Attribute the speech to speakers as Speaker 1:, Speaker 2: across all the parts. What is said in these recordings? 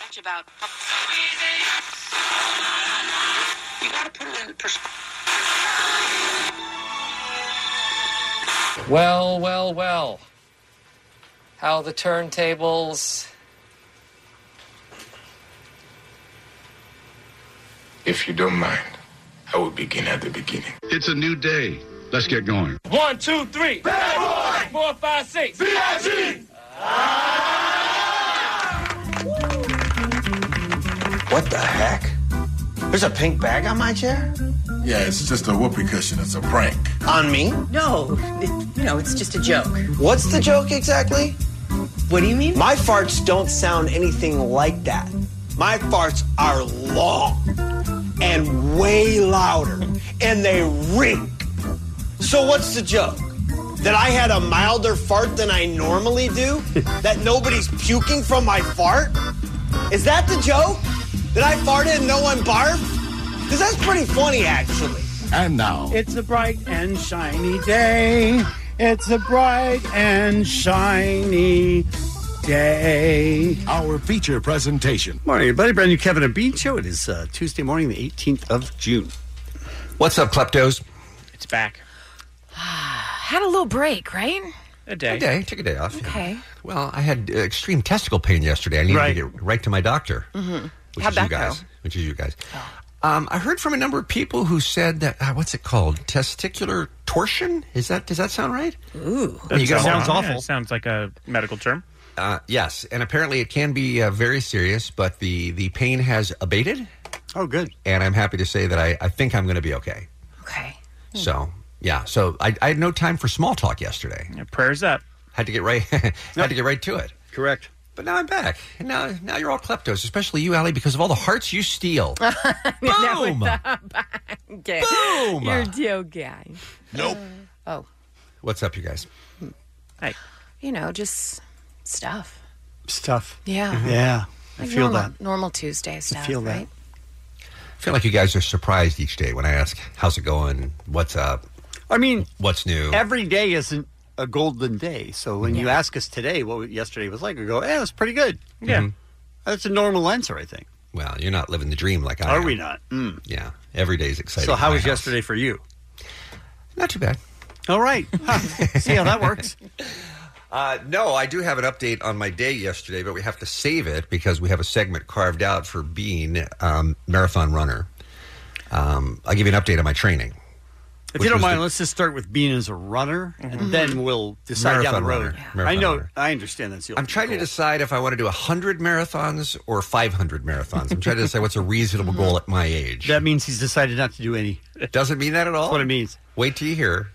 Speaker 1: much about. You gotta put it in perspective.
Speaker 2: Well, well, well. How the turntables.
Speaker 3: If you don't mind, I will begin at the beginning.
Speaker 4: It's a new day. Let's get going.
Speaker 2: One, two, three. Bad boy. Four, five, six.
Speaker 5: Ah. What the heck? There's a pink bag on my chair?
Speaker 3: Yeah, it's just a whoopee cushion. It's a prank.
Speaker 5: On me?
Speaker 6: No, it, you know, it's just a joke.
Speaker 5: What's the joke exactly?
Speaker 6: What do you mean?
Speaker 5: My farts don't sound anything like that. My farts are long and way louder, and they reek. So, what's the joke? That I had a milder fart than I normally do? that nobody's puking from my fart? Is that the joke? That I farted and no one barfed? Because that's pretty funny, actually.
Speaker 4: And now,
Speaker 7: It's a bright and shiny day. It's a bright and shiny day.
Speaker 4: our feature presentation.
Speaker 7: Morning, everybody. Brand new Kevin and Bean show. It is uh, Tuesday morning, the 18th of June.
Speaker 3: What's up, kleptos?
Speaker 7: It's back.
Speaker 8: Had a little break, right?
Speaker 7: A day.
Speaker 3: Good day. Took a day off. yeah.
Speaker 8: Okay.
Speaker 3: Well, I had uh, extreme testicle pain yesterday. I needed
Speaker 7: Right.
Speaker 3: to get right to my doctor. Mm-hmm. Which
Speaker 8: How'd
Speaker 3: is
Speaker 8: that
Speaker 3: you guys.
Speaker 8: go?
Speaker 3: Which is you guys. Um, I heard from a number of people who said that uh, what's it called? Testicular torsion? Is that does that sound right? Ooh, that
Speaker 9: sounds awful. sounds like a medical term.
Speaker 3: Uh, yes, and apparently it can be uh, very serious, but the the pain has abated,
Speaker 7: Oh, good.
Speaker 3: and I'm happy to say that I, I think I'm going to be okay.
Speaker 8: Okay.
Speaker 3: So yeah, so I, I had no time for small talk yesterday.
Speaker 9: Yeah, prayers up.
Speaker 3: Had to get right had to get right to it.
Speaker 7: Correct.
Speaker 3: But now I'm back. And now now you're all kleptos, especially you, Allie, because of all the hearts you steal. Boom!
Speaker 8: Okay.
Speaker 3: Boom!
Speaker 8: You're deal guy.
Speaker 3: Nope.
Speaker 8: Oh,
Speaker 3: What's up, you guys?
Speaker 9: Hey,
Speaker 8: you know, just stuff.
Speaker 7: Stuff.
Speaker 8: Yeah.
Speaker 3: Mm-hmm.
Speaker 7: Yeah. I
Speaker 8: Like
Speaker 7: feel
Speaker 8: normal,
Speaker 7: that.
Speaker 8: Normal Tuesday stuff.
Speaker 7: feel that.
Speaker 8: Right?
Speaker 3: I feel like you guys are surprised each day when I ask, "How's it going? What's up?
Speaker 7: I mean,
Speaker 3: What's new?"
Speaker 7: every day isn't a golden day. So when you ask us today what yesterday was like, we go, yeah, it was pretty good.
Speaker 9: yeah.
Speaker 3: Mm-hmm.
Speaker 7: That's a normal answer, I think.
Speaker 3: well, you're not living the dream like I
Speaker 7: Are
Speaker 3: am.
Speaker 7: we not? Mm.
Speaker 3: Uh, Yeah, every day's exciting.
Speaker 7: So
Speaker 3: at
Speaker 7: how
Speaker 3: my
Speaker 7: was
Speaker 3: house.
Speaker 7: yesterday for you?
Speaker 3: Not too bad.
Speaker 7: All right. Huh. See how that works.
Speaker 3: Uh, no, I do have an update on my day yesterday, but we have to save it because we have a segment carved out for being um, marathon runner. Um, I'll give you an update on my training.
Speaker 7: If
Speaker 3: Which
Speaker 7: you don't
Speaker 3: was
Speaker 7: mind,
Speaker 3: the-
Speaker 7: let's just start with being as a runner,
Speaker 9: Mm-hmm.
Speaker 7: and then we'll decide down
Speaker 3: Marathon
Speaker 7: the road.
Speaker 3: runner. Yeah.
Speaker 7: I
Speaker 3: Marathon
Speaker 7: know.
Speaker 3: runner.
Speaker 7: I understand that's. the
Speaker 3: I'm trying to
Speaker 7: ultimate
Speaker 3: decide if I want to do 100 marathons or 500 marathons. I'm trying to decide what's a reasonable goal at my age.
Speaker 7: goal. That means he's decided not to do any. That's
Speaker 3: Doesn't mean that at all.
Speaker 7: what it means.
Speaker 3: Wait till you hear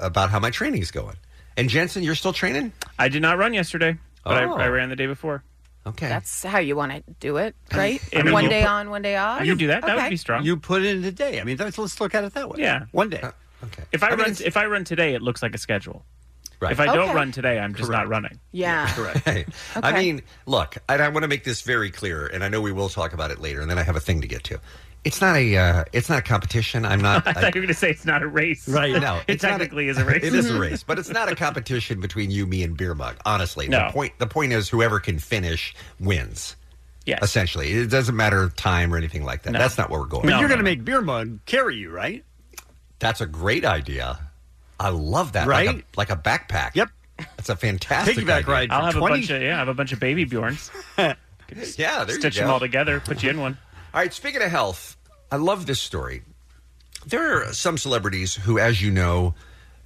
Speaker 3: about how my training's going. And Jensen, you're still training?
Speaker 9: I did not run yesterday, but
Speaker 3: Oh.
Speaker 9: I, I ran the day before.
Speaker 3: Okay.
Speaker 8: That's how you want to do it, right?
Speaker 9: I mean,
Speaker 8: one
Speaker 9: you
Speaker 8: day
Speaker 9: put-
Speaker 8: on, one day off.
Speaker 9: you do that. That would
Speaker 8: Okay.
Speaker 9: be strong.
Speaker 7: You put in a day. I mean, that's, let's look at it that way.
Speaker 9: Yeah.
Speaker 7: One day.
Speaker 3: okay.
Speaker 9: if I,
Speaker 3: mean,
Speaker 9: run,
Speaker 3: it's-
Speaker 9: if I run today, it looks like a schedule.
Speaker 3: Right.
Speaker 9: If I don't
Speaker 8: Okay.
Speaker 9: run today, I'm just not running.
Speaker 8: Yeah.
Speaker 3: Hey, I
Speaker 8: Okay.
Speaker 3: mean, look, and I want to make this very clear, and I know we will talk about it later, and then I have a thing to get to. It's not a, uh, it's not a competition. I'm not.
Speaker 9: I thought you were going to say it's not a race.
Speaker 7: Right.
Speaker 3: no,
Speaker 9: It
Speaker 3: it's not
Speaker 9: technically is a race.
Speaker 3: It is a race, but it's not a competition between you, me, and beer mug. Honestly, the
Speaker 9: No.
Speaker 3: point the point is whoever can finish wins.
Speaker 9: Yes.
Speaker 3: Essentially, it doesn't matter time or anything like that. That's not what we're going.
Speaker 7: But
Speaker 9: No,
Speaker 7: you're
Speaker 9: no,
Speaker 7: going to make beer mug carry you, right?
Speaker 3: That's a great idea. I love that.
Speaker 7: Right?
Speaker 3: Like a, like a backpack.
Speaker 7: Yep.
Speaker 3: That's a fantastic
Speaker 7: Piggyback
Speaker 3: idea.
Speaker 7: ride.
Speaker 9: I'll
Speaker 7: for
Speaker 9: have
Speaker 7: 20
Speaker 9: a bunch of yeah, I have a bunch of baby Bjorns.
Speaker 3: Yeah, there
Speaker 9: Stitch
Speaker 3: you go.
Speaker 9: them all together. Put you in one.
Speaker 3: All right, speaking of health, I love this story. There are some celebrities who, as you know,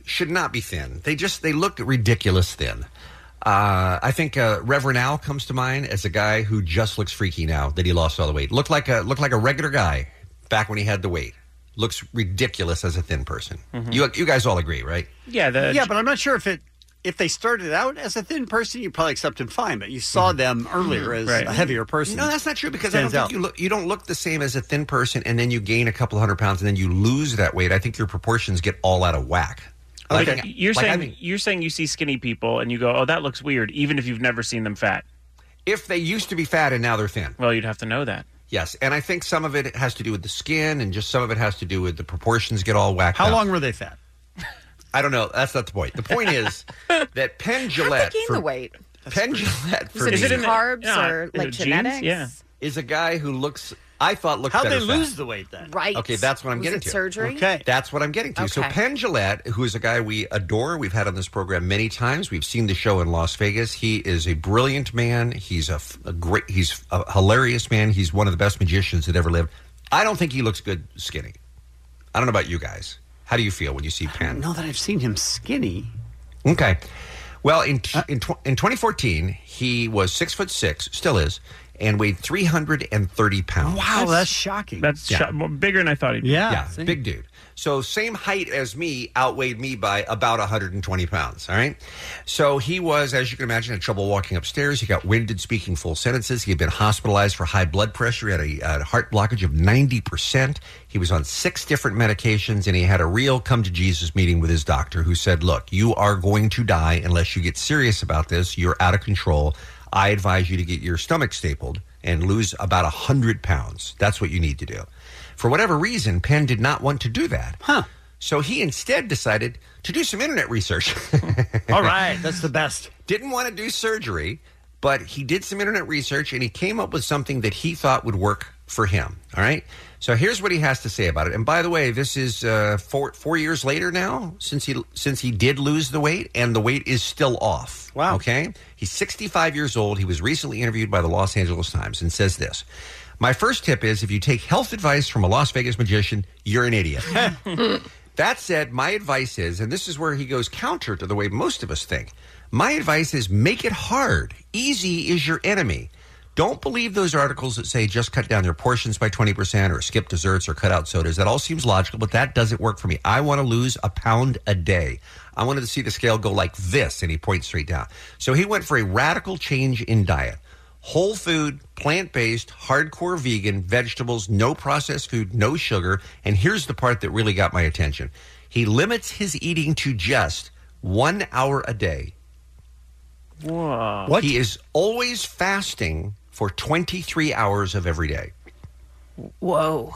Speaker 3: should not be thin. They just they look ridiculous thin. Uh, I think uh, Reverend Al comes to mind as a guy who just looks freaky now that he lost all the weight. Looked like a looked like a regular guy back when he had the weight.
Speaker 9: Mm-hmm.
Speaker 3: Looks ridiculous as a thin person. You you guys all agree, right?
Speaker 9: Yeah, the
Speaker 7: Yeah, but I'm not sure if it if they started out as a thin person, you'd probably accept him fine. But you saw them earlier as
Speaker 9: Mm-hmm.
Speaker 3: Right.
Speaker 7: a heavier person.
Speaker 3: Mm-hmm. No, that's not true because I don't think you look you don't look the same as a thin person, and then you gain a couple hundred pounds, and then you lose that weight. I think your proportions get all out of whack.
Speaker 9: Like,
Speaker 3: Like,
Speaker 9: you're
Speaker 3: like, I
Speaker 9: saying
Speaker 3: think
Speaker 9: you're saying you see skinny people and you go, "Oh, that looks weird," even if you've never seen them fat.
Speaker 3: If they used to be fat and now they're thin,
Speaker 9: well, you'd have to know that.
Speaker 3: yes, and I think some of it has to do with the skin, and just some of it has to do with the proportions get all whacked. How long
Speaker 7: were they fat?
Speaker 3: I don't know. That's not the point. The point is that Penn Gillette
Speaker 8: gain
Speaker 3: for
Speaker 8: the weight.
Speaker 3: Penn Gillette
Speaker 8: Was
Speaker 3: for
Speaker 8: it
Speaker 3: me-
Speaker 8: Is it in the- carbs yeah, or, is like, it genes? genetics? Yeah.
Speaker 3: is a guy who looks. I thought looked.
Speaker 7: How'd
Speaker 3: better
Speaker 7: they
Speaker 3: fat.
Speaker 7: lose the weight then?
Speaker 8: Right.
Speaker 3: Okay, that's what I'm
Speaker 8: Was
Speaker 3: getting
Speaker 8: it
Speaker 3: to.
Speaker 8: Surgery.
Speaker 3: That's what I'm getting to. So
Speaker 8: Okay.
Speaker 3: Penn Gillette, who is a guy we adore, we've had on this program many times. We've seen the show in Las Vegas. He is a brilliant man. He's a, f- a great. He's a hilarious man. He's one of the best magicians that ever lived. I don't think he looks good skinny. I don't know about you guys. How do you feel when you see Penn?
Speaker 7: Now that I've seen him skinny, Uh,
Speaker 3: Okay. Well, in t- in, tw- in 2014, he was six foot six, still is, and weighed 330 pounds.
Speaker 7: wow, that's, shocking.
Speaker 9: That's
Speaker 3: Yeah.
Speaker 9: sho- more- bigger than I thought he'd be.
Speaker 3: yeah, big dude. So same height as me outweighed me by about 120 pounds. All right. So he was, as you can imagine, had trouble walking upstairs. He got winded speaking full sentences. He had been hospitalized for high blood pressure. He had a, a heart blockage of 90 percent. He was on six different medications, and he had a real come to Jesus meeting with his doctor, who said, "Look, you are going to die unless you get serious about this. You're out of control. I advise you to get your stomach stapled." And lose about 100 pounds. That's what you need to do. For whatever reason, Penn did not want to do that. Huh. So he instead decided to do some internet research.
Speaker 7: All right, that's the best.
Speaker 3: Didn't want to do surgery, but he did some internet research and he came up with something that he thought would work for him. All right. So here's what he has to say about it. And by the way, this is uh, four four years later now since he since he did lose the weight, and the weight is still off. Wow. Okay. He's 65 years old. He was recently interviewed by the Los Angeles Times and says this. My first tip is if you take health advice from a Las Vegas magician, you're an idiot. That said, my advice is, and this is where he goes counter to the way most of us think. My advice is make it hard. Easy is your enemy. Don't believe those articles that say just cut down your portions by 20% or skip desserts or cut out sodas. That all seems logical, but that doesn't work for me. I want to lose a pound a day. I wanted to see the scale go like this, and he points straight down. So he went for a radical change in diet. Whole food, plant based, hardcore vegan, vegetables, no processed food, no sugar. And here's the part that really got my attention he limits his eating to just one hour a day.
Speaker 9: Whoa.
Speaker 3: He is always fasting for 23 hours of every day.
Speaker 8: Whoa.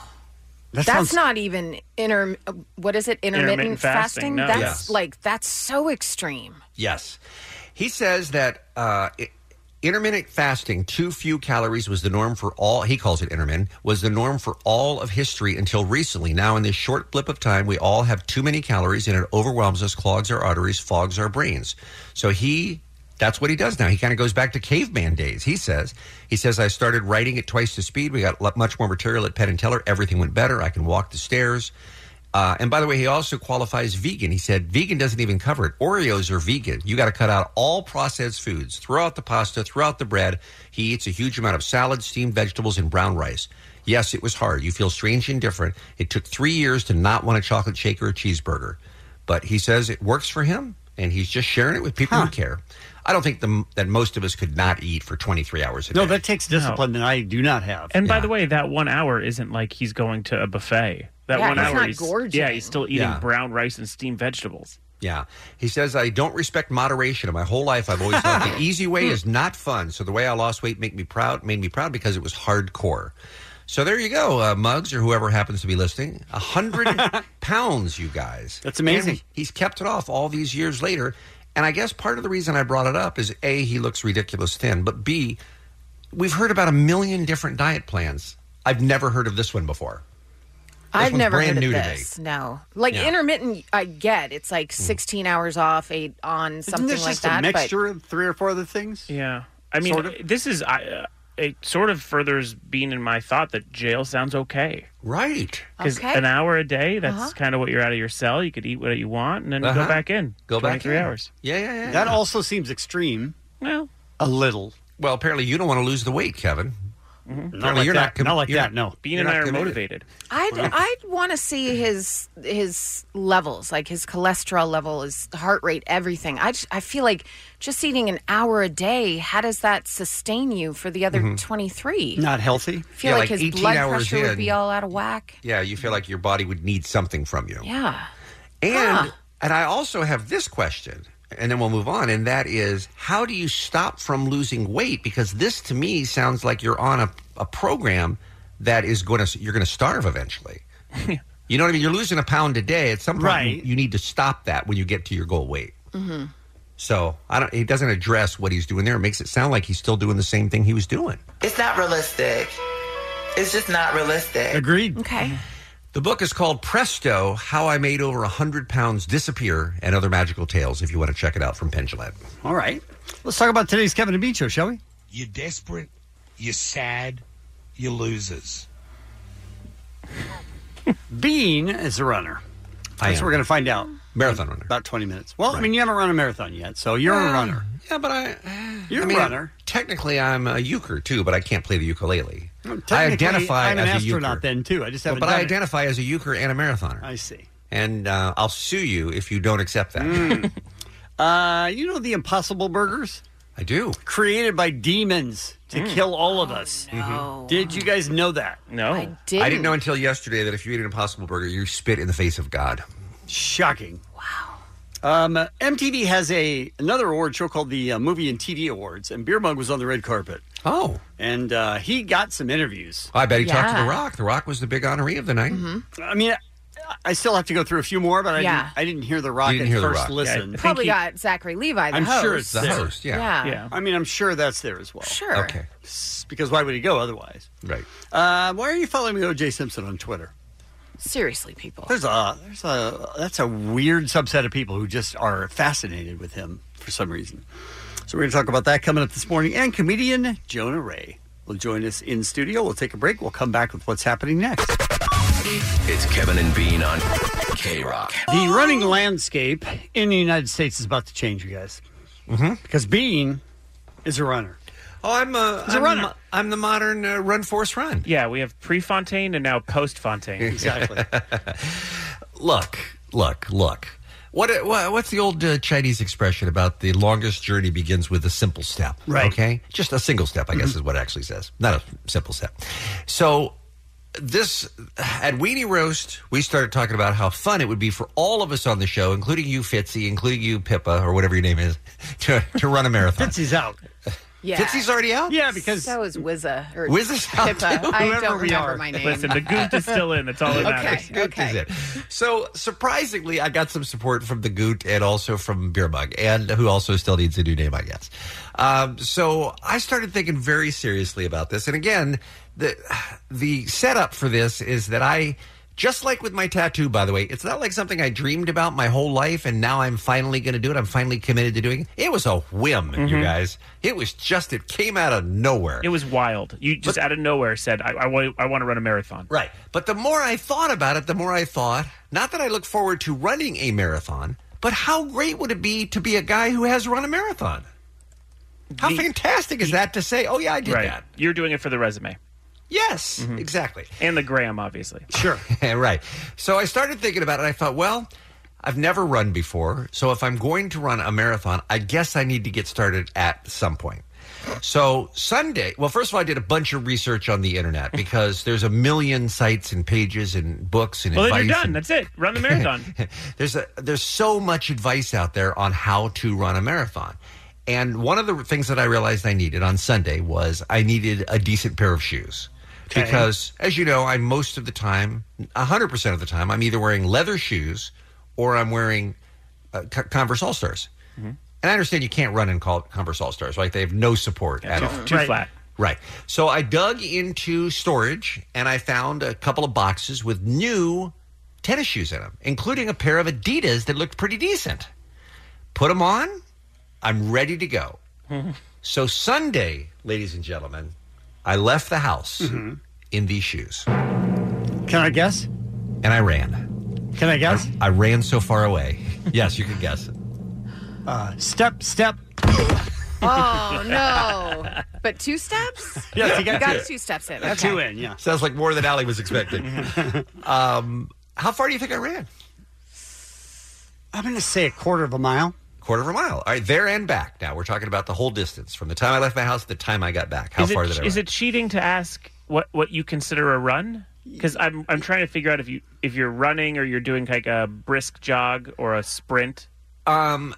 Speaker 3: That
Speaker 8: that's
Speaker 3: sounds-
Speaker 8: not even inter. uh, What is it? Intermittent,
Speaker 3: Intermittent fasting, no.
Speaker 8: That's
Speaker 3: Yes.
Speaker 8: like that's so extreme.
Speaker 3: Yes. He says that uh, i- intermittent fasting, too few calories, was the norm for all, he calls it intermittent, was the norm for all of history until recently. Now, in this short blip of time, we all have too many calories and it overwhelms us, clogs our arteries, fogs our brains. So he. That's what he does now. He kind of goes back to caveman days. He says, he says, I started writing at twice the speed. We got lo- much more material at Penn and Teller. Everything went better. I can walk the stairs. Uh, and by the way, he also qualifies vegan. He said vegan doesn't even cover it. Oreos are vegan. You got to cut out all processed foods. Throw out the pasta, throw out the bread. He eats a huge amount of salad, steamed vegetables, and brown rice. Yes, it was hard. You feel strange and different. It took three years to not want a chocolate shake or a cheeseburger. But he says it works for him, and he's just sharing it with people who care. I don't think the, that most of us could not eat for 23 hours a day.
Speaker 7: No, that takes discipline that I do not have.
Speaker 9: And by the way, that one hour isn't like he's going to a buffet. That
Speaker 7: Yeah,
Speaker 9: one
Speaker 7: he's
Speaker 9: hour,
Speaker 7: not
Speaker 9: he's,
Speaker 7: gorging.
Speaker 9: yeah, he's still eating
Speaker 3: Yeah.
Speaker 9: brown rice and steamed vegetables.
Speaker 3: Yeah. He says, I don't respect moderation. In my whole life, I've always thought the easy way is not fun. So the way I lost weight made me proud, made me proud because it was hardcore. So there you go, uh, Muggs, or whoever happens to be listening. A hundred pounds, you guys. That's
Speaker 7: amazing.
Speaker 3: he's kept it off all these years later. And I guess part of the reason I brought it up is A, he looks ridiculous thin, but B, we've heard about a million different diet plans. I've never heard of this one before. This
Speaker 8: I've
Speaker 3: one's
Speaker 8: never
Speaker 3: brand
Speaker 8: heard
Speaker 3: new
Speaker 8: of
Speaker 3: to me.
Speaker 8: this. No, like
Speaker 3: Yeah. Hmm.
Speaker 8: intermittent, I get it's like sixteen hours off, eight on, something
Speaker 7: this
Speaker 8: like
Speaker 7: just a
Speaker 8: that. but-
Speaker 7: mixture of three or four other things?
Speaker 9: Yeah. I mean,
Speaker 7: Sort of.
Speaker 9: this is, I, uh, it sort of furthers being in my thought that jail sounds okay.
Speaker 3: Right.
Speaker 9: Because
Speaker 8: Okay.
Speaker 9: an hour a day, that's
Speaker 8: Uh-huh.
Speaker 9: kind of what you're out of your cell. You could eat what you want and then
Speaker 7: Uh-huh.
Speaker 9: go back in.
Speaker 3: Go back
Speaker 9: 23
Speaker 3: in.
Speaker 9: hours.
Speaker 3: Yeah, yeah, yeah.
Speaker 7: That
Speaker 3: yeah.
Speaker 7: also seems extreme.
Speaker 9: Well,
Speaker 3: A little. Well, apparently you don't want to lose the weight, Kevin.
Speaker 7: Not
Speaker 3: Apparently
Speaker 7: like
Speaker 3: you're
Speaker 7: that.
Speaker 3: com-
Speaker 7: Not like
Speaker 3: you're
Speaker 7: that, no.
Speaker 9: Bean
Speaker 3: you're
Speaker 9: and
Speaker 3: not
Speaker 9: I are
Speaker 3: committed.
Speaker 9: Mm-hmm. motivated.
Speaker 8: I'd
Speaker 9: Wow.
Speaker 8: I'd want to see his his levels, like his cholesterol level, his heart rate, everything. I just, I feel like just eating an hour a day. How does that sustain you for the other
Speaker 3: Mhm.
Speaker 8: three?
Speaker 7: Not healthy.
Speaker 8: I feel
Speaker 3: Yeah,
Speaker 8: like,
Speaker 3: like
Speaker 8: his
Speaker 3: 18
Speaker 8: blood
Speaker 3: hours
Speaker 8: pressure
Speaker 3: in.
Speaker 8: would be all out of whack.
Speaker 3: Yeah, you feel like your body would need something from you.
Speaker 8: Yeah. Ah.
Speaker 3: And and I also have this question, and then we'll move on, and that is how do you stop from losing weight? Because this to me sounds like you're on a, a program that is going to you're going to starve eventually. you know what I mean? You're losing a pound a day. At some point, you,
Speaker 7: Right.
Speaker 3: you need to stop that when you get to your goal weight.
Speaker 7: Mm-hmm.
Speaker 3: So I don't. He doesn't address what he's doing there. It makes it sound like he's still doing the same thing he was doing.
Speaker 10: It's not realistic. It's just not realistic.
Speaker 7: Agreed.
Speaker 8: Okay.
Speaker 3: The book is called Presto How I Made Over 100 Pounds Disappear and Other Magical Tales, if you want to check it out from Pendulet.
Speaker 7: All right. Let's talk about today's Kevin and Bean show, shall we?
Speaker 11: You're desperate. You're sad. You're losers.
Speaker 7: Bean is a runner.
Speaker 3: I
Speaker 7: That's
Speaker 3: am.
Speaker 7: what we're going to find out.
Speaker 3: Marathon runner.
Speaker 7: About 20 minutes. Well, I mean, you haven't run a marathon yet, so you're a
Speaker 11: Uh,
Speaker 3: Well,
Speaker 7: runner.
Speaker 3: Yeah, but I.
Speaker 7: You're
Speaker 3: I
Speaker 7: a
Speaker 3: mean,
Speaker 7: runner.
Speaker 3: Technically, I'm a euchre too, but I can't play the ukulele. I
Speaker 7: Oh, technically,
Speaker 3: identify
Speaker 7: I'm an
Speaker 3: as
Speaker 7: astronaut
Speaker 3: a euchre.
Speaker 7: then, too. I just
Speaker 3: Well,
Speaker 7: haven't
Speaker 3: but I
Speaker 7: done it.
Speaker 3: identify as a euchre and a marathoner.
Speaker 7: I see.
Speaker 3: And uh, I'll sue you if you don't accept
Speaker 7: Hmm.
Speaker 3: that.
Speaker 7: Uh, you know the Impossible Burgers?
Speaker 3: I do.
Speaker 7: Created by demons to
Speaker 3: Mm.
Speaker 7: kill all of us. Mm-hmm. Did you guys know that?
Speaker 9: No.
Speaker 7: I
Speaker 3: I didn't know until yesterday that if you eat an Impossible Burger, you spit in the face of God.
Speaker 7: Shocking. Wow. Um, MTV has a another award show called the uh, Movie and TV Awards, and Beer Mug was on the red carpet.
Speaker 3: Oh.
Speaker 7: And uh, he got some interviews.
Speaker 3: I bet he talked to The Rock. The Rock was the big honoree of the night.
Speaker 7: I mean, I- I still have to go through a few more, but I,
Speaker 8: Yeah.
Speaker 7: didn't, I didn't hear The Rock
Speaker 3: You didn't
Speaker 7: at
Speaker 3: hear The
Speaker 7: first
Speaker 3: Rock.
Speaker 7: listen.
Speaker 3: Yeah, I
Speaker 8: Probably got Zachary Levi. The
Speaker 7: I'm
Speaker 8: host.
Speaker 7: sure it's there.
Speaker 8: Yeah.
Speaker 7: I mean, I'm sure that's there as well.
Speaker 8: Sure. Okay.
Speaker 7: S- Because why would he go otherwise?
Speaker 3: Right.
Speaker 7: Uh, why are you following me, OJ Simpson, on Twitter?
Speaker 8: Seriously, people.
Speaker 7: There's a there's a that's a weird subset of people who just are fascinated with him for some reason. So we're going to talk about that coming up this morning. And comedian Jonah Ray will join us in studio. We'll take a break. We'll come back with what's happening next.
Speaker 12: It's Kevin and Bean on K Rock.
Speaker 7: The running landscape in the United States is about to change, you guys. Mm-hmm. Because Bean is a runner.
Speaker 3: Oh, I'm a,
Speaker 7: He's a runner.
Speaker 3: I'm the modern uh, run force run.
Speaker 9: Yeah, we have pre Fontaine and now post Fontaine.
Speaker 3: Exactly. Look, look, look. What, what what's the old uh, Chinese expression about the longest journey begins with a simple step?
Speaker 7: Right. Mm-hmm.
Speaker 3: Okay. Just a single step, I guess, is what it actually says. Not a simple step. So this at Weenie Roast, we started talking about how fun it would be for all of us on the show, including you, Fitzy, including you, Pippa, or whatever your name is, to, to run a marathon.
Speaker 7: Fitzy's out.
Speaker 8: Yeah.
Speaker 3: Tootsie's already out?
Speaker 7: Yeah, because
Speaker 8: so is Wizza or
Speaker 3: Wizza's out
Speaker 8: Pippa.
Speaker 3: too,
Speaker 8: I
Speaker 3: whoever
Speaker 8: don't
Speaker 3: we
Speaker 8: remember
Speaker 3: are.
Speaker 8: my name.
Speaker 9: Listen, the goot is still in. That's all that matters.
Speaker 3: Goot is in. So surprisingly, I got some support from the Goot and also from Beer Mug, and who also still needs a new name, I guess. Um, so I started thinking very seriously about this, and again, the the setup for this is that I. Just like with my tattoo, by the way, it's not like something I dreamed about my whole life and now I'm finally going to do it. I'm finally committed to doing it. It was a whim, you
Speaker 9: Mhm.
Speaker 3: guys. It was just, it came out of nowhere.
Speaker 9: It was wild. You just out of nowhere said, I, I, want, I want to run a marathon.
Speaker 3: Right. But the more I thought about it, the more I thought, not that I look forward to running a marathon, but how great would it be to be a guy who has run a marathon? How fantastic is that to say, oh, yeah, I did
Speaker 9: right.
Speaker 3: that?
Speaker 9: You're doing it for the resume.
Speaker 3: Yes, exactly.
Speaker 9: And the gram, obviously.
Speaker 7: Sure.
Speaker 3: right. So I started thinking about it. And I thought, well, I've never run before. So if I'm going to run a marathon, I guess I need to get started at some point. So Sunday, well, first of all, I did a bunch of research on the internet because there's a million sites and pages and books and
Speaker 9: Well, then
Speaker 3: advice.
Speaker 9: you're done.
Speaker 3: and-
Speaker 9: That's it. Run the marathon.
Speaker 3: there's a there's so much advice out there on how to run a marathon. And one of the things that I realized I needed on Sunday was I needed a decent pair of shoes.
Speaker 13: Okay.
Speaker 3: Because as you know, I most of the time, 100% of the time, I'm either wearing leather shoes or I'm wearing uh, Co- Converse All-Stars. And I understand you can't run in Col- Converse All-Stars, right? They have no support at
Speaker 9: too-
Speaker 3: all.
Speaker 9: too Right. flat.
Speaker 3: Right. So I dug into storage and I found a couple of boxes with new tennis shoes in them, including a pair of Adidas that looked pretty decent. Put them on. I'm ready to go. so Sunday, ladies and gentlemen, I left the house in these shoes.
Speaker 7: Mm-hmm. Can I guess?
Speaker 3: And I ran.
Speaker 7: Can I guess?
Speaker 3: I ran so far away. yes, you can guess.
Speaker 7: Uh, step, step.
Speaker 8: Oh no! But two steps?
Speaker 3: Yes, he
Speaker 8: You
Speaker 3: got
Speaker 8: got
Speaker 3: two.
Speaker 8: two steps in.
Speaker 3: That's
Speaker 8: Okay.
Speaker 7: yeah.
Speaker 3: Sounds like more than Ali was expecting. um, how far do you think I ran?
Speaker 7: I'm going to say a quarter of a mile.
Speaker 3: Quarter of a mile. All right, there and back. Now we're talking about the whole distance from the time I left my house to the time I got back. How
Speaker 9: is
Speaker 3: far
Speaker 9: it,
Speaker 3: did I run?
Speaker 9: Is it cheating to ask what, what you consider a run? Because I'm I'm trying to figure out if you if you're running or you're doing like a brisk jog or a sprint.
Speaker 3: Um,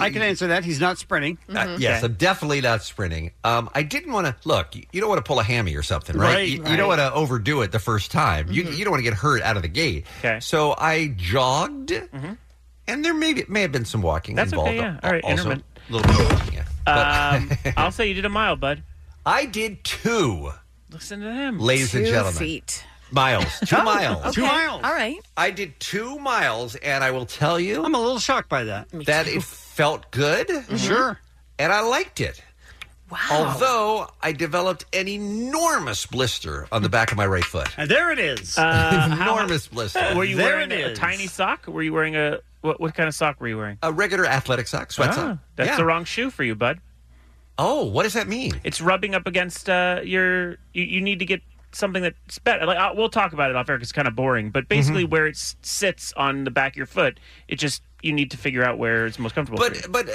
Speaker 7: I can answer that. He's not sprinting.
Speaker 9: Mm-hmm.
Speaker 3: Uh, yes, I'm definitely not sprinting. Um, I didn't want to look. You you don't want to pull a hammy or something, right?
Speaker 7: Right,
Speaker 3: you, you
Speaker 7: right.
Speaker 3: don't want to overdo it the first time. You,
Speaker 9: Mm-hmm.
Speaker 3: you don't want to get hurt out of the gate. Okay. So I jogged, and there may be- may have been some walking
Speaker 9: Mm-hmm. That's
Speaker 3: involved.
Speaker 9: okay, yeah. All right,
Speaker 3: also,
Speaker 9: intermittent.
Speaker 3: a little bit of walking. Yeah.
Speaker 9: Um, I'll say you did a mile, bud.
Speaker 3: I did two.
Speaker 9: Listen to him,
Speaker 3: Ladies and Two gentlemen. feet. Miles, two miles,
Speaker 8: Oh, Okay. All right.
Speaker 3: I did two miles, and I will tell you,
Speaker 7: I'm a little shocked by that.
Speaker 3: That it felt good,
Speaker 7: Sure.
Speaker 3: and I liked it.
Speaker 8: Mm-hmm. Wow.
Speaker 3: Although I developed an enormous blister on the back of my right foot.
Speaker 7: And there it is.
Speaker 3: enormous blister.
Speaker 9: Uh, Were you
Speaker 3: There
Speaker 9: wearing
Speaker 3: it
Speaker 9: a
Speaker 3: is.
Speaker 9: tiny sock? Were you wearing a what? What kind of sock were you wearing?
Speaker 3: A regular athletic sock, sweat
Speaker 9: Ah,
Speaker 3: sock.
Speaker 9: That's
Speaker 3: Yeah.
Speaker 9: the wrong shoe for you, bud.
Speaker 3: Oh, what does that mean?
Speaker 9: It's rubbing up against uh, your. You, you need to get something that's better. Like uh, we'll talk about it off air. 'cause It's kind of boring, but
Speaker 3: Mm-hmm.
Speaker 9: basically where it s- sits on the back of your foot, it just you need to figure out where it's most comfortable.
Speaker 3: But- but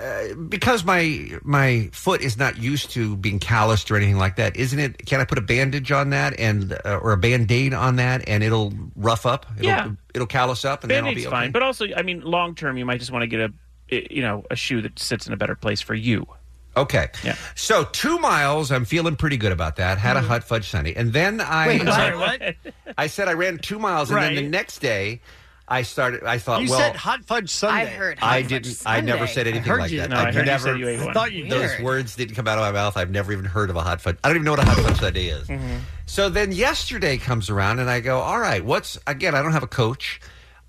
Speaker 3: uh, Because my my foot is not used to being calloused or anything like that, isn't it? Can I put a bandage on that and uh, or a band aid on that, and it'll rough up? It'll,
Speaker 9: Yeah.
Speaker 3: it'll callous up, and
Speaker 9: band
Speaker 3: then I'll be okay.
Speaker 9: fine. But also, I mean, long term, you might just want to get a i- you know a shoe that sits in a better place for you.
Speaker 3: Okay. Yeah. So two miles, I'm feeling pretty good about that. Had a hot fudge sundae, and then I
Speaker 7: Mm-hmm. Wait, sorry, what?
Speaker 3: I said I ran two miles, and then the next day, I started. I thought,
Speaker 7: You
Speaker 3: well,
Speaker 7: said hot fudge Sunday.
Speaker 3: I didn't. I never said anything like that.
Speaker 7: No,
Speaker 3: I,
Speaker 7: I, heard
Speaker 3: never.
Speaker 7: You said you ate one.
Speaker 3: Those words didn't come out of my mouth. I've never even heard of a hot fudge. I don't even know what a hot fudge sundae is.
Speaker 8: Mm-hmm.
Speaker 3: So then yesterday comes around, and I go, all right, what's again? I don't have a coach.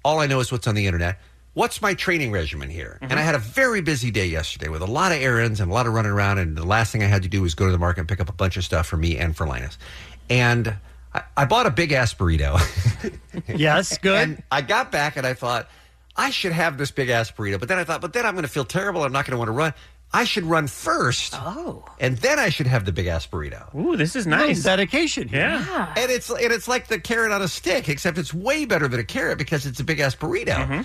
Speaker 3: All I know is what's on the internet. What's my training regimen here? And I had a very busy day yesterday with a lot of errands and a lot of running around. And the last thing I had to do was go to the market and pick up a bunch of stuff for me and for Linus. And I, I bought a big ass burrito.
Speaker 7: yes, good.
Speaker 3: And I got back and I thought, I should have this big ass burrito. But then I thought, but then I'm going to feel terrible. I'm not going to want to run. I should run first. Oh. And then I should have the big ass burrito.
Speaker 9: Ooh, this is
Speaker 7: Little
Speaker 9: nice.
Speaker 7: dedication. here.
Speaker 3: And it's and it's like the carrot on a stick, except it's way better than a carrot because it's a big ass burrito.
Speaker 7: Mm-hmm.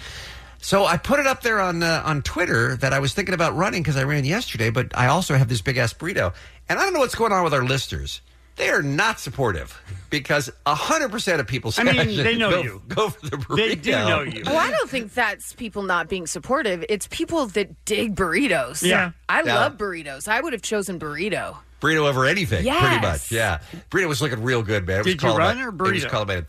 Speaker 3: So I put it up there on uh, on Twitter that I was thinking about running because I ran yesterday, but I also have this big ass burrito, and I don't know what's going on with our listeners. They are not supportive because hundred percent of people.
Speaker 7: I
Speaker 3: Say
Speaker 7: mean,
Speaker 3: should
Speaker 7: they know
Speaker 3: go,
Speaker 7: you.
Speaker 3: Go for the burrito.
Speaker 7: They do know you.
Speaker 8: Well, Oh, I don't think that's people not being supportive. It's people that dig burritos.
Speaker 3: Yeah.
Speaker 8: I
Speaker 3: Yeah.
Speaker 8: love burritos. I would have chosen burrito.
Speaker 3: burrito over anything, pretty
Speaker 8: Yes.
Speaker 3: much. Yeah, burrito was looking real good, man. It was
Speaker 7: Did you run
Speaker 3: collimated-
Speaker 7: or
Speaker 3: It was
Speaker 7: burrito?
Speaker 3: collimated.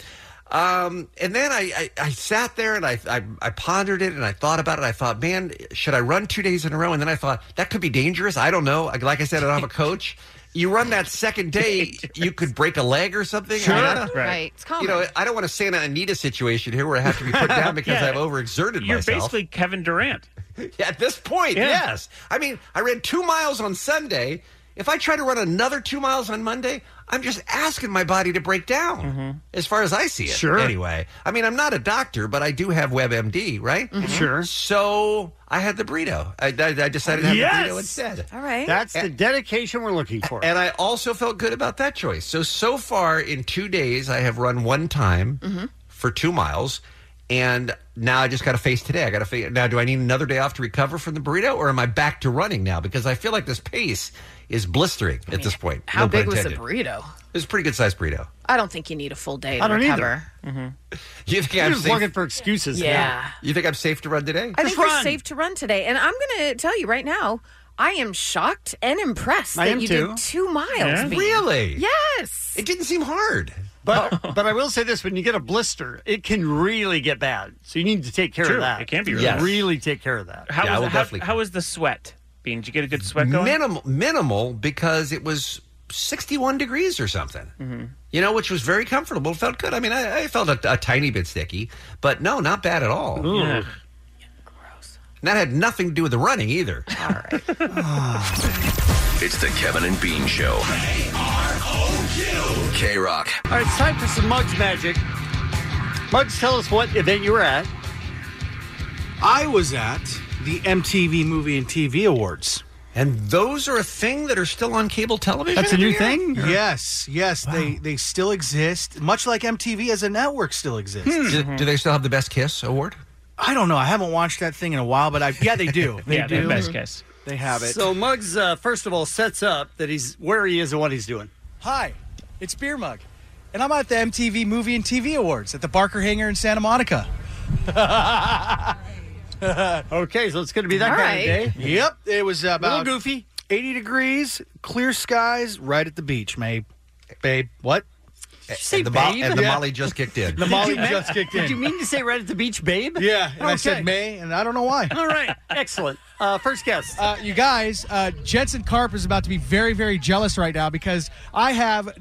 Speaker 3: Um, and then I, I, I sat there and I, I I pondered it and I thought about it. I thought, man, should I run two days in a row? And then I thought that could be dangerous. I don't know. Like I said, I don't have a coach. You run that second day, you could break a leg or something.
Speaker 7: Sure.
Speaker 3: I don't-
Speaker 7: Right. It's common.
Speaker 3: You know, I don't want a Santa Anita situation here where I have to be put down because
Speaker 9: Yeah.
Speaker 3: I've overexerted
Speaker 9: You're
Speaker 3: myself.
Speaker 9: basically Kevin Durant.
Speaker 3: At this point,
Speaker 9: Yeah.
Speaker 3: yes. I mean, I ran two miles on Sunday. If I try to run another two miles on Monday, I'm just asking my body to break down,
Speaker 14: Mm-hmm.
Speaker 3: as far as I see it.
Speaker 7: Mm-hmm. Sure.
Speaker 3: Anyway, I mean, I'm not a doctor, but I do have WebMD, right?
Speaker 7: Mm-hmm.
Speaker 3: Mm-hmm.
Speaker 7: Sure.
Speaker 3: So I had the burrito. I, I, I decided to have the burrito instead.
Speaker 8: All right.
Speaker 7: That's the dedication we're looking for.
Speaker 3: And I also felt good about that choice. So, so far in two days, I have run one time for two miles. And now I just got to face today. I got to face. Now, do I need another day off to recover from the burrito or am I back to running now? Because I feel like this pace is blistering at this point.
Speaker 8: How
Speaker 3: No pun
Speaker 8: big was the
Speaker 3: intended.
Speaker 8: burrito?
Speaker 3: It was a pretty good sized burrito.
Speaker 8: I don't think you need a full day to
Speaker 3: I don't either.
Speaker 8: recover.
Speaker 3: You think
Speaker 7: You're
Speaker 3: I'm
Speaker 7: just
Speaker 3: safe-
Speaker 7: looking for excuses.
Speaker 8: Yeah. now.
Speaker 3: You think I'm safe to run today?
Speaker 8: I think we're safe to run today. And I'm going to tell you right now, I am shocked and impressed
Speaker 7: I
Speaker 8: that
Speaker 7: am
Speaker 8: you
Speaker 7: too.
Speaker 8: did two miles.
Speaker 7: Yeah.
Speaker 8: Bean.
Speaker 7: Really?
Speaker 8: Yes.
Speaker 3: It didn't seem hard.
Speaker 7: But but I will say this: when you get a blister, it can really get bad. So you need to take care
Speaker 9: True.
Speaker 7: of that.
Speaker 9: It can be
Speaker 7: really,
Speaker 9: really bad.
Speaker 7: really take care of that.
Speaker 9: How was the, how, how was the sweat? Bean, did you get a good sweat going?
Speaker 3: Minimal, minimal because it was 61 degrees or something. You know, which was very comfortable. Felt good. I mean, I, I felt a, a tiny bit sticky, but no, not bad at all.
Speaker 12: Ooh. Yeah.
Speaker 3: Gross. And that had nothing to do with the running either.
Speaker 12: It's the Kevin and Bean Show. K Rock.
Speaker 7: All right, it's time for some Mugs magic. Mugs, tell us what event you were at.
Speaker 13: I was at the MTV Movie and TV Awards.
Speaker 3: And those are a thing that are still on cable television.
Speaker 13: That's a new
Speaker 3: every year?
Speaker 13: thing?
Speaker 3: Or-
Speaker 13: Yes, yes. They they still exist, much like MTV as a network still exists.
Speaker 3: Hmm. Do- do they still have the Best Kiss award?
Speaker 13: I don't know. I haven't watched that thing in a while, but I yeah, they do. They
Speaker 7: Yeah, they
Speaker 13: do.
Speaker 7: have Best Kiss.
Speaker 13: They have it.
Speaker 7: So Muggs, uh, first of all, sets up that he's where he is and what he's doing.
Speaker 14: Hi, it's Beer Mug, and I'm at the MTV Movie and TV Awards at the Barker Hangar in Santa Monica.
Speaker 7: okay, so it's going to be that
Speaker 13: All
Speaker 7: kind
Speaker 13: right.
Speaker 7: of day.
Speaker 13: Yep, it was about
Speaker 7: little goofy.
Speaker 13: 80 degrees, clear skies, right at the beach, Mabe. Babe, what?
Speaker 7: say
Speaker 3: the mo- babe? and the
Speaker 13: Yeah.
Speaker 3: Molly just kicked in.
Speaker 13: The
Speaker 7: Did
Speaker 13: Molly
Speaker 7: you mean-
Speaker 13: just kicked in.
Speaker 7: Did you mean to say right at the beach, babe?
Speaker 13: Yeah, and I
Speaker 7: Okay.
Speaker 13: said May, and I don't know why.
Speaker 7: All right, excellent. Uh, first guest.
Speaker 14: Uh, you guys, uh, Jensen Karp is about to be very, very jealous right now because I have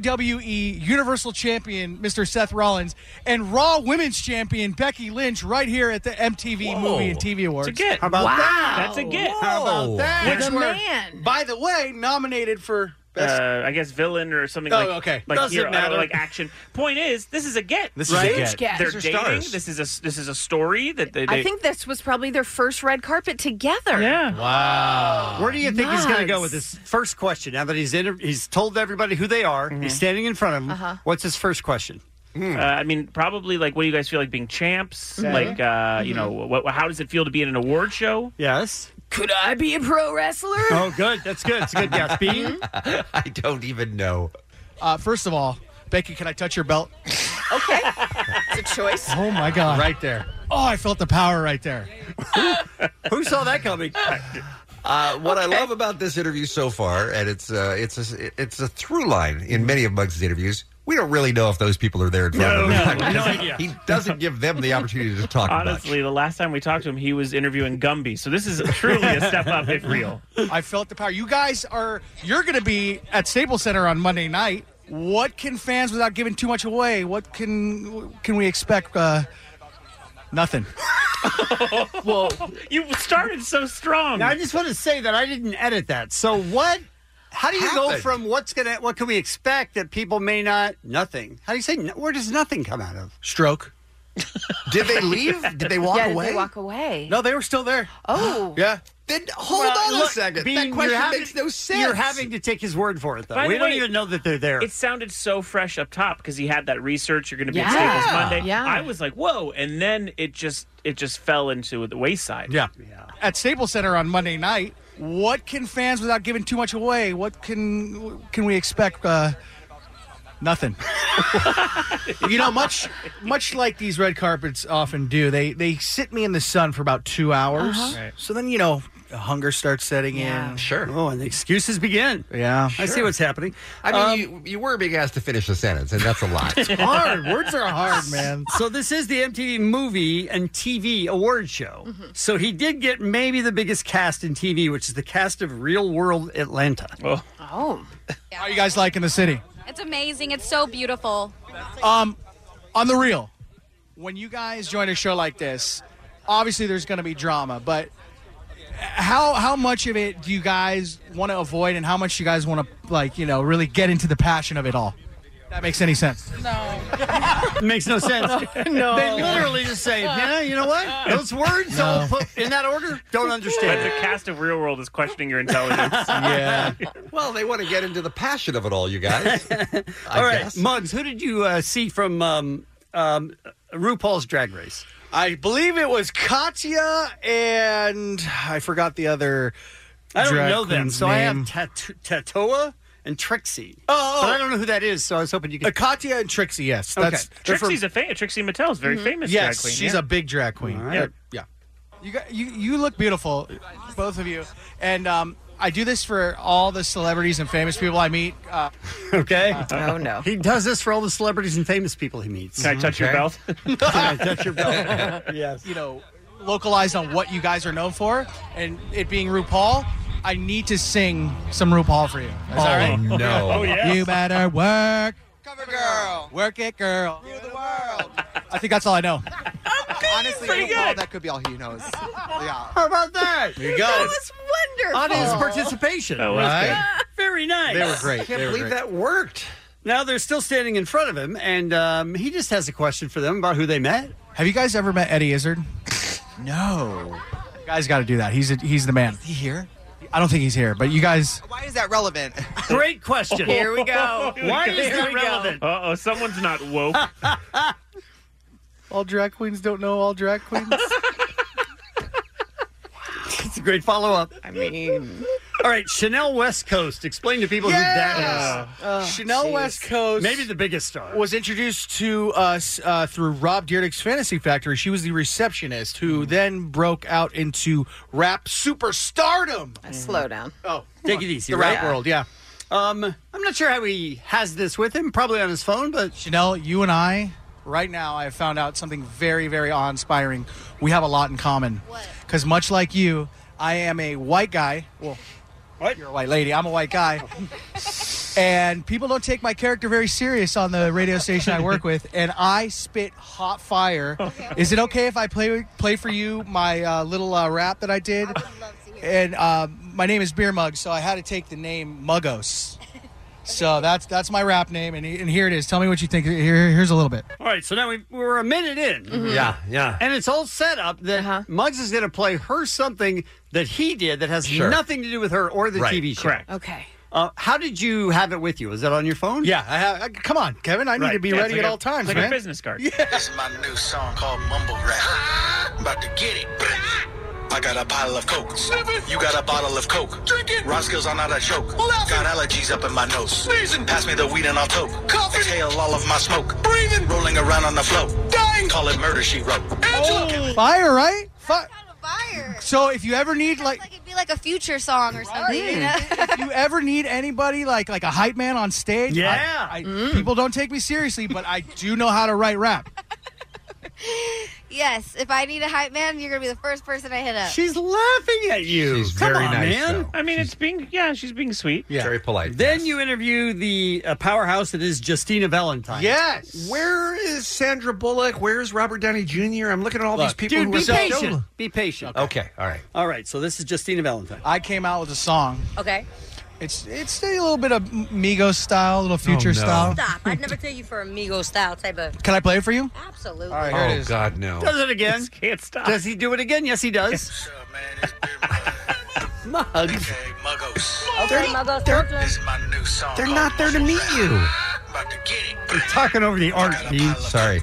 Speaker 14: WWE Universal Champion Mr. Seth Rollins and Raw Women's Champion Becky Lynch right here at the MTV Movie and TV Awards.
Speaker 13: It's a get. How about Wow. that? That's a get.
Speaker 9: How about that?
Speaker 13: Which
Speaker 9: The
Speaker 13: were,
Speaker 9: man.
Speaker 13: by the way, nominated for best.
Speaker 9: Uh, I guess villain or something
Speaker 13: Oh,
Speaker 9: like
Speaker 13: okay.
Speaker 9: like
Speaker 13: Doesn't
Speaker 9: hero, I don't know,
Speaker 13: matter.
Speaker 9: like action. Point is, this is a get.
Speaker 13: This is a
Speaker 9: right?
Speaker 13: get. Huge get.
Speaker 9: They're
Speaker 13: These are
Speaker 9: dating.
Speaker 13: stars.
Speaker 9: This is a this is a story that they.
Speaker 8: I
Speaker 9: they-
Speaker 8: think this was probably their first red carpet together. Yeah.
Speaker 7: Wow. Where do you think he's going to go with
Speaker 8: Nuts.
Speaker 7: this first question? Now that he's in, he's told everybody who they are.
Speaker 13: Mm-hmm.
Speaker 7: He's standing in front of them.
Speaker 9: Uh-huh.
Speaker 7: What's his first question?
Speaker 3: Hmm.
Speaker 9: Uh, I mean, probably like, what do you guys feel like being champs?
Speaker 7: Mhm.
Speaker 9: Like, uh, you know, what, how does it feel to be in an award show?
Speaker 7: Yes.
Speaker 8: Could I be a pro wrestler?
Speaker 7: Oh, good. That's good. It's a good guess. B.
Speaker 3: I don't even know.
Speaker 14: Uh, first of all, Becky, can I touch your belt?
Speaker 8: Okay. it's a choice.
Speaker 14: Oh my God!
Speaker 7: Right there.
Speaker 14: Oh, I felt the power right there.
Speaker 7: Who saw that coming?
Speaker 3: Uh, what I love about this interview so far, and it's uh, it's a, it's a through line in many of Muggs' interviews. We don't really know if those people are there in front of him.
Speaker 9: no idea.
Speaker 3: He doesn't give them the opportunity to talk. much.
Speaker 9: Honestly, the last time we talked to him, he was interviewing Gumby. So this is truly a step up, if real.
Speaker 14: I felt the power. You guys are you're going to be at Staples Center on Monday night. What can fans, without giving too much away, what can can we expect? Uh, nothing.
Speaker 9: Whoa. You started so strong.
Speaker 7: Now, I just want to say that I didn't edit that. So what? How do you go
Speaker 14: Happened.
Speaker 7: from what's gonna what can we expect that people may not nothing? How do you say no- where does nothing come out of?
Speaker 13: Stroke.
Speaker 3: Did they leave? Did they walk
Speaker 8: yeah,
Speaker 3: away?
Speaker 8: Did they walk away?
Speaker 13: No, they were still there.
Speaker 8: Oh.
Speaker 13: Yeah.
Speaker 3: Then hold
Speaker 7: Well,
Speaker 3: on
Speaker 7: look,
Speaker 3: a second.
Speaker 7: Bean,
Speaker 3: that
Speaker 7: you're
Speaker 3: question
Speaker 7: having-
Speaker 3: makes no sense.
Speaker 7: You're having to take his word for it, though.
Speaker 9: By
Speaker 7: we
Speaker 9: the
Speaker 7: don't
Speaker 9: way,
Speaker 7: even know that they're there.
Speaker 9: It sounded so fresh up top because he had that research. You're going to be
Speaker 7: Yeah.
Speaker 9: at Staples Monday.
Speaker 7: Yeah.
Speaker 9: I was like, whoa, and then it just it just fell into the wayside.
Speaker 14: Yeah. At Staples Center on Monday night. What can fans, without giving too much away, what can can we expect? Uh, nothing.
Speaker 13: you know, much much like these red carpets often do, they they sit me in the sun for about two hours.
Speaker 7: Uh-huh. Right.
Speaker 13: So then you know, hunger starts setting in.
Speaker 3: Sure.
Speaker 7: Oh, and the excuses begin.
Speaker 13: Yeah,
Speaker 7: I see what's happening. Um,
Speaker 3: I mean, you, you were being asked to finish a sentence, and that's a lot.
Speaker 7: It's hard. Words are hard, man. So this is the MTV Movie and TV Award Show. So he did get maybe the biggest cast in TV, which is the cast of Real World Atlanta.
Speaker 9: Oh,
Speaker 14: Oh. How you guys liking the city?
Speaker 5: It's amazing. It's so beautiful.
Speaker 14: Um, on the real, when you guys join a show like this, obviously there's going to be drama, but how how much of it do you guys want to avoid, and how much you guys want to like you know really get into the passion of it all? If that makes any sense?
Speaker 7: No. Makes no sense.
Speaker 14: Oh, No.
Speaker 7: They literally just say, yeah, you know what? Those words
Speaker 9: No.
Speaker 7: all put in that order don't
Speaker 9: But the
Speaker 7: understand.
Speaker 9: cast of Real World is questioning your intelligence.
Speaker 3: yeah. Well, they want to get into the passion of it all, you guys.
Speaker 7: All right, Muggs, who did you uh, see from um, um, RuPaul's Drag Race?
Speaker 13: I believe it was Katya and I forgot the other.
Speaker 7: I don't
Speaker 13: drag
Speaker 7: know them,
Speaker 13: queen's
Speaker 7: so I have
Speaker 13: name.
Speaker 7: Tat- Tatoa and Trixie.
Speaker 13: Oh, oh.
Speaker 7: but I don't know who that is, so I was hoping you could.
Speaker 13: Uh, Katya and Trixie. Yes,
Speaker 7: Okay.
Speaker 13: that's they're from- Mm-hmm.
Speaker 9: Trixie's a fan. Trixie Mattel's very
Speaker 7: Mm-hmm.
Speaker 9: famous
Speaker 13: Yes,
Speaker 9: drag queen.
Speaker 13: she's
Speaker 9: yeah.
Speaker 13: a big drag queen.
Speaker 9: All right.
Speaker 13: They're- Yeah.
Speaker 14: You got you you look beautiful, both of you, and um, I do this for all the celebrities and famous people I meet. Uh,
Speaker 7: Okay.
Speaker 14: Oh, no.
Speaker 7: He does this for all the celebrities and famous people he meets.
Speaker 14: Can I touch your
Speaker 7: Okay.
Speaker 14: belt?
Speaker 7: Can I touch your belt? yes.
Speaker 14: You know, localized on what you guys are known for, and it being RuPaul, I need to sing some RuPaul for you. Is that
Speaker 3: Oh,
Speaker 14: right?
Speaker 3: no. Oh, yeah.
Speaker 14: You better work. Cover girl. Work it, girl. Rule the world. I think that's all I know.
Speaker 15: Honestly,
Speaker 14: pretty
Speaker 15: overall,
Speaker 14: good.
Speaker 15: that could be all he knows. Yeah.
Speaker 7: How about that?
Speaker 13: There you go. That
Speaker 8: was wonderful.
Speaker 7: On his
Speaker 14: Oh.
Speaker 7: participation.
Speaker 9: Oh,
Speaker 13: That was Right? good.
Speaker 7: Very nice.
Speaker 13: They were great. They were great.
Speaker 7: worked. Now they're still standing in front of him, and um, he just has a question for them about who they met.
Speaker 14: Have you guys ever met Eddie Izzard? no. You guys got to do that. He's a, he's the man. Is he here? I don't think he's here, but you guys.
Speaker 15: Why is that relevant?
Speaker 7: Great question.
Speaker 14: Here we go.
Speaker 7: Why is that relevant?
Speaker 9: Uh oh, someone's not woke.
Speaker 13: All drag queens don't know all drag queens.
Speaker 7: It's a great follow up. I mean, all right, Chanel West Coast. Explain to people who that
Speaker 14: Yes!
Speaker 7: is.
Speaker 14: Oh, Chanel jeez. West Coast.
Speaker 7: maybe the biggest star.
Speaker 13: was introduced to us uh, through Rob Dyrdek's Fantasy Factory. She was the receptionist who then broke out into rap superstardom.
Speaker 8: Slow down.
Speaker 13: Oh,
Speaker 7: Take it easy,
Speaker 13: the
Speaker 7: right?
Speaker 13: rap world, yeah.
Speaker 7: Um, I'm not sure how he has this with him. Probably on his phone, but
Speaker 14: Chanel, you and I, right now, I have found out something very, very awe inspiring. We have a lot in common. Because much like you, I am a white guy. Well, you're a white lady. I'm a white guy. and people don't take my character very serious on the radio station I work with. And I spit hot fire. Is it okay if I play play for you my uh, little uh, rap that I did? And uh, my name is Beer Mug, so I had to take the name Mugos. So that's that's my rap name, and, and here it is. Tell me what you think. Here, here's a little bit.
Speaker 7: All right, so now we, we're a minute in.
Speaker 14: Mm-hmm.
Speaker 3: Yeah, yeah.
Speaker 7: And it's all set up that
Speaker 14: Uh-huh.
Speaker 7: Muggs is going to play her something that he did that has
Speaker 3: Sure.
Speaker 7: nothing to do with her or the
Speaker 3: Right,
Speaker 7: TV show.
Speaker 3: correct.
Speaker 8: Okay.
Speaker 7: Uh, how did you have it with you? Is that on your phone?
Speaker 13: Yeah, I have. come on, Kevin. I
Speaker 7: need to be ready at all times, man.
Speaker 9: card.
Speaker 11: This is my new song called Mumble Rap. I'm about to get it. I got a bottle of Coke. You got a bottle of Coke. Drink it. Rock skills are not a joke. Got allergies up in my nose. Sneezing. Pass me the weed and I'll toke. Coughing. Exhale all of my smoke. Breathing. Rolling around on the floor. Dying. Eh. Call it murder, she wrote.
Speaker 14: Fire, right? Fire. So if you ever need like, Mm.
Speaker 5: It'd be like a future song or something. you know?
Speaker 14: if you ever need anybody like like a hype man on stage, I-
Speaker 7: Yeah. Mm.
Speaker 14: I, people don't take me seriously, but I do know how to write rap.
Speaker 5: Yes. If I need a hype man, you're gonna be the first person I hit up.
Speaker 7: She's laughing at you.
Speaker 3: She's
Speaker 7: Come
Speaker 3: very
Speaker 7: on,
Speaker 3: nice,
Speaker 7: man.
Speaker 3: though.
Speaker 9: I mean, it's being yeah, she's being sweet.
Speaker 13: Yeah.
Speaker 3: Very polite.
Speaker 7: Then you interview the uh, powerhouse that is Justina Valentine.
Speaker 13: Yes.
Speaker 3: Where is Sandra Bullock? Where is Robert Downey Jr.? I'm looking at all these
Speaker 7: Look,
Speaker 3: people
Speaker 7: dude,
Speaker 3: who
Speaker 7: be
Speaker 3: are so-
Speaker 7: patient. Be patient.
Speaker 3: Okay, all right.
Speaker 7: Oh, All right, so this is Justina Valentine.
Speaker 14: I came out with a song.
Speaker 16: Okay.
Speaker 14: It's it's a little bit of Migos style, a little Future
Speaker 3: no.
Speaker 14: style.
Speaker 16: Stop. I'd never take you for amigo style type of.
Speaker 14: Can I play it for you?
Speaker 16: Absolutely.
Speaker 14: All right, here it
Speaker 3: Oh
Speaker 14: is.
Speaker 3: God, no.
Speaker 7: Does it again?
Speaker 9: Can't stop.
Speaker 7: Does he do it again? Yes, he does. Mugs.
Speaker 11: Okay, Muggos.
Speaker 16: Okay, Muggos, talk to
Speaker 11: This
Speaker 16: him.
Speaker 11: is my new song.
Speaker 7: They're
Speaker 11: called
Speaker 7: not there to
Speaker 11: Mumble
Speaker 7: meet
Speaker 11: Rap.
Speaker 7: you.
Speaker 11: I'm about to get it.
Speaker 7: You're talking over the art, Pete.
Speaker 3: Sorry.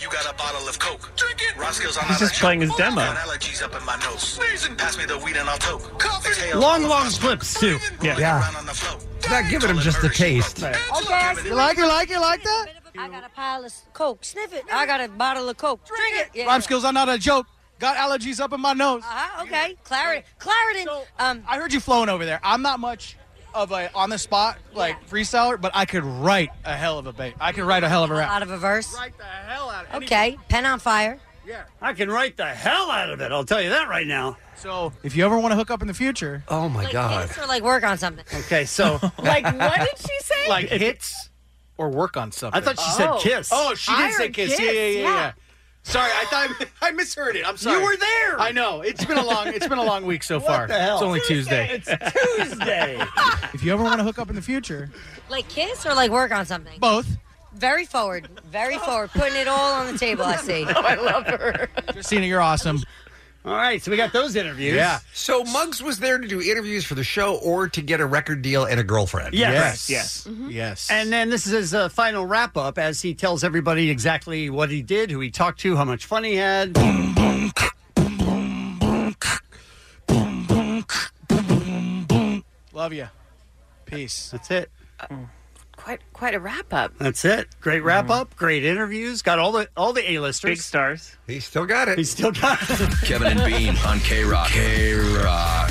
Speaker 11: You got a bottle of Coke. Drink it. Rock skills are
Speaker 9: He's
Speaker 11: not
Speaker 9: just
Speaker 11: a
Speaker 9: playing
Speaker 11: joke.
Speaker 9: his demo.
Speaker 11: Got allergies up in my nose. Sneezing. Pass me the weed and I'll toke. Exhale
Speaker 7: Long,
Speaker 11: all of
Speaker 7: long
Speaker 11: my smoke.
Speaker 7: clips, too.
Speaker 9: Yeah.
Speaker 3: Yeah.
Speaker 11: Around on the floor.
Speaker 3: Not giving him just a taste.
Speaker 7: Oh,
Speaker 16: Okay.
Speaker 14: You like it? Like it? Like that?
Speaker 16: I got a pile of Coke. Sniff it. I got a bottle of Coke. Drink it. Yeah.
Speaker 14: Rhyme skills are not a joke. Got allergies up in my nose.
Speaker 16: Uh-huh, okay. Claret. Claritin. um,
Speaker 14: I heard you flowing over there. I'm not much of a on the spot like freestyler, but I could write a hell of a bait. I could write a hell of a rap.
Speaker 16: out of a verse.
Speaker 13: the hell out of
Speaker 16: Okay. Pen on fire.
Speaker 7: I can write the hell out of it. I'll tell you that right now.
Speaker 14: So if you ever want to hook up in the future,
Speaker 3: Oh my
Speaker 16: Like
Speaker 3: God.
Speaker 16: hits or like work on something.
Speaker 7: Okay, so
Speaker 16: like what did she say?
Speaker 13: Like hits or work on something.
Speaker 7: I thought she said kiss.
Speaker 13: Oh, she
Speaker 16: I
Speaker 13: did say
Speaker 16: heard
Speaker 13: kiss.
Speaker 16: kiss,
Speaker 13: Yeah, yeah, yeah,
Speaker 16: yeah.
Speaker 13: yeah. Sorry, I thought I misheard it. I'm sorry.
Speaker 7: You were there.
Speaker 13: I know. It's been a long. It's been a long week so
Speaker 7: What
Speaker 13: far.
Speaker 7: the hell?
Speaker 13: It's only Tuesday.
Speaker 7: It's Tuesday.
Speaker 14: if you ever want to hook up in the future,
Speaker 16: Like kiss or like work on something.
Speaker 14: both.
Speaker 16: Very forward. Very forward. Putting it all on the table, I see.
Speaker 14: Christina, you're awesome.
Speaker 7: All right, so we got those interviews.
Speaker 3: Yeah. So Muggs was there to do interviews for the show or to get a record deal and a girlfriend.
Speaker 7: Yes.
Speaker 9: Yes.
Speaker 13: Yes.
Speaker 7: And then this is his uh, final wrap up as he tells everybody exactly what he did, who he talked to, how much fun he had.
Speaker 14: Love you. Peace.
Speaker 7: That's it.
Speaker 9: Mm.
Speaker 8: Quite quite a wrap up.
Speaker 7: That's it. Great wrap up. Great interviews. Got all the all the
Speaker 9: Mm-hmm. Big
Speaker 7: A-listers.
Speaker 9: stars.
Speaker 3: He still got it.
Speaker 7: He still got it.
Speaker 12: Kevin and Bean on K Rock. K Rock.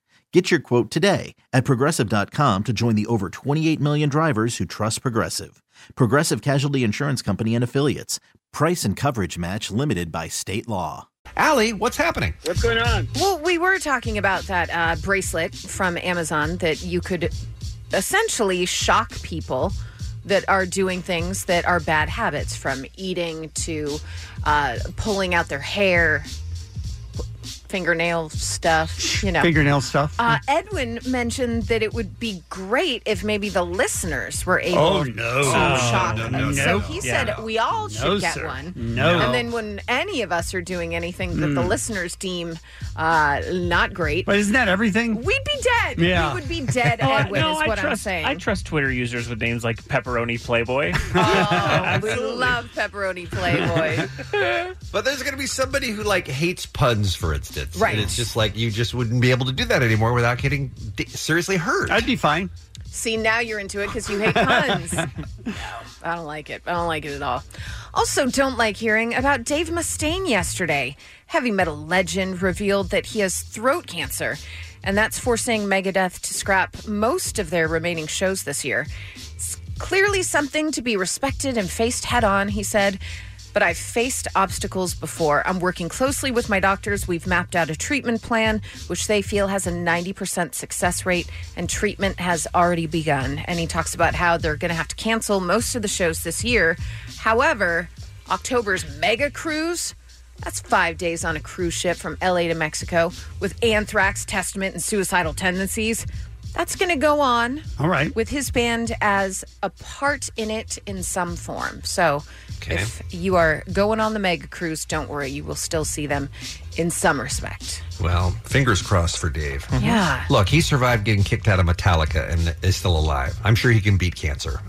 Speaker 17: Get your quote today at progressive.com to join the over 28 million drivers who trust Progressive. Progressive Casualty Insurance Company and Affiliates. Price and coverage match limited by state law.
Speaker 3: Allie, what's happening?
Speaker 8: What's going on? Well, we were talking about that uh, bracelet from Amazon that you could essentially shock people that are doing things that are bad habits, from eating to uh, pulling out their hair, fingernail stuff, you know.
Speaker 7: Fingernail stuff.
Speaker 8: Uh, Edwin mentioned that it would be great if maybe the listeners were able
Speaker 7: Oh,
Speaker 8: to
Speaker 7: no. Oh,
Speaker 8: shop.
Speaker 7: no, no,
Speaker 8: so
Speaker 7: no.
Speaker 8: he
Speaker 7: Yeah.
Speaker 8: said we all should
Speaker 7: No,
Speaker 8: get
Speaker 7: sir.
Speaker 8: one.
Speaker 7: No.
Speaker 8: And then when any of us are doing anything that the
Speaker 7: Mm.
Speaker 8: listeners deem uh, not great.
Speaker 7: But isn't that everything?
Speaker 8: We'd be dead.
Speaker 9: Yeah.
Speaker 8: We would be dead,
Speaker 9: Oh, I-
Speaker 8: Edwin,
Speaker 9: no,
Speaker 8: is
Speaker 9: I
Speaker 8: what I'm
Speaker 9: trust,
Speaker 8: saying.
Speaker 9: I trust Twitter users with names like Pepperoni Playboy.
Speaker 8: we love Pepperoni Playboy.
Speaker 3: But there's going to be somebody who like hates puns, for instance.
Speaker 8: Right.
Speaker 3: And it's just like you just wouldn't be able to do that anymore without getting d- seriously hurt. I'd
Speaker 7: be fine.
Speaker 8: See, now you're into it because you hate puns. no, I don't like it. I don't like it at all. Also, don't like hearing about Dave Mustaine yesterday. Heavy metal legend revealed that he has throat cancer, and that's forcing Megadeth to scrap most of their remaining shows this year. It's clearly something to be respected and faced head on, he said. But I've faced obstacles before. I'm working closely with my doctors. We've mapped out a treatment plan, which they feel has a 90% success rate, and treatment has already begun. And he talks about how they're going to have to cancel most of the shows this year. However, October's mega cruise. That's five days on a cruise ship from LA to Mexico with anthrax, testament, and suicidal tendencies. That's going to go on.
Speaker 7: All right.
Speaker 8: With his band as a part in it in some form. So if you are going on the mega cruise, don't worry. You will still see them in some respect.
Speaker 3: Well, fingers crossed for Dave.
Speaker 8: Mm-hmm. Yeah.
Speaker 3: Look, he survived getting kicked out of Metallica and is still alive. I'm sure he can beat cancer.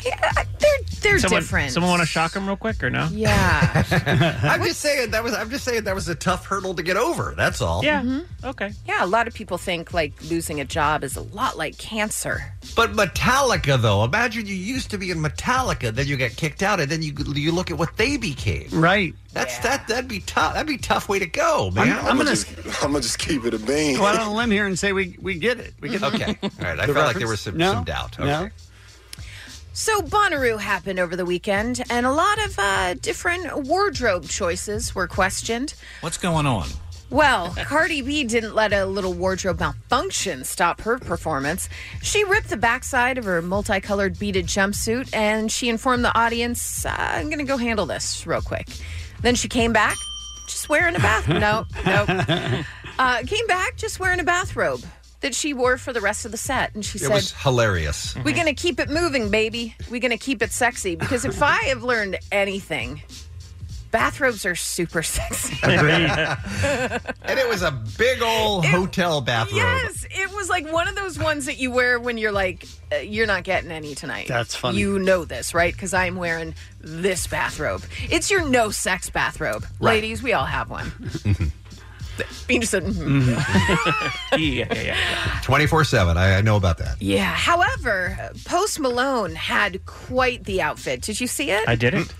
Speaker 8: They're, they're
Speaker 9: someone,
Speaker 8: different.
Speaker 9: Someone want to shock him real quick or no?
Speaker 8: Yeah.
Speaker 3: I'm just saying that was. I'm just saying that was a tough hurdle to get over. That's all.
Speaker 9: Yeah.
Speaker 8: Mm-hmm.
Speaker 9: Okay.
Speaker 8: Yeah. A lot of people think like losing a job is a lot like cancer.
Speaker 3: But Metallica, though, imagine you used to be in Metallica, then you get kicked out, and then you you look at what they became.
Speaker 7: Right.
Speaker 3: That's that. That'd be tough. That'd be a tough way to go, man.
Speaker 7: I'm, I'm gonna.
Speaker 3: I'm gonna just keep it a bean.
Speaker 7: go out on a limb here and say we we get it. We get
Speaker 3: Okay. All right. I felt like there was some-
Speaker 7: no?
Speaker 3: some doubt.
Speaker 7: No.
Speaker 8: So Bonnaroo happened over the weekend, and a lot of uh, different wardrobe choices were questioned.
Speaker 18: What's going on?
Speaker 8: Well, Cardi B didn't let a little wardrobe malfunction stop her performance. She ripped the backside of her multicolored beaded jumpsuit and she informed the audience, uh, I'm going to go handle this real quick. Then she came back just wearing a bath. nope, nope. Uh, came back just wearing a bathrobe that she wore for the rest of the set. And she
Speaker 3: It
Speaker 8: said,
Speaker 3: was hilarious.
Speaker 8: We're going to keep it moving, baby. We're going to keep it sexy. Because if I have learned anything, bathrobes are super sexy.
Speaker 3: and it was a big old hotel bathroom.
Speaker 8: Yes, it was like one of those ones that you wear when you're like, uh, you're not getting any tonight.
Speaker 3: That's funny.
Speaker 8: You know this, right? Because I'm wearing this bathrobe. It's your no sex bathrobe.
Speaker 9: Right.
Speaker 8: Ladies, we all have one.
Speaker 3: Mm-hmm.
Speaker 8: Bean just said, "Mhm."
Speaker 9: Mm-hmm.
Speaker 3: yeah, yeah, yeah. Twenty four seven. I I know about that.
Speaker 8: yeah. However, Post Malone had quite the outfit. Did you see it?
Speaker 3: I didn't.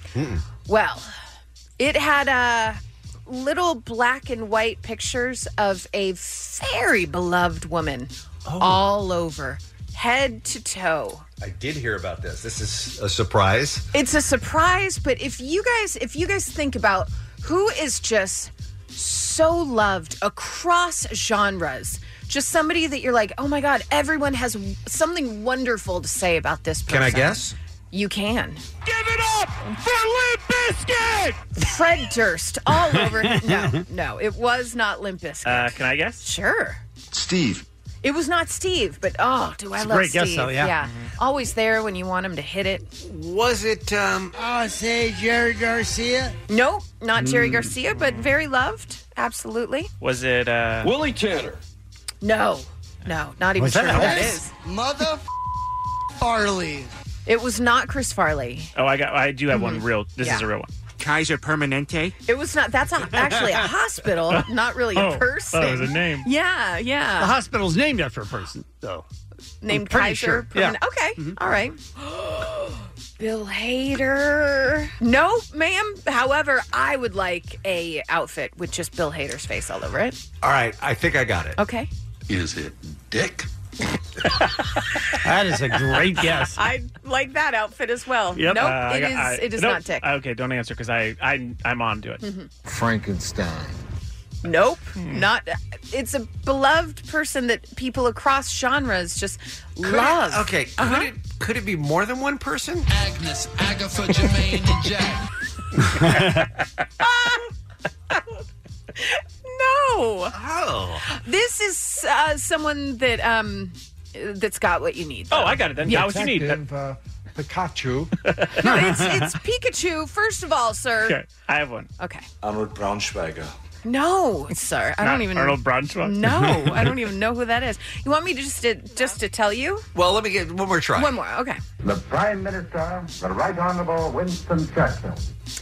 Speaker 8: Well, it had uh, little black and white pictures of a very beloved woman
Speaker 3: Oh.
Speaker 8: all over, head to toe.
Speaker 3: I did hear about this. This is a surprise.
Speaker 8: It's a surprise, but if you guys if you guys think about who is just so loved across genres, just somebody that you're like, "Oh my god, everyone has something wonderful to say about this person."
Speaker 3: Can I guess?
Speaker 8: You can. Give it up for Limp Bizkit! Fred Durst all over. no, no, it was not Limp Bizkit.
Speaker 9: Uh, can I guess?
Speaker 8: Sure.
Speaker 9: Steve.
Speaker 8: It was not Steve, but oh, do I
Speaker 9: It's a
Speaker 8: love
Speaker 9: great
Speaker 8: Steve.
Speaker 9: guess, though, yeah. Mhm.
Speaker 8: Always there when you want him to hit it.
Speaker 3: Was it, um...
Speaker 8: Oh, say Jerry Garcia? Nope, not Jerry
Speaker 9: Mm.
Speaker 8: Garcia, but very loved. Absolutely.
Speaker 9: Was it uh, Willie Tanner?
Speaker 8: No, no, not even
Speaker 9: Was
Speaker 8: sure
Speaker 9: that
Speaker 8: who that
Speaker 9: Elvis?
Speaker 8: is. Mother Farley. It was not Chris Farley.
Speaker 9: Oh, I got. I do have one
Speaker 8: Mhm.
Speaker 9: real. This
Speaker 8: Yeah.
Speaker 9: is a real one.
Speaker 19: Kaiser Permanente?
Speaker 8: It was not. That's not actually a hospital. Not really
Speaker 19: Oh,
Speaker 8: a
Speaker 19: oh,
Speaker 8: person.
Speaker 19: it was a name.
Speaker 8: Yeah, yeah.
Speaker 7: The hospital's named after a person, though.
Speaker 8: named
Speaker 7: pretty
Speaker 8: Kaiser.
Speaker 7: sure,
Speaker 8: Perman-
Speaker 7: yeah. Mm-hmm.
Speaker 8: Okay. all right. Bill Hader. No, ma'am. However, I would like a outfit with just Bill Hader's face all over it.
Speaker 3: All right, I think I got it.
Speaker 8: Okay.
Speaker 3: Is it dick?
Speaker 7: that is a great guess. Uh,
Speaker 8: I like that outfit as well.
Speaker 9: uh,
Speaker 8: Nope, it is. it is not Dick.
Speaker 9: Okay, don't answer because I, I, I'm on to it.
Speaker 8: Mhm.
Speaker 9: Frankenstein.
Speaker 8: Nope,
Speaker 7: Hmm.
Speaker 8: not. It's a beloved person that people across genres just
Speaker 3: Could it-
Speaker 8: love. Uh-huh.
Speaker 3: okay, could it could it be more than one person?
Speaker 11: Agnes, Agatha, Jermaine, and Jack.
Speaker 8: No.
Speaker 3: Oh.
Speaker 8: This is uh, someone that um that's got what you need.
Speaker 9: Oh, I got it then. Got what you need.
Speaker 8: Detective,
Speaker 9: Uh,
Speaker 19: Pikachu.
Speaker 8: No, it's it's Pikachu. First of all, sir.
Speaker 9: Okay, I have one.
Speaker 8: Okay.
Speaker 19: Arnold Braunschweiger.
Speaker 8: No, sir. I
Speaker 9: Not
Speaker 8: don't even
Speaker 9: Arnold Braunschweig?
Speaker 8: No, I don't even know who that is. You want me to just to, just to tell you?
Speaker 3: Well, let me get one more try.
Speaker 8: One more. Okay.
Speaker 11: The Prime Minister, the Right Honorable Winston Churchill.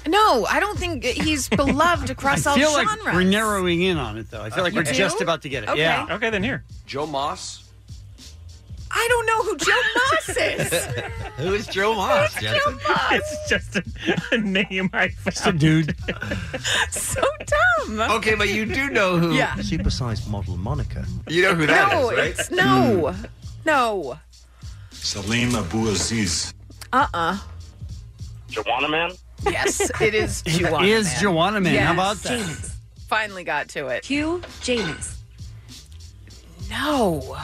Speaker 8: No, I don't think he's beloved across
Speaker 7: I
Speaker 8: all
Speaker 7: feel like
Speaker 8: genres. Uh,
Speaker 7: we're narrowing in on it, though. I feel like
Speaker 8: You
Speaker 7: we're
Speaker 8: do?
Speaker 7: just about to get it.
Speaker 8: Okay.
Speaker 7: Yeah.
Speaker 9: Okay, then here.
Speaker 3: Joe Moss.
Speaker 8: I don't know who Joe Moss is.
Speaker 3: Who is Joe Moss? Jensen?
Speaker 9: It's just a, a name I found. Just a
Speaker 7: dude.
Speaker 8: so dumb.
Speaker 3: Okay, but you do know who.
Speaker 8: Yeah.
Speaker 18: Supersized model Monica.
Speaker 3: You know who that is,
Speaker 8: no,
Speaker 3: right?
Speaker 8: it's no, no.
Speaker 18: Salim Abu Aziz.
Speaker 8: Uh uh
Speaker 18: Joanna Man?
Speaker 8: Yes, it is Juana.
Speaker 7: It is
Speaker 8: Man.
Speaker 7: Juana Man. How about that?
Speaker 8: Janus. Finally got to it. Q Janus. No,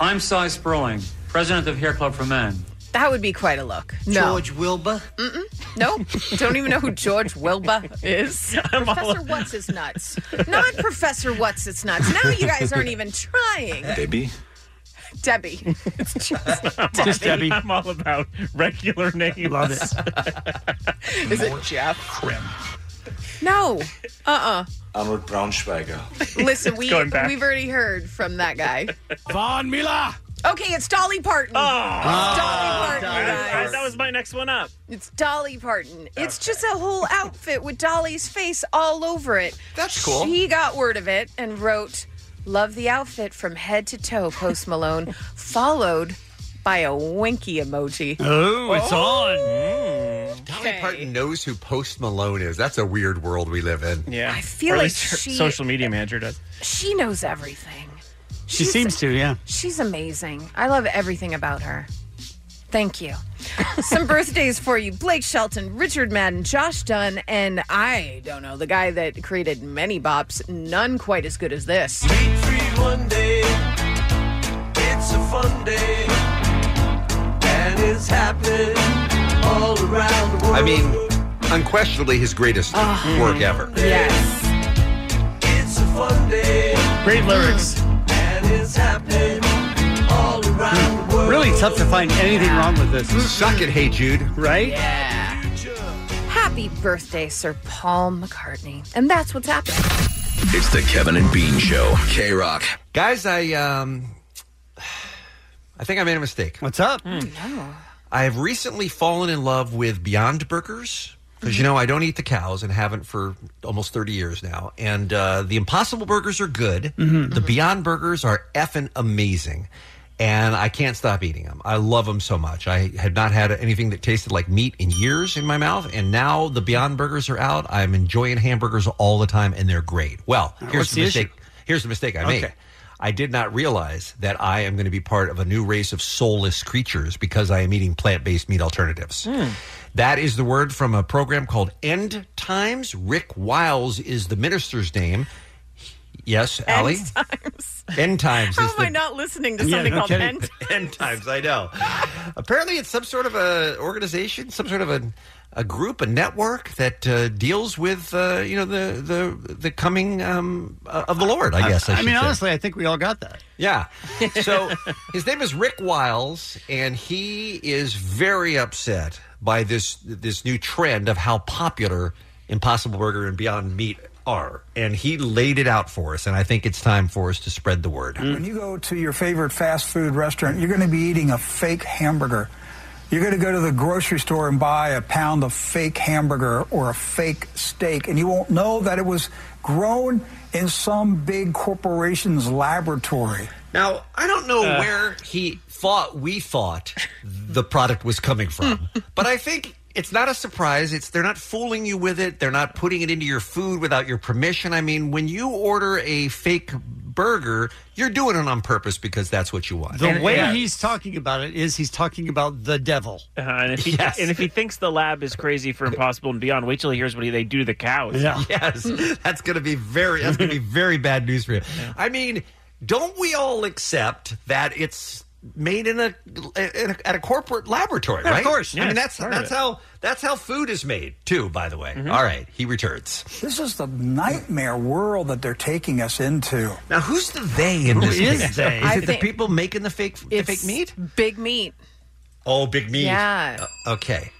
Speaker 20: I'm Cy Sperling, president of Hair Club for Men.
Speaker 8: that would be quite a look. No.
Speaker 20: George Wilbur.
Speaker 8: Nope. Don't even know who George Wilba is. Professor What's His Nuts. Not Professor What's His Nuts. Now you guys aren't even trying.
Speaker 18: Debbie?
Speaker 8: Debbie. It's just,
Speaker 9: Just Debbie. I'm all about regular names. Love it.
Speaker 8: Is it Jeff? No. Uh uh
Speaker 18: Arnold Braunschweiger.
Speaker 8: Listen, we, we've already heard from that guy.
Speaker 18: Von Miller.
Speaker 8: Okay, it's Dolly Parton.
Speaker 9: Oh.
Speaker 8: It's Dolly Parton, guys.
Speaker 9: That was my next one up.
Speaker 8: It's Dolly Parton. It's just a whole outfit with Dolly's face all over it. That's
Speaker 9: cool.
Speaker 8: She got word of it and wrote, Love the outfit from head to toe, Post Malone, followed by a winky emoji.
Speaker 3: Oh, it's
Speaker 8: on.
Speaker 3: Dolly Parton knows who Post Malone is. That's a weird world we live in.
Speaker 9: Yeah. I
Speaker 8: feel like she-
Speaker 9: social media manager does.
Speaker 8: She knows everything.
Speaker 7: She seems to, yeah.
Speaker 8: She's amazing. I love everything about her. Thank you. Some birthdays for you Blake Shelton, Richard Madden, Josh Dunn, and I don't know, the guy that created many bops, none quite as good as this.
Speaker 11: One day, it's a fun day, and it's happening all around the world.
Speaker 3: I mean, unquestionably his greatest
Speaker 11: Ah.
Speaker 3: work ever.
Speaker 8: Yes.
Speaker 11: It's a fun day.
Speaker 9: Great lyrics.
Speaker 11: And it's happening all around the world.
Speaker 7: Mm. Really tough to find anything wrong with this.
Speaker 3: Suck it, hey Jude.
Speaker 7: Right?
Speaker 8: Yeah. Happy birthday, Sir Paul McCartney. And that's what's happening.
Speaker 12: It's the Kevin and Bean Show. K Rock.
Speaker 3: Guys, I um I think I made a mistake.
Speaker 7: What's up?
Speaker 3: Hmm.
Speaker 21: Hmm.
Speaker 8: No.
Speaker 3: I have recently fallen in love with Beyond Burgers because you know I don't eat the cows and haven't for almost 30 years now. And uh, the Impossible Burgers are good. The Beyond Burgers are effing amazing. And I can't stop eating them. I love them so much. I had not had anything that tasted like meat in years in my mouth. And now the Beyond Burgers are out. I'm enjoying hamburgers all the time and they're great. Well,
Speaker 7: Now,
Speaker 3: here's
Speaker 7: what's
Speaker 3: the,
Speaker 7: the
Speaker 3: mistake. Here's the mistake I made.
Speaker 7: Okay.
Speaker 3: I did not realize that I am going to be part of a new race of soulless creatures because I am eating plant based meat alternatives.
Speaker 8: Hmm.
Speaker 3: That is the word from a program called End Times. Rick Wiles is the minister's name. Yes, Allie?
Speaker 8: End
Speaker 3: Times. End Times.
Speaker 8: How
Speaker 3: is
Speaker 8: am
Speaker 3: the-
Speaker 8: I not listening to something called End?
Speaker 3: End Times, I know. Apparently, it's some sort of a organization, some sort of a, a group, a network that uh, deals with uh, you know the the the coming um, uh, of the Lord. I guess. I, should
Speaker 7: mean,
Speaker 3: say.
Speaker 7: honestly, I think we all got that.
Speaker 3: Yeah. So his name is Rick Wiles, and he is very upset by this this new trend of how popular Impossible Burger and Beyond Meat are. And he laid it out for us, and I think it's time for us to spread the word.
Speaker 22: When you go to your favorite fast food restaurant, you're going to be eating a fake hamburger.
Speaker 23: You're going to go to the grocery store and buy a pound of fake hamburger or a fake steak, and you won't know that it was grown in some big corporation's laboratory.
Speaker 3: Now, I don't know
Speaker 23: Uh.
Speaker 3: where he thought we thought the product was coming from,
Speaker 7: Hmm.
Speaker 3: but I think it's not a surprise. It's they're not fooling you with it. They're not putting it into your food without your permission. I mean, when you order a fake burger, you're doing it on purpose because that's what you want.
Speaker 7: The way he's talking about it is he's talking about the devil.
Speaker 9: Uh, and if he
Speaker 7: Yes.
Speaker 9: and if he thinks the lab is crazy for impossible and beyond, wait till he hears what they do to the cows.
Speaker 7: Yeah.
Speaker 3: Yes, that's going to be very that's going to be very bad news for you. I mean, don't we all accept that it's made in a, in a at a corporate laboratory,
Speaker 7: Yeah, of
Speaker 3: right?
Speaker 7: course.
Speaker 3: I
Speaker 7: Yeah,
Speaker 3: mean, that's
Speaker 7: part of
Speaker 3: that's
Speaker 7: it. Mm-hmm.
Speaker 3: how that's how food is made too. By the way, All right, he returns.
Speaker 23: This is the nightmare world that they're taking us into.
Speaker 3: Now, who's the they in
Speaker 23: Who
Speaker 3: this?
Speaker 23: is
Speaker 3: case?
Speaker 23: they?
Speaker 3: Is
Speaker 23: I
Speaker 3: it the
Speaker 23: think-
Speaker 3: people making the fake the fake meat?
Speaker 8: Big meat.
Speaker 3: Oh, big meat.
Speaker 8: Yeah.
Speaker 3: Uh, okay.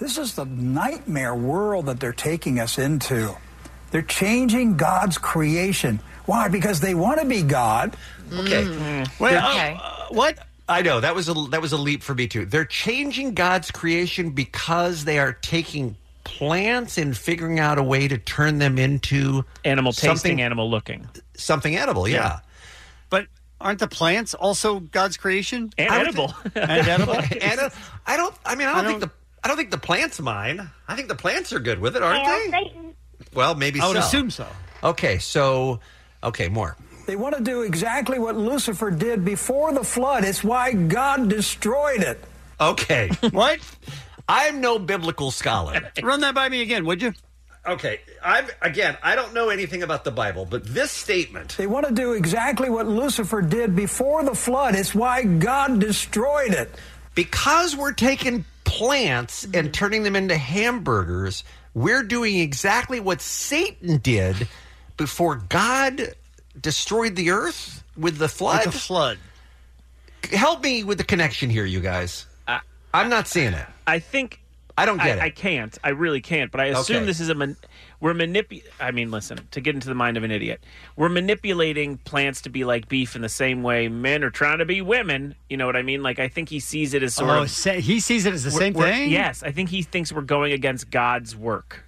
Speaker 23: This is the nightmare world that they're taking us into. They're changing God's creation. Why? Because they want to be God.
Speaker 3: Okay.
Speaker 7: Mm-hmm.
Speaker 3: They're- uh, what? I know that was a that was a leap for me too. They're changing God's creation because they are taking plants and figuring out a way to turn them into
Speaker 9: Animal tasting,
Speaker 3: something,
Speaker 9: animal looking,
Speaker 3: something edible. Yeah.
Speaker 9: Yeah.
Speaker 7: But aren't the plants also God's creation?
Speaker 9: And
Speaker 3: I would
Speaker 9: edible.
Speaker 3: think-
Speaker 7: and edible.
Speaker 3: And, uh, I don't. I mean, I don't, think the I don't think the plants mine. I think the plants are good with it, aren't they? Well, maybe.
Speaker 23: I would
Speaker 3: so.
Speaker 23: assume so.
Speaker 3: Okay, so okay, more.
Speaker 23: They want to do exactly what Lucifer did before the flood. It's why God destroyed it.
Speaker 3: Okay. what? I'm no biblical scholar.
Speaker 7: Run that by me again, would you?
Speaker 3: Okay. I'm again, I don't know anything about the Bible, but this statement
Speaker 23: They want to do exactly what Lucifer did before the flood. It's why God destroyed it.
Speaker 3: because we're taking plants and turning them into hamburgers, we're doing exactly what Satan did before God destroyed the earth with the flood.
Speaker 7: With the flood.
Speaker 3: Help me with the connection here, you guys. I'm not seeing it.
Speaker 9: I think
Speaker 3: I don't get
Speaker 9: I,
Speaker 3: it.
Speaker 9: can't. I really can't. But I assume
Speaker 3: Okay.
Speaker 9: this is a man, we're manip. I mean, listen. To get into the mind of an idiot, we're manipulating plants to be like beef in the same way men are trying to be women. You know what I mean? Like I think he sees it as sort
Speaker 7: Oh,
Speaker 9: of
Speaker 7: sa- he sees it as the
Speaker 9: we're-
Speaker 7: same
Speaker 9: we're-
Speaker 7: thing.
Speaker 9: Yes, I think he thinks we're going against God's work.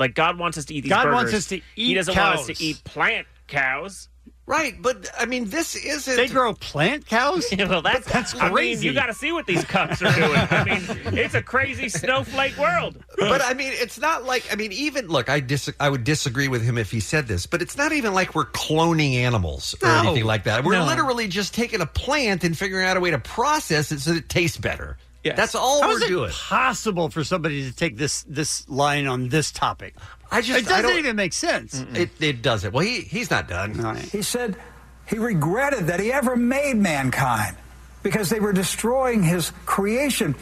Speaker 9: Like God wants us to eat these
Speaker 7: God
Speaker 9: burgers.
Speaker 7: wants us to
Speaker 9: He
Speaker 7: eat
Speaker 9: doesn't want us
Speaker 7: cows.
Speaker 9: to eat plant cows.
Speaker 3: Right, but I mean, this isn't.
Speaker 7: They grow plant cows.
Speaker 9: well, that's
Speaker 7: that's
Speaker 9: I mean,
Speaker 7: crazy.
Speaker 9: you got to see what these cucks are doing. I mean, it's a crazy snowflake world.
Speaker 3: but I mean, it's not like I mean, even look, I dis- I would disagree with him if he said this, but it's not even like we're cloning animals or
Speaker 7: No.
Speaker 3: anything like that. We're
Speaker 7: No.
Speaker 3: literally just taking a plant and figuring out a way to process it so that it tastes better. that's all
Speaker 7: How
Speaker 3: we're
Speaker 7: is it
Speaker 3: doing.
Speaker 7: Possible for somebody to take this this line on this topic?
Speaker 3: I just
Speaker 7: it
Speaker 3: I
Speaker 7: doesn't
Speaker 3: don't-
Speaker 7: even make sense.
Speaker 3: It it doesn't. Well, he he's not done.
Speaker 23: He said he regretted that he ever made mankind because they were destroying his creation.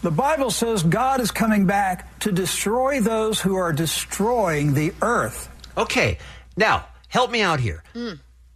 Speaker 23: The Bible says God is coming back to destroy those who are destroying the earth.
Speaker 3: Okay, now help me out here. I-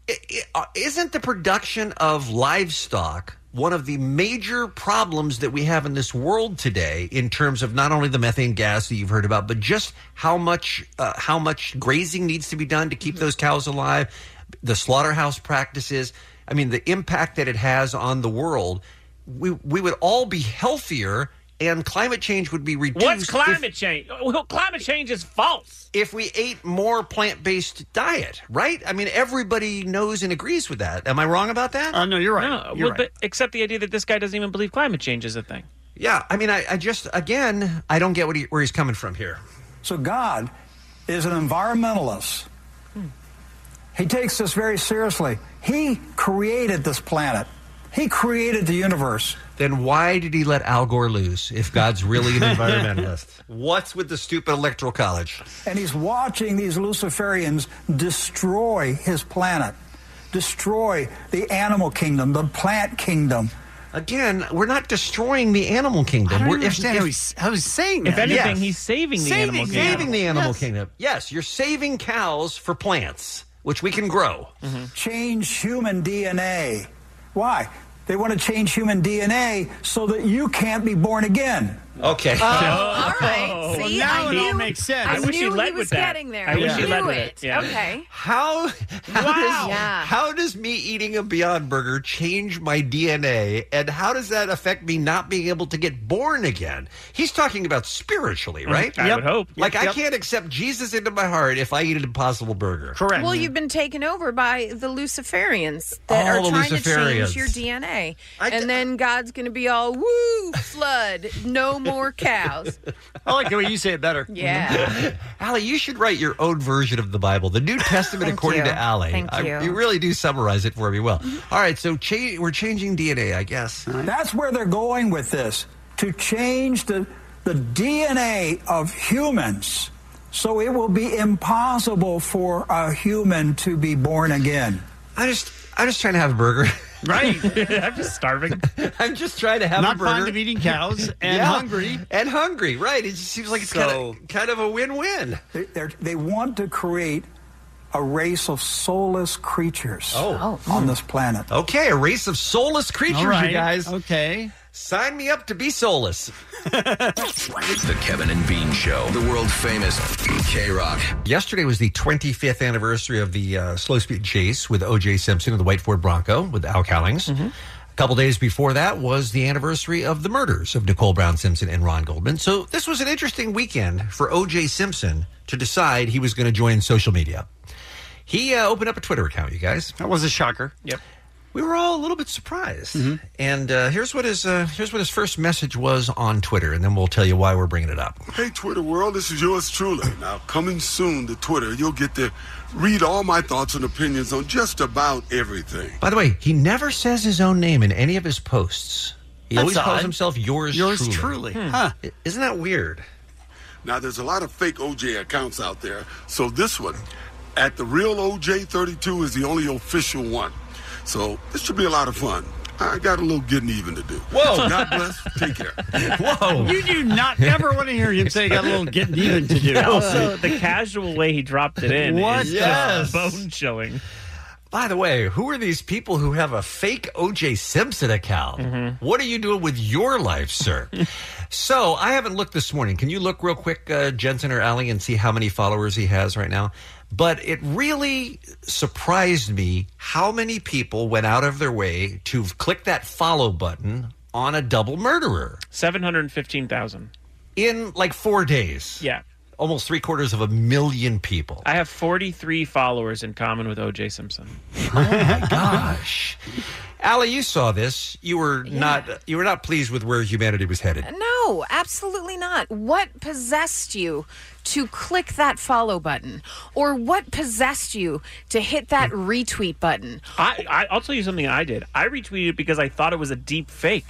Speaker 3: I- uh, Isn't the production of livestock one of the major problems that we have in this world today in terms of not only the methane gas that you've heard about, but just how much uh, how much grazing needs to be done to keep
Speaker 9: Mm-hmm.
Speaker 3: those cows alive, the slaughterhouse practices. I mean, the impact that it has on the world. We we would all be healthier, and climate change would be reduced.
Speaker 9: What's
Speaker 3: if-
Speaker 9: climate change? Well, climate change is false.
Speaker 3: if we ate more plant-based diet, right? I mean, everybody knows and agrees with that. Um, Am I wrong about that?
Speaker 7: Uh, no, you're right.
Speaker 9: No, well, but except the idea that this guy doesn't even believe climate change is a thing.
Speaker 3: Yeah, I mean, I, I just again, I don't get what he, where he's coming from here.
Speaker 23: So God is an environmentalist. He takes this very seriously. He created this planet. He created the universe.
Speaker 3: Then why did he let Al Gore lose if God's really an environmentalist? What's with the stupid electoral college?
Speaker 23: And he's watching these Luciferians destroy his planet, destroy the animal kingdom, the plant kingdom.
Speaker 3: Again, we're not destroying the animal kingdom.
Speaker 23: I don't
Speaker 3: we're
Speaker 23: understand
Speaker 3: if,
Speaker 23: how
Speaker 7: he's, how he's saying
Speaker 9: If
Speaker 3: that.
Speaker 9: anything,
Speaker 3: Yes.
Speaker 9: he's saving the
Speaker 3: saving,
Speaker 9: animal kingdom.
Speaker 3: saving the animal kingdom. Yes, you're saving cows for plants, which we can grow.
Speaker 23: Change human DNA. Why? They want to change human DNA so that you can't be born again.
Speaker 3: Okay. Oh,
Speaker 8: Oh, all right. See,
Speaker 3: now
Speaker 8: I
Speaker 3: it all
Speaker 8: knew-
Speaker 3: makes sense.
Speaker 8: I,
Speaker 3: I wish he
Speaker 8: knew
Speaker 3: led
Speaker 8: he
Speaker 3: with
Speaker 8: was
Speaker 3: that.
Speaker 8: getting there.
Speaker 3: I wish he
Speaker 8: knew
Speaker 3: led with it, yeah.
Speaker 8: Okay.
Speaker 3: How? How does
Speaker 8: Yeah.
Speaker 3: how does me eating a Beyond Burger change my DNA, and how does that affect me not being able to get born again? He's talking about spiritually, right?
Speaker 9: Mm-hmm. I would Yep. hope.
Speaker 3: Like
Speaker 9: Yep.
Speaker 3: I can't accept Jesus into my heart if I eat an Impossible Burger. Correct.
Speaker 8: Well, you've been taken over by the Luciferians that
Speaker 3: All
Speaker 8: are
Speaker 3: the
Speaker 8: trying
Speaker 3: Luciferians.
Speaker 8: to change your DNA. and then God's going to be all, woo, flood, no more cows.
Speaker 3: I like the way you say it better.
Speaker 8: Yeah.
Speaker 3: Allie, you should write your own version of the Bible, the New Testament according
Speaker 8: you.
Speaker 3: to Allie.
Speaker 8: Thank
Speaker 3: I-
Speaker 8: you. Mm-hmm.
Speaker 3: you really do summarize it for me well. All right, so cha- we're changing DNA, I guess.
Speaker 23: That's where they're going with this to change the, the DNA of humans so it will be impossible for a human to be born again.
Speaker 3: I just, I'm just trying to have a burger.
Speaker 9: Right. I'm just starving.
Speaker 3: I'm just trying to have
Speaker 9: Not
Speaker 3: a burger.
Speaker 9: fond of eating cows
Speaker 7: and
Speaker 3: Yeah.
Speaker 7: hungry.
Speaker 3: And hungry, right. It just seems like it's
Speaker 23: So-
Speaker 3: kind, of, kind of a win-win.
Speaker 23: They, they're- they want to create a race of soulless creatures
Speaker 3: Oh.
Speaker 23: on this planet.
Speaker 3: Okay, a race of soulless creatures,
Speaker 23: All right.
Speaker 3: you guys.
Speaker 7: Okay.
Speaker 3: Sign me up to be soulless.
Speaker 12: The Kevin and Bean Show, the world famous K Rock.
Speaker 3: Yesterday was the 25th anniversary of the uh, slow speed chase with O.J. Simpson and the White Ford Bronco with Al Cowlings. A couple days before that was the anniversary of the murders of Nicole Brown Simpson and Ron Goldman. So this was an interesting weekend for O.J. Simpson to decide he was going to join social media. He uh, opened up a Twitter account, you guys. That was a shocker. Yep. We were all a little bit surprised. And uh, here's what his uh, here's what his first message was on Twitter, and then we'll tell you why we're bringing it up.
Speaker 4: Hey, Twitter world, this is yours truly. Now, coming soon to Twitter, you'll get to read all my thoughts and opinions on just about everything.
Speaker 3: By the way, he never says his own name in any of his posts. He
Speaker 4: That's
Speaker 3: always calls
Speaker 4: odd.
Speaker 3: himself yours,
Speaker 4: Yours
Speaker 3: truly. Hmm.
Speaker 4: truly. Huh.
Speaker 3: I- Isn't that weird?
Speaker 4: Now, there's a lot of fake OJ accounts out there, so this one, at the real OJ32, is the only official one. So, this should be a lot of fun. I got a little getting even to do.
Speaker 7: Whoa.
Speaker 4: God bless. Take care.
Speaker 7: Whoa. You do not ever want to hear him say you got a little getting even to do.
Speaker 9: Also, the casual way he dropped it in
Speaker 3: What
Speaker 9: is uh,
Speaker 3: the-
Speaker 9: just bone chilling.
Speaker 3: By the way, who are these people who have a fake OJ Simpson account? What are you doing with your life, sir? so I haven't looked this morning. Can you look real quick, uh, Jensen or Allie, and see how many followers he has right now? But it really surprised me how many people went out of their way to click that follow button on a double murderer.
Speaker 9: 715,000.
Speaker 3: In like four days.
Speaker 9: Yeah.
Speaker 3: Almost three quarters of a million people.
Speaker 9: I have 43 followers in common with OJ Simpson.
Speaker 7: Oh
Speaker 3: gosh. Allie, you saw this. You were not you were not pleased with where humanity was headed.
Speaker 8: No, absolutely not. What possessed you to click that follow button? Or what possessed you to hit that
Speaker 3: Mm.
Speaker 8: retweet button?
Speaker 9: I, I, I'll tell you something I did. I retweeted it because I thought it was a deep fake.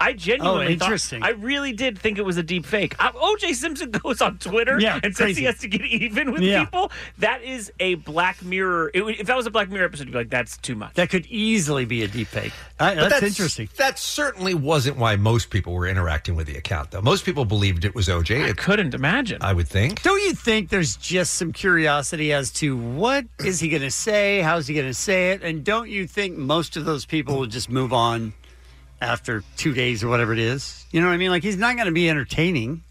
Speaker 9: I genuinely
Speaker 7: Oh, interesting.
Speaker 9: Thought, I really did think it was a deep fake. I, OJ Simpson goes on Twitter
Speaker 7: Yeah,
Speaker 9: and says
Speaker 7: crazy.
Speaker 9: he has to get even with
Speaker 7: Yeah.
Speaker 9: people. That is a Black Mirror. It, would- if that was a Black Mirror episode, you'd be like, that's too much.
Speaker 7: That could easily be a deep fake.
Speaker 3: But That certainly wasn't why most people were interacting with the account, though. Most people believed it was OJ. I
Speaker 9: couldn't imagine.
Speaker 3: I would think.
Speaker 7: Don't you think there's just some curiosity as to what is he going to say? How's he going to say it? And don't you think most of those people will just move on after two days or whatever it is? You know what I mean? Like he's not going to be entertaining.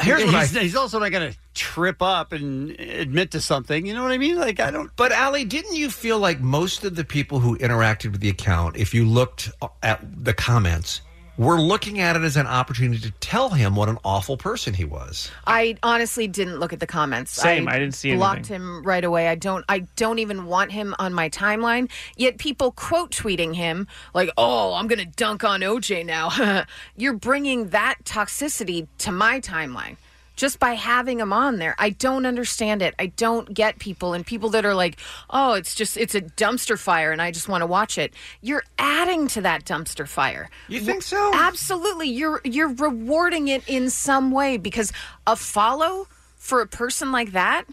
Speaker 3: Here's what I-
Speaker 7: he's, he's also not going to trip up and admit to something. You know what I mean? Like I don't.
Speaker 3: But Allie, didn't you feel like most of the people who interacted with the account, if you looked at the comments, were looking at it as an opportunity to tell him what an awful person he was?
Speaker 8: I honestly didn't look at the comments.
Speaker 9: Same, I didn't see
Speaker 8: blocked him right away. I don't. I don't even want him on my timeline. Yet people quote tweeting him like, "Oh, I'm going to dunk on OJ now." You're bringing that toxicity to my timeline just by having him on there. I don't understand it. I don't get people and people that are like, "Oh, it's just it's a dumpster fire," and I just want to watch it. You're adding to that dumpster fire.
Speaker 3: You think so?
Speaker 8: Absolutely. You're you're rewarding it in some way because a follow for a person like that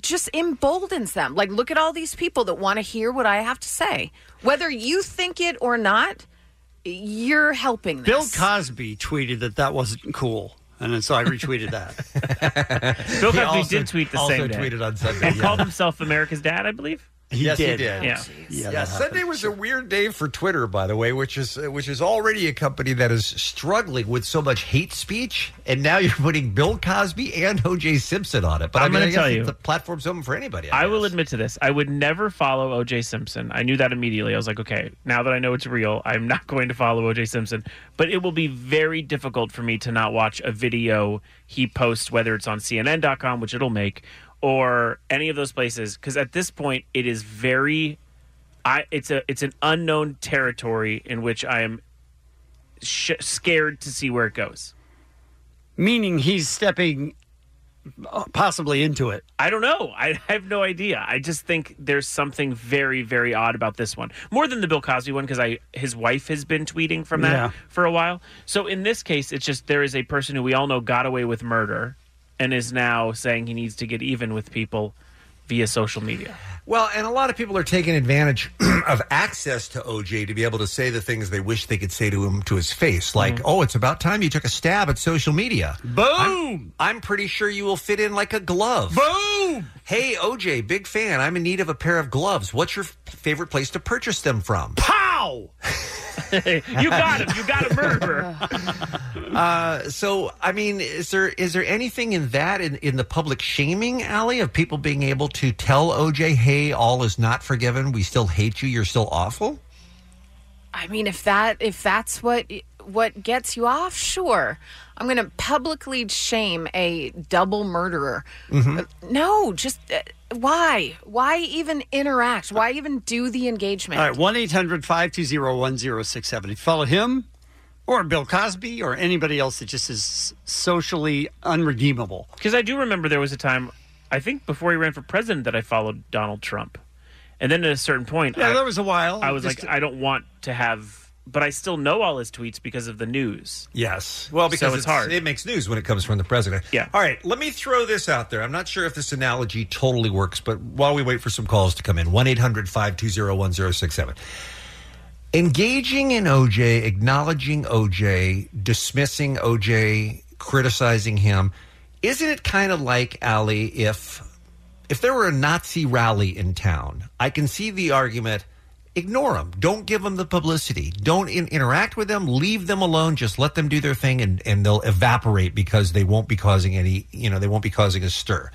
Speaker 8: just emboldens them. Like look at all these people that want to hear what I have to say. Whether you think it or not, you're helping them.
Speaker 7: Bill Cosby tweeted that that wasn't cool, and then so I retweeted that.
Speaker 9: Bill
Speaker 7: He
Speaker 9: Cosby
Speaker 7: also-
Speaker 9: did tweet the
Speaker 7: also
Speaker 9: same day.
Speaker 7: tweeted on Sunday,
Speaker 9: And
Speaker 7: yeah.
Speaker 9: called himself America's dad, I believe.
Speaker 3: He yes,
Speaker 7: did.
Speaker 3: he did.
Speaker 7: Yeah. Yeah,
Speaker 3: Yeah.
Speaker 7: that
Speaker 3: Sunday was a weird day for Twitter, by the way, which is which is already a company that is struggling with so much hate speech, and now you're putting Bill Cosby and O.J. Simpson on it. But I
Speaker 9: I'm
Speaker 3: mean,
Speaker 9: gonna
Speaker 3: I guess
Speaker 9: tell you.
Speaker 3: the platform's open for anybody.
Speaker 9: I will admit to this. I would never follow O.J. Simpson. I knew that immediately. I was like, okay, now that I know it's real, I'm not going to follow O.J. Simpson. But it will be very difficult for me to not watch a video he posts, whether it's on CNN.com, which it'll make, or any of those places, because at this point, it is very. I, it's a it's an unknown territory in which I am sh- scared to see where it goes.
Speaker 7: Meaning he's stepping uh, possibly into it.
Speaker 9: I don't know. I, I have no idea. I just think there's something very, very odd about this one, more than the Bill Cosby one, because I his wife has been tweeting from that
Speaker 7: Yeah.
Speaker 9: for a while. So in this case, it's just there is a person who we all know got away with murder, and is now saying he needs to get even with people via social media.
Speaker 3: Well, and a lot of people are taking advantage of access to OJ to be able to say the things they wish they could say to him to his face,
Speaker 9: Mm.
Speaker 3: like, "Oh, it's about time you took a stab at social media." Boom! I'm, I'm pretty sure you will fit in like a glove. Boom! Hey, OJ, big fan. I'm in need of a pair of gloves. What's your f- favorite place to purchase them from? Pow!
Speaker 9: you got him. You got a murderer.
Speaker 3: Uh, so, I mean, is there is there anything in that in, in the public shaming alley of people being able to tell OJ, "Hey, all is not forgiven. We still hate you. You're still awful."
Speaker 8: I mean, if that if that's what what gets you off, sure. I'm going to publicly shame a double murderer.
Speaker 7: Mm-hmm.
Speaker 8: No, just uh, why? Why even interact? Why even do the engagement?
Speaker 7: All right, 1 800 520 1067. If you follow him or Bill Cosby or anybody else that just is socially unredeemable.
Speaker 9: Because I do remember there was a time, I think before he ran for president, that I followed Donald Trump, and then at a certain point,
Speaker 7: Yeah,
Speaker 9: I,
Speaker 7: there was a while.
Speaker 9: I was
Speaker 7: Just-
Speaker 9: like, I don't want to have, but I still know all his tweets because of the news.
Speaker 3: Yes. Well, because
Speaker 9: So it's hard.
Speaker 3: It makes news when it comes from the president. Yeah. All right. Let me throw this out there. I'm not sure if this analogy totally works, but while we wait for some calls to come in, 1 800 520 1067. Engaging in OJ, acknowledging OJ, dismissing OJ, criticizing him, isn't it kind of like, Ali, if if there were a Nazi rally in town, I can see the argument ignore them. Don't give them the publicity. Don't in- interact with them. Leave them alone. Just let them do their thing and, and they'll evaporate because they won't be causing any, you know, they won't be causing a stir.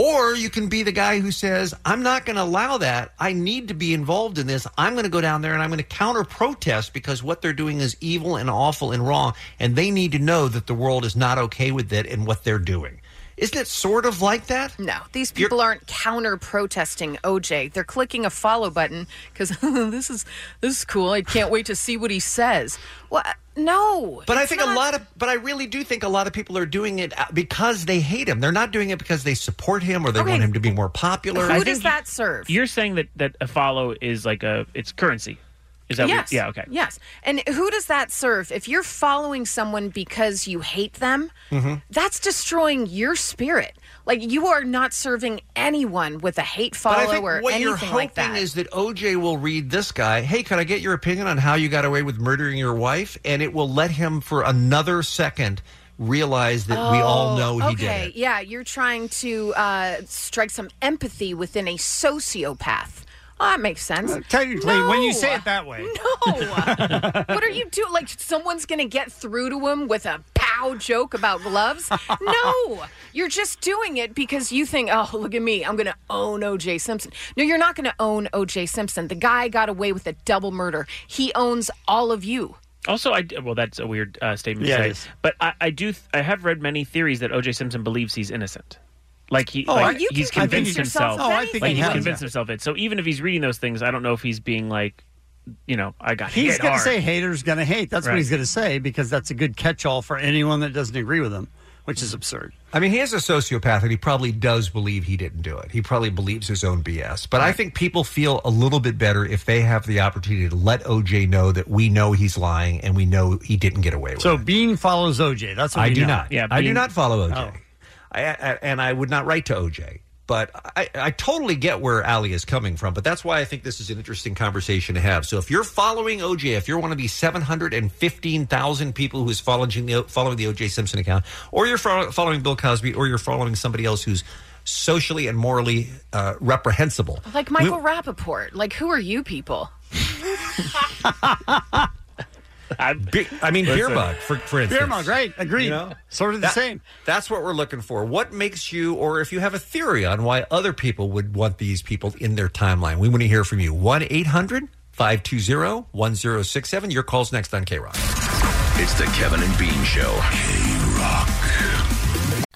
Speaker 3: Or you can be the guy who says, I'm not going to allow that. I need to be involved in this. I'm going to go down there and I'm going to counter protest because what they're doing is evil and awful and wrong. And they need to know that the world is not okay with it and what they're doing. Isn't it sort of like that?
Speaker 8: No, these people aren't counter protesting OJ. They're clicking a follow button because this is this is cool. I can't wait to see what he says. Well, uh, no.
Speaker 3: But I
Speaker 8: it's
Speaker 3: think
Speaker 8: not-
Speaker 3: a lot of, but I really do think a lot of people are doing it uh, because they hate him. They're not doing it because they support him or they
Speaker 8: Okay.
Speaker 3: want him to be more popular.
Speaker 8: Who does that serve?
Speaker 9: You're saying that that a follow is like a it's currency. Is that what-
Speaker 8: yes.
Speaker 9: yeah okay
Speaker 8: Yes. And who does that serve? If you're following someone because you hate them,
Speaker 3: Mm-hmm.
Speaker 8: that's destroying your spirit. Like you are not serving anyone with a hate
Speaker 3: But
Speaker 8: follow
Speaker 3: I think
Speaker 8: or
Speaker 3: what
Speaker 8: anything
Speaker 3: you're hoping
Speaker 8: like that.
Speaker 3: is that OJ will read this guy. Hey, can I get your opinion on how you got away with murdering your wife? And it will let him for another second realize that we
Speaker 8: Oh,
Speaker 3: all know he
Speaker 8: okay.
Speaker 3: did it.
Speaker 8: Yeah, you're trying to uh, strike some empathy within a sociopath. Well, that makes sense.
Speaker 7: Uh, Technically, when you
Speaker 8: No.
Speaker 7: say it that way.
Speaker 8: what are you doing? Like someone's going to get through to him with a pow joke about gloves? No, you're just doing it because you think, oh, look at me, I'm going to own O.J. Simpson. No, you're not going to own O.J. Simpson. The guy got away with a double murder. He owns all of you.
Speaker 9: Also, I well, that's a weird uh, statement
Speaker 7: Yeah,
Speaker 9: to
Speaker 7: it
Speaker 9: say,
Speaker 7: is.
Speaker 9: but I, I do th- I have read many theories that O.J. Simpson believes he's innocent. Like he,
Speaker 7: Oh,
Speaker 9: like
Speaker 7: I- you
Speaker 9: he's
Speaker 7: can
Speaker 9: convinced
Speaker 7: convince yourself
Speaker 9: himself.
Speaker 7: of Oh, I think
Speaker 9: like
Speaker 7: he
Speaker 9: he's
Speaker 7: has,
Speaker 9: convinced
Speaker 7: yeah.
Speaker 9: himself it. So even if he's reading those things, I don't know if he's being like, you know, I got
Speaker 7: He's
Speaker 9: hit
Speaker 7: going to
Speaker 9: hard.
Speaker 7: say haters going to hate. That's
Speaker 9: Right.
Speaker 7: what he's going to say because that's a good catch all for anyone that doesn't agree with him, which is absurd.
Speaker 3: I mean, he is a sociopath, and he probably does believe he didn't do it. He probably believes his own BS. But I think people feel a little bit better if they have the opportunity to let OJ know that we know he's lying and we know he didn't get away with it.
Speaker 7: So Bean follows OJ. That's what
Speaker 3: I
Speaker 7: we
Speaker 3: do
Speaker 7: know. Oh.
Speaker 3: not. I do not follow OJ. I, I, and I would not write to OJ. But I, I totally get where Ali is coming from. But that's why I think this is an interesting conversation to have. So if you're following OJ, if you're one of these 715,000 people who's following the, following the OJ Simpson account, or you're fo- following Bill Cosby, or you're following somebody else who's socially and morally uh, reprehensible.
Speaker 8: Like Michael Rappaport. Like, who are you people?
Speaker 3: I, I mean, beer
Speaker 7: Listen.
Speaker 3: mug, for, for
Speaker 7: Beer
Speaker 3: instance.
Speaker 7: mug, right. Agreed. Sort of the same.
Speaker 3: That's what we're looking for. What makes you, or if you have a theory on why other people would want these people in their timeline, we want to hear from you. 1 800 520 1067. Your call's next on K Rock.
Speaker 12: It's the Kevin and Bean Show.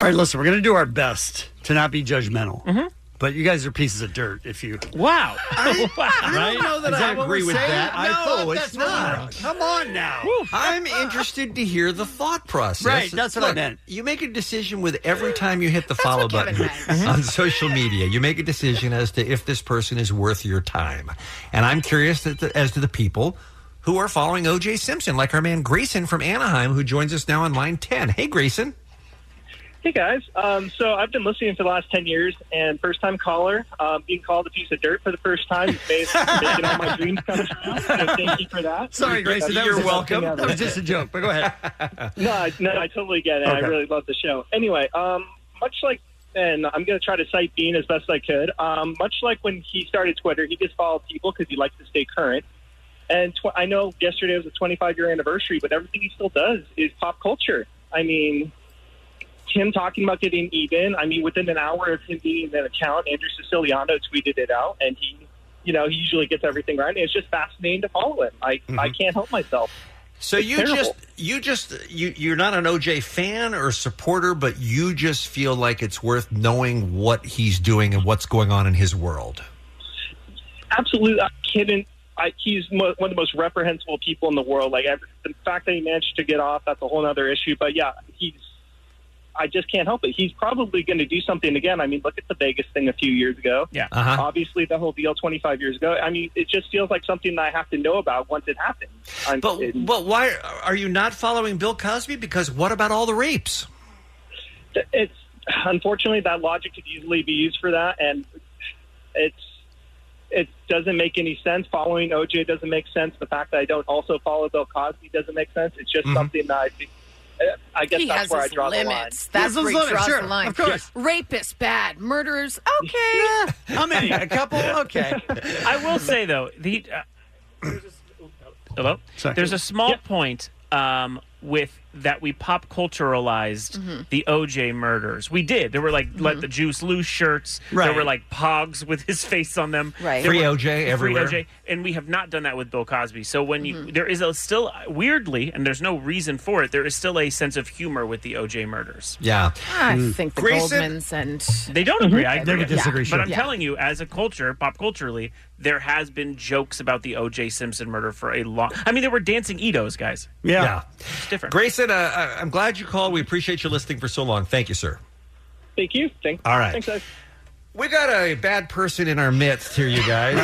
Speaker 7: All right, listen, we're going to do our best to not be judgmental. But you guys are pieces of dirt if you.
Speaker 13: Wow.
Speaker 7: Right? Does that agree with that? I
Speaker 3: No,
Speaker 7: thought
Speaker 3: it's
Speaker 7: that's not. Come on now.
Speaker 3: I'm interested to hear the thought process.
Speaker 7: Right, that's what I
Speaker 3: Look,
Speaker 7: meant.
Speaker 3: You make a decision with every time you hit the follow button on social media. You make a decision as to if this person is worth your time. And I'm curious that the, as to the people who are following O.J. Simpson, like our man Grayson from Anaheim, who joins us now on line 10. Hey, Grayson.
Speaker 21: Hey guys, um, so I've been listening for the last ten years, and first time caller, um, being called a piece of dirt for the first time, is made- making all my dreams come true. So thank you for that.
Speaker 7: Sorry, Grayson. That was
Speaker 21: You're
Speaker 7: just-
Speaker 21: welcome.
Speaker 7: That was just a joke, but go ahead.
Speaker 21: no, I, no, I totally get it. I
Speaker 7: Okay.
Speaker 21: really love the show. Anyway, um, much like Ben, I'm going to try to cite Bean as best I could. Um, much like when he started Twitter, he just followed people because he likes to stay current. And tw- I know yesterday was the 25 year anniversary, but everything he still does is pop culture. I mean, him talking about getting even. I mean, within an hour of him being in an account, Andrew Siciliano tweeted it out, and he, you know, he usually gets everything right. And it's just fascinating to follow him. I, I can't help myself.
Speaker 3: Mm-hmm. So
Speaker 21: It's
Speaker 3: you
Speaker 21: terrible.
Speaker 3: just you just you you're not an OJ fan or supporter, but you just feel like it's worth knowing what he's doing and what's going on in his world.
Speaker 21: absolutely I couldn't. I, he's mo- one of the most reprehensible people in the world. Like every, the fact that he managed to get off, that's a whole other issue. But yeah, he's. I just can't help it. He's probably going to do something again. I mean, look at the Vegas thing a few years ago.
Speaker 9: Yeah.
Speaker 3: Uh-huh.
Speaker 21: Obviously, the whole deal 25 years ago. I mean, it just feels like something that I have to know about once it happens. I'm,
Speaker 3: but but why are you not following Bill Cosby? Because what about all the rapes?
Speaker 21: it's unfortunately that logic could easily be used for that, and it's it doesn't make any sense. Following OJ doesn't make sense. The fact that I don't also follow Bill Cosby doesn't make sense. It's just
Speaker 8: Mm-hmm.
Speaker 3: Mhm.
Speaker 21: something that I think. I guess
Speaker 8: He
Speaker 21: that's
Speaker 8: has
Speaker 21: where I
Speaker 8: his
Speaker 21: draw
Speaker 8: limits.
Speaker 21: the line.
Speaker 8: That's where he draws the line. Rapist, bad. Murderers, okay.
Speaker 7: How many? A couple? Okay.
Speaker 9: I will say though, the uh, hello. There's a small point um, with that we pop culturalized
Speaker 8: Mm-hmm.
Speaker 24: Mhm.
Speaker 9: the OJ murders. We did. There were like let the juice loose shirts. There
Speaker 3: Right.
Speaker 9: were like pogs with his face on them.
Speaker 3: Right.
Speaker 9: There
Speaker 3: Free
Speaker 9: were-
Speaker 3: OJ everywhere.
Speaker 9: Free OJ, and we have not done that with Bill Cosby. So when you
Speaker 8: Mm-hmm.
Speaker 9: there is a still weirdly, and there's no reason for it. There is still a sense of humor with the OJ murders.
Speaker 3: Yeah.
Speaker 8: I
Speaker 9: Hmm.
Speaker 7: Mm.
Speaker 8: think the
Speaker 9: Grayson-
Speaker 8: Goldmans and
Speaker 9: They don't agree. I
Speaker 8: Yeah,
Speaker 9: agree.
Speaker 8: Mm-hmm. they would disagree,
Speaker 9: But
Speaker 8: sure.
Speaker 9: I'm
Speaker 8: Yeah.
Speaker 9: telling you, as a culture, pop culturally, there has been jokes about the O.J. Simpson murder for a long. I mean, there were dancing Edos, guys. It's different.
Speaker 3: Grayson, uh, I- I'm glad you called. We appreciate you listening for so long. Thank you, sir.
Speaker 21: Thank you. Thank,
Speaker 3: All right.
Speaker 21: Thanks, guys.
Speaker 3: We got a bad person in our midst here, you guys.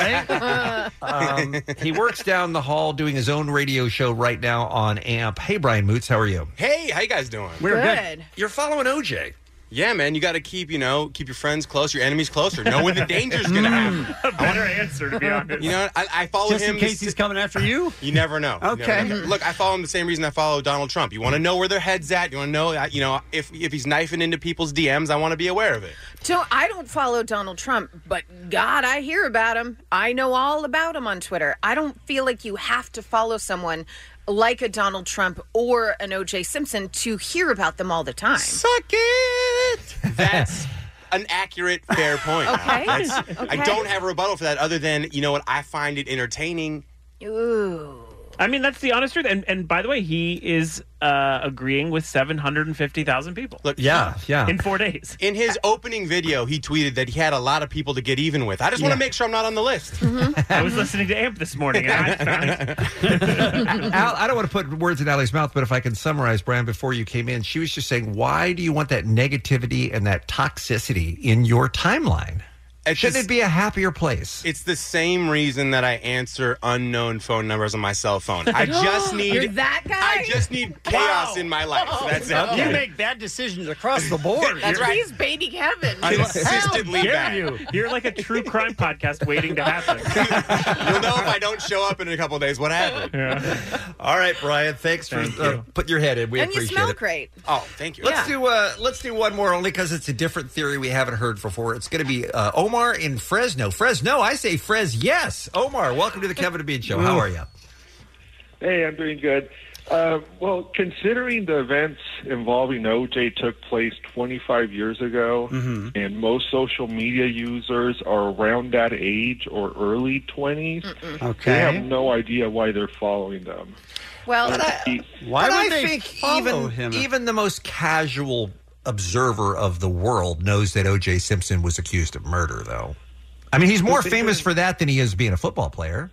Speaker 3: um, he works down the hall doing his own radio show right now on AMP. Hey, Brian Moots, how are you?
Speaker 25: Hey, how you guys doing?
Speaker 3: We're good. You're following OJ.
Speaker 25: Yeah, man, you got to keep, you know, keep your friends close, your enemies closer. Know when the danger's going to happen.
Speaker 9: A better answer, to be honest.
Speaker 25: You know, I, I follow
Speaker 7: Just
Speaker 25: him.
Speaker 7: in case he's coming after you?
Speaker 25: You never know. You never
Speaker 7: Okay.
Speaker 25: know. Look, I follow him the same reason I follow Donald Trump. You want to know where their head's at. You want to know, uh, you know, if if he's knifing into people's DMs, I want to be aware of it.
Speaker 8: Don't, I don't follow Donald Trump, but God, I hear about him. I know all about him on Twitter. I don't feel like you have to follow someone like a Donald Trump or an OJ Simpson to hear about them all the time. Suck
Speaker 25: it. That's an accurate, fair point.
Speaker 8: Okay.
Speaker 25: That's- I
Speaker 8: Okay.
Speaker 25: don't have a rebuttal for that other than, you know what, I find it entertaining.
Speaker 8: Ooh.
Speaker 9: I mean, that's the honest truth. And and by the way, he is uh, agreeing with seven hundred and fifty thousand people.
Speaker 25: Look,
Speaker 3: yeah, yeah.
Speaker 9: In four days.
Speaker 25: In his opening video, he tweeted that he had a lot of people to get even with. I just want
Speaker 9: Yeah.
Speaker 25: to make sure I'm not on the list.
Speaker 9: I was listening to AMP this morning. And I found
Speaker 3: Al, I don't want to put words in Allie's mouth, but if I can summarize, Brian, before you came in, she was just saying, why do you want that negativity and that toxicity in your timeline? Shouldn't it be a happier place?
Speaker 25: It's the same reason that I answer unknown phone numbers on my cell phone. I just
Speaker 8: You're
Speaker 25: need
Speaker 8: that guy. I
Speaker 25: just need chaos in my life. That's it.
Speaker 7: You make bad decisions across the board.
Speaker 25: That's right.
Speaker 8: He's baby Kevin.
Speaker 25: Unassistedly bad.
Speaker 9: You're like a true crime podcast waiting to happen.
Speaker 25: You'll know if I don't show up in a couple days what happened.
Speaker 3: All right, Brian. Thanks for uh, putting your head in. We
Speaker 8: and you
Speaker 3: appreciate
Speaker 8: smell
Speaker 3: it.
Speaker 8: great.
Speaker 25: Oh, thank you.
Speaker 3: Let's do uh, let's do one more only because it's a different theory we haven't heard before. It's going to be uh, Omar in Fresno. Fresno, I say Fres. Yes, Omar. Welcome to the Kevin and Bean Show. How are you?
Speaker 26: Hey, I'm doing good. Uh, well, considering the events involving OJ took place 25 years ago, and most social media users are around that age or early 20s, they have no idea why they're following them.
Speaker 8: Well,
Speaker 3: Why
Speaker 8: would
Speaker 3: I
Speaker 8: they
Speaker 3: think
Speaker 8: follow
Speaker 3: even,
Speaker 8: him?
Speaker 3: Even the most casual observer of the world knows that O.J. Simpson was accused of murder, though. I mean, he's more
Speaker 26: But they
Speaker 3: famous for that than he is being a football player.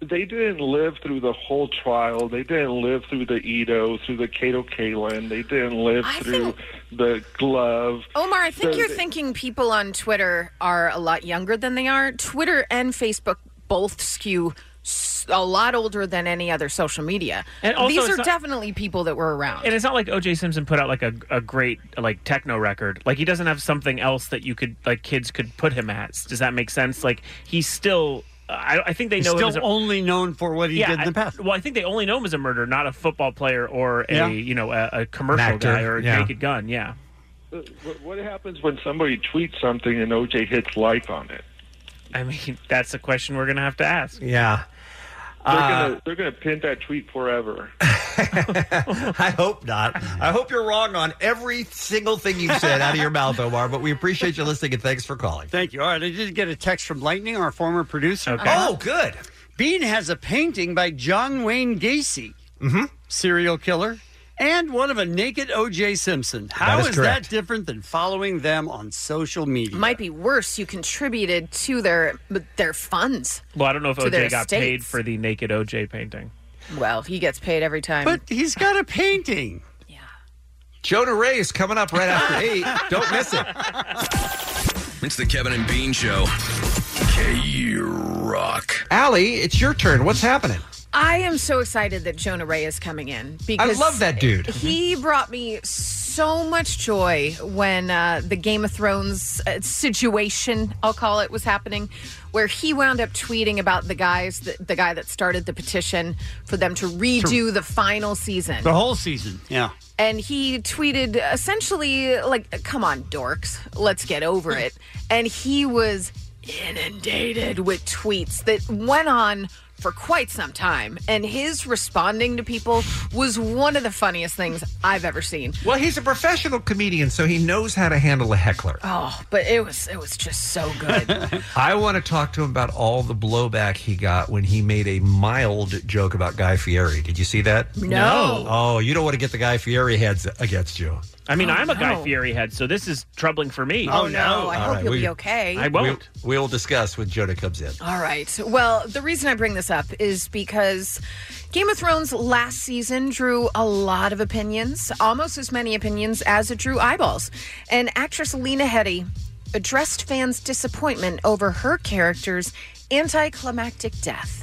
Speaker 26: They didn't live through the whole trial. They didn't live through the Edo, through the Cato Kalin. They didn't live through the glove.
Speaker 8: Omar, I think
Speaker 26: So
Speaker 8: you're
Speaker 26: they-
Speaker 8: thinking people on Twitter are a lot younger than they are. Twitter and Facebook both skew s- a lot older than any other social media.
Speaker 9: And also
Speaker 8: These
Speaker 9: it's
Speaker 8: are
Speaker 9: not-
Speaker 8: definitely people that were around.
Speaker 9: And it's not like OJ Simpson put out like a, a great like techno record. Like he doesn't have something else that you could like kids could put him at. Does that make sense? Like he's still. I, I think they
Speaker 7: He's
Speaker 9: know
Speaker 7: still
Speaker 9: him as a-
Speaker 7: only known for what he
Speaker 9: yeah,
Speaker 7: did in the
Speaker 9: I-
Speaker 7: past.
Speaker 9: well, I think they only know him as a murderer, not a football player or a
Speaker 26: Yeah.
Speaker 9: you know a, a commercial
Speaker 26: An actor,
Speaker 9: guy or a
Speaker 26: yeah.
Speaker 9: naked gun. Yeah.
Speaker 26: What- Uh, What happens when somebody tweets something and OJ hits like on it?
Speaker 9: I mean, that's a question we're gonna have to ask.
Speaker 3: Yeah.
Speaker 26: They're
Speaker 3: Uh,
Speaker 26: gonna they're gonna pin that tweet forever.
Speaker 3: I hope not. I hope you're wrong on every single thing you've said out of your mouth, Omar. But we appreciate you listening and thanks for calling.
Speaker 7: Thank you. All right, I did get a text from Lightning, our former producer.
Speaker 3: Okay. Oh, good.
Speaker 7: Bean has a painting by John Wayne Gacy, serial killer, and one of a naked O.J. Simpson. How
Speaker 8: is
Speaker 7: is, that
Speaker 8: correct.
Speaker 7: different than following them on social media?
Speaker 8: Might be worse. You contributed to their their funds.
Speaker 9: Well, I don't know if
Speaker 8: To their
Speaker 9: OJ got paid
Speaker 8: estates.
Speaker 9: for the naked OJ painting.
Speaker 8: Well, he gets paid every time.
Speaker 7: But he's got a painting.
Speaker 3: Jonah Ray is coming up right after eight. Don't miss it.
Speaker 12: It's the Kevin and Bean Show. K Rock.
Speaker 3: Allie, it's your turn. What's happening?
Speaker 8: I am so excited that Jonah Ray is coming in because
Speaker 3: love that dude.
Speaker 8: He brought me so much joy when uh, the Game of Thrones uh, situation, I'll call it, was happening, where he wound up tweeting about the guys, the, the guy that started the petition for them to redo the final season.
Speaker 7: The whole season. Yeah.
Speaker 8: And he tweeted essentially, like, come on, dorks, let's get over it. And he was inundated with tweets that went on for quite some time. And his responding to people was one of the funniest things I've ever seen.
Speaker 3: Well, he's a professional comedian, so he knows how to handle a heckler.
Speaker 8: Oh, but it was it was just so good.
Speaker 3: I want to talk to him about all the blowback he got when he made a mild joke about Guy Fieri. Did you see that?
Speaker 9: No.
Speaker 3: Oh, you don't want to get the Guy Fieri heads against you.
Speaker 9: I mean,
Speaker 3: Oh,
Speaker 9: I'm a Guy
Speaker 3: no.
Speaker 9: Fieri head, so this is troubling for me.
Speaker 3: Oh, Oh, no. no. I hope All right, you'll we- be
Speaker 8: okay.
Speaker 9: I won't.
Speaker 3: We'll, we'll discuss when Jonah comes in.
Speaker 8: All right. Well, the reason I bring this up is because Game of Thrones last season drew a lot of opinions, almost as many opinions as it drew eyeballs. And actress Lena Headey addressed fans' disappointment over her character's anticlimactic death.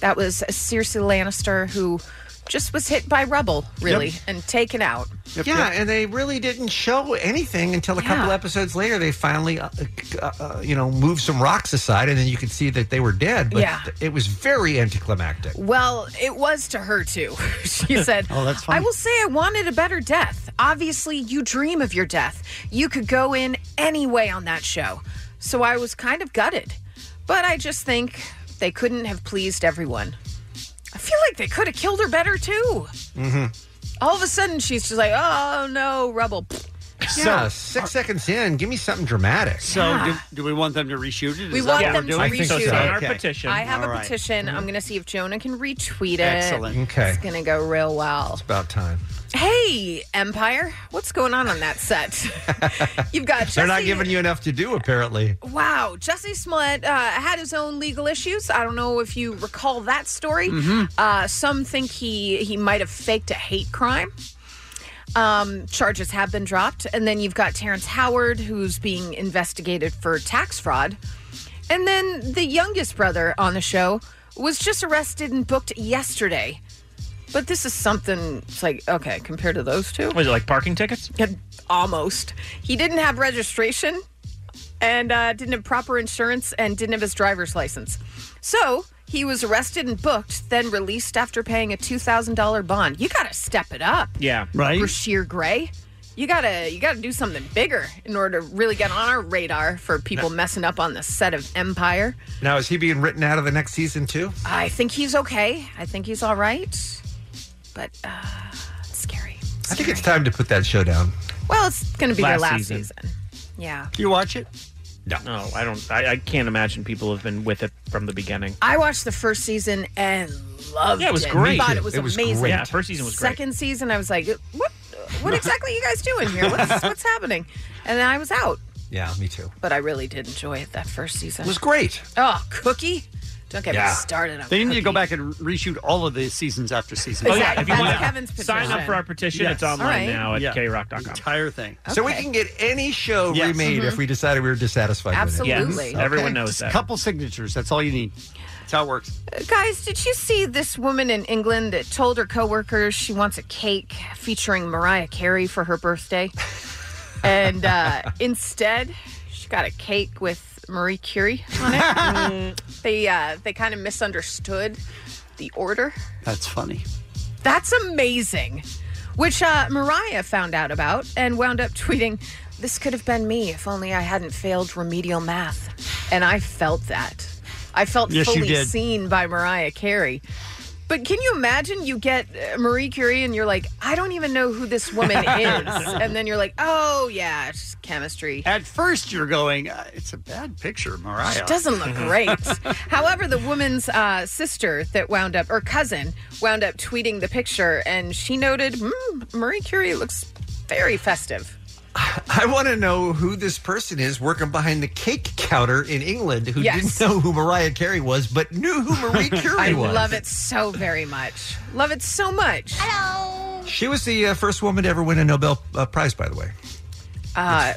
Speaker 8: That was Cersei Lannister, who just was hit by rubble, really,
Speaker 3: Yep.
Speaker 8: and taken out.
Speaker 3: yeah, and they really didn't show anything until a couple episodes later. They finally, uh, uh, uh, you know, moved some rocks aside, and then you could see that they were dead. But
Speaker 8: Yeah.
Speaker 3: it was very anticlimactic.
Speaker 8: Well, it was to her too. she said,
Speaker 3: Oh, that's fine.
Speaker 8: I will say I wanted a better death. Obviously, you dream of your death. You could go in any way on that show. So I was kind of gutted. But I just think they couldn't have pleased everyone. I feel like they could have killed her better too.
Speaker 3: Mm-hmm.
Speaker 8: All of a sudden, she's just like, oh no, rubble. Pfft.
Speaker 3: Yeah, six seconds in. Give me something dramatic.
Speaker 7: uh, So, do, do we want them to reshoot it?
Speaker 8: We
Speaker 7: Is that
Speaker 8: want
Speaker 7: what
Speaker 8: them
Speaker 7: we're
Speaker 8: to
Speaker 7: doing?
Speaker 8: reshoot it.
Speaker 7: Okay.
Speaker 8: I have
Speaker 7: All
Speaker 8: a
Speaker 7: right.
Speaker 8: petition. I'm going to see if Jonah can retweet it.
Speaker 3: Mm-hmm. Excellent. Okay.
Speaker 8: It's going to go real well.
Speaker 3: About time.
Speaker 8: Hey, Empire, what's going on on that set? You've got
Speaker 3: They're not
Speaker 8: Jesse-
Speaker 3: giving you enough to do, apparently.
Speaker 8: Wow, Jesse Smollett uh, had his own legal issues. I don't know if you recall that story.
Speaker 3: Mhm.
Speaker 8: Uh, some think he he might have faked a hate crime. Um, charges have been dropped, and then you've got Terrence Howard, who's being investigated for tax fraud, and then the youngest brother on the show was just arrested and booked yesterday. But this is something. It's like okay, compared to those two,
Speaker 9: Was it like parking tickets?
Speaker 8: almost. He didn't have registration and uh, didn't have proper insurance and didn't have his driver's license. So he was arrested and booked, then released after paying a two thousand dollar bond. You got to step it up,
Speaker 9: Yeah.
Speaker 8: Rasheer Gray. You gotta you gotta do something bigger in order to really get on our radar for people messing up on the set of Empire.
Speaker 3: Now, is he being written out of the next season, too?
Speaker 8: I think he's okay. I think he's all right, but uh, scary.
Speaker 3: I think it's time to put that show down.
Speaker 8: Well, it's gonna be
Speaker 9: Last
Speaker 8: their last
Speaker 9: season.
Speaker 8: season. Yeah.
Speaker 7: You watch it?
Speaker 9: No, no, I don't. I, I can't imagine people have been with it from the beginning.
Speaker 8: I watched the first season and loved it.
Speaker 9: Yeah, it was great.
Speaker 8: Thought it was,
Speaker 9: It was
Speaker 8: amazing.
Speaker 9: great. Yeah, first season was great.
Speaker 8: Second season, I was like, what? What exactly are you guys doing here? What's, what's happening? And then I was out,
Speaker 3: Yeah, me too.
Speaker 8: but I really did enjoy it that first season.
Speaker 3: It was great.
Speaker 8: Oh, Cookie! Don't get me started on.
Speaker 7: They need
Speaker 8: Cookie.
Speaker 7: to go back and reshoot all of the seasons after season.
Speaker 8: Oh,
Speaker 7: five.
Speaker 8: yeah, if you That's want- Kevin's
Speaker 9: sign up for our petition. It's online All right. now at
Speaker 7: krock.com. Entire thing.
Speaker 3: So we can get any show
Speaker 7: Yes.
Speaker 3: remade
Speaker 8: Mm-hmm.
Speaker 7: Mhm.
Speaker 3: if we decided we were dissatisfied with it.
Speaker 8: Absolutely. Yes,
Speaker 7: everyone knows that. A couple signatures. That's all you need. That's how it works.
Speaker 8: Uh, Guys, did you see this woman in England that told her coworkers she wants a cake featuring Mariah Carey for her birthday? and uh, instead, she got a cake with Marie Curie on it. Mm, they uh, they kind of misunderstood the order.
Speaker 7: That's funny.
Speaker 8: That's amazing. Which uh, Mariah found out about and wound up tweeting, This could have been me if only I hadn't failed remedial math. And I felt that. I felt
Speaker 10: Yes, you
Speaker 8: fully
Speaker 10: did.
Speaker 8: seen by Mariah Carey. But can you imagine you get uh, Marie Curie and you're like, I don't even know who this woman is. And then you're like, oh, yeah, it's just chemistry.
Speaker 7: At first, you're going, uh, it's a bad picture, Mariah.
Speaker 8: She doesn't look
Speaker 7: Mm-hmm.
Speaker 8: great. However, the woman's uh, sister that wound up, or cousin, wound up tweeting the picture, and she noted, mm, Marie Curie looks very festive.
Speaker 3: I want to know who this person is working behind the cake counter in England who
Speaker 8: Yes.
Speaker 3: didn't know who Mariah Carey was, but knew who Marie Curie
Speaker 8: I
Speaker 3: was.
Speaker 8: love it so very much. Love it so much. Hello.
Speaker 3: She was the uh, first woman to ever win a Nobel uh, Prize, by the way.
Speaker 8: Uh,
Speaker 3: little fun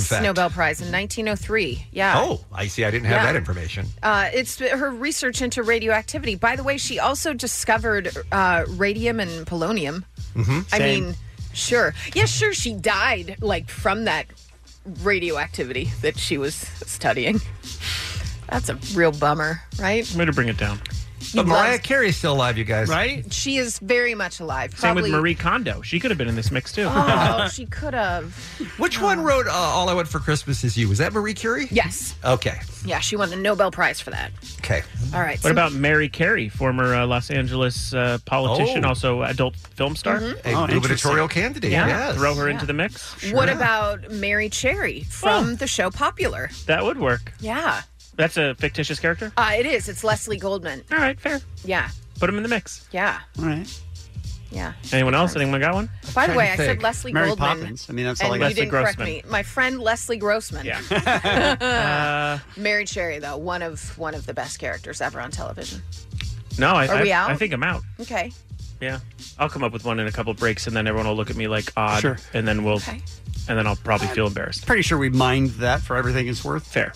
Speaker 8: physics
Speaker 3: fact.
Speaker 8: Nobel Prize in 1903. Yeah.
Speaker 3: Oh, I see. I didn't have
Speaker 8: Yeah.
Speaker 3: that information.
Speaker 8: Uh, it's her research into radioactivity. By the way, she also discovered uh, radium and polonium.
Speaker 3: Mm-hmm.
Speaker 8: I mean, sure. Yeah, sure. She died like from that radioactivity that she was studying. That's a real bummer, right?
Speaker 9: Way to bring it down.
Speaker 8: But He Mariah loves-
Speaker 3: Carey's still alive, you guys.
Speaker 9: Right?
Speaker 8: She is very much alive.
Speaker 9: Same
Speaker 8: Probably.
Speaker 9: with Marie Kondo. She could have been in this mix too.
Speaker 8: Oh, she could have.
Speaker 3: Which one wrote uh, All I Want for Christmas Is You? Was that Marie Curie?
Speaker 8: Yes.
Speaker 3: Okay.
Speaker 8: Yeah, she won the Nobel Prize for that.
Speaker 3: Okay.
Speaker 8: All right.
Speaker 9: What about Mary Carey, former uh, Los Angeles uh, politician,
Speaker 3: Oh.
Speaker 9: also adult film
Speaker 7: Mm-hmm.
Speaker 9: star?
Speaker 8: Mhm.
Speaker 7: Oh,
Speaker 3: A gubernatorial candidate,
Speaker 9: Yeah.
Speaker 3: yes.
Speaker 9: Throw her
Speaker 8: Yeah.
Speaker 9: into the mix.
Speaker 8: What about Mary Cherry
Speaker 9: Oh.
Speaker 8: from the show Popular?
Speaker 9: That would work.
Speaker 8: Yeah.
Speaker 9: That's a fictitious character.
Speaker 8: Uh, it is. It's Leslie Goldman.
Speaker 9: All right, fair.
Speaker 8: Yeah.
Speaker 9: Put him in the mix.
Speaker 8: Yeah.
Speaker 7: All right.
Speaker 8: Yeah.
Speaker 9: Anyone else? Anyone got one?
Speaker 8: By the way, I said Leslie
Speaker 7: Mary
Speaker 8: Goldman.
Speaker 7: Poppins. I mean, that's all
Speaker 8: and
Speaker 7: I
Speaker 8: you
Speaker 7: got.
Speaker 8: didn't correct me. My friend Leslie Grossman. Yeah.
Speaker 9: Uh,
Speaker 8: Mary Cherry, though, one of one of the best characters ever on television.
Speaker 9: No, I,
Speaker 8: Are
Speaker 9: I,
Speaker 8: we out?
Speaker 9: I think I'm out.
Speaker 8: Okay.
Speaker 9: Yeah. I'll come up with one in a couple breaks, and then everyone will look at me like odd. Sure. And then we'll, and then I'll probably feel embarrassed.
Speaker 7: Pretty sure we mined that for everything it's worth.
Speaker 9: Fair.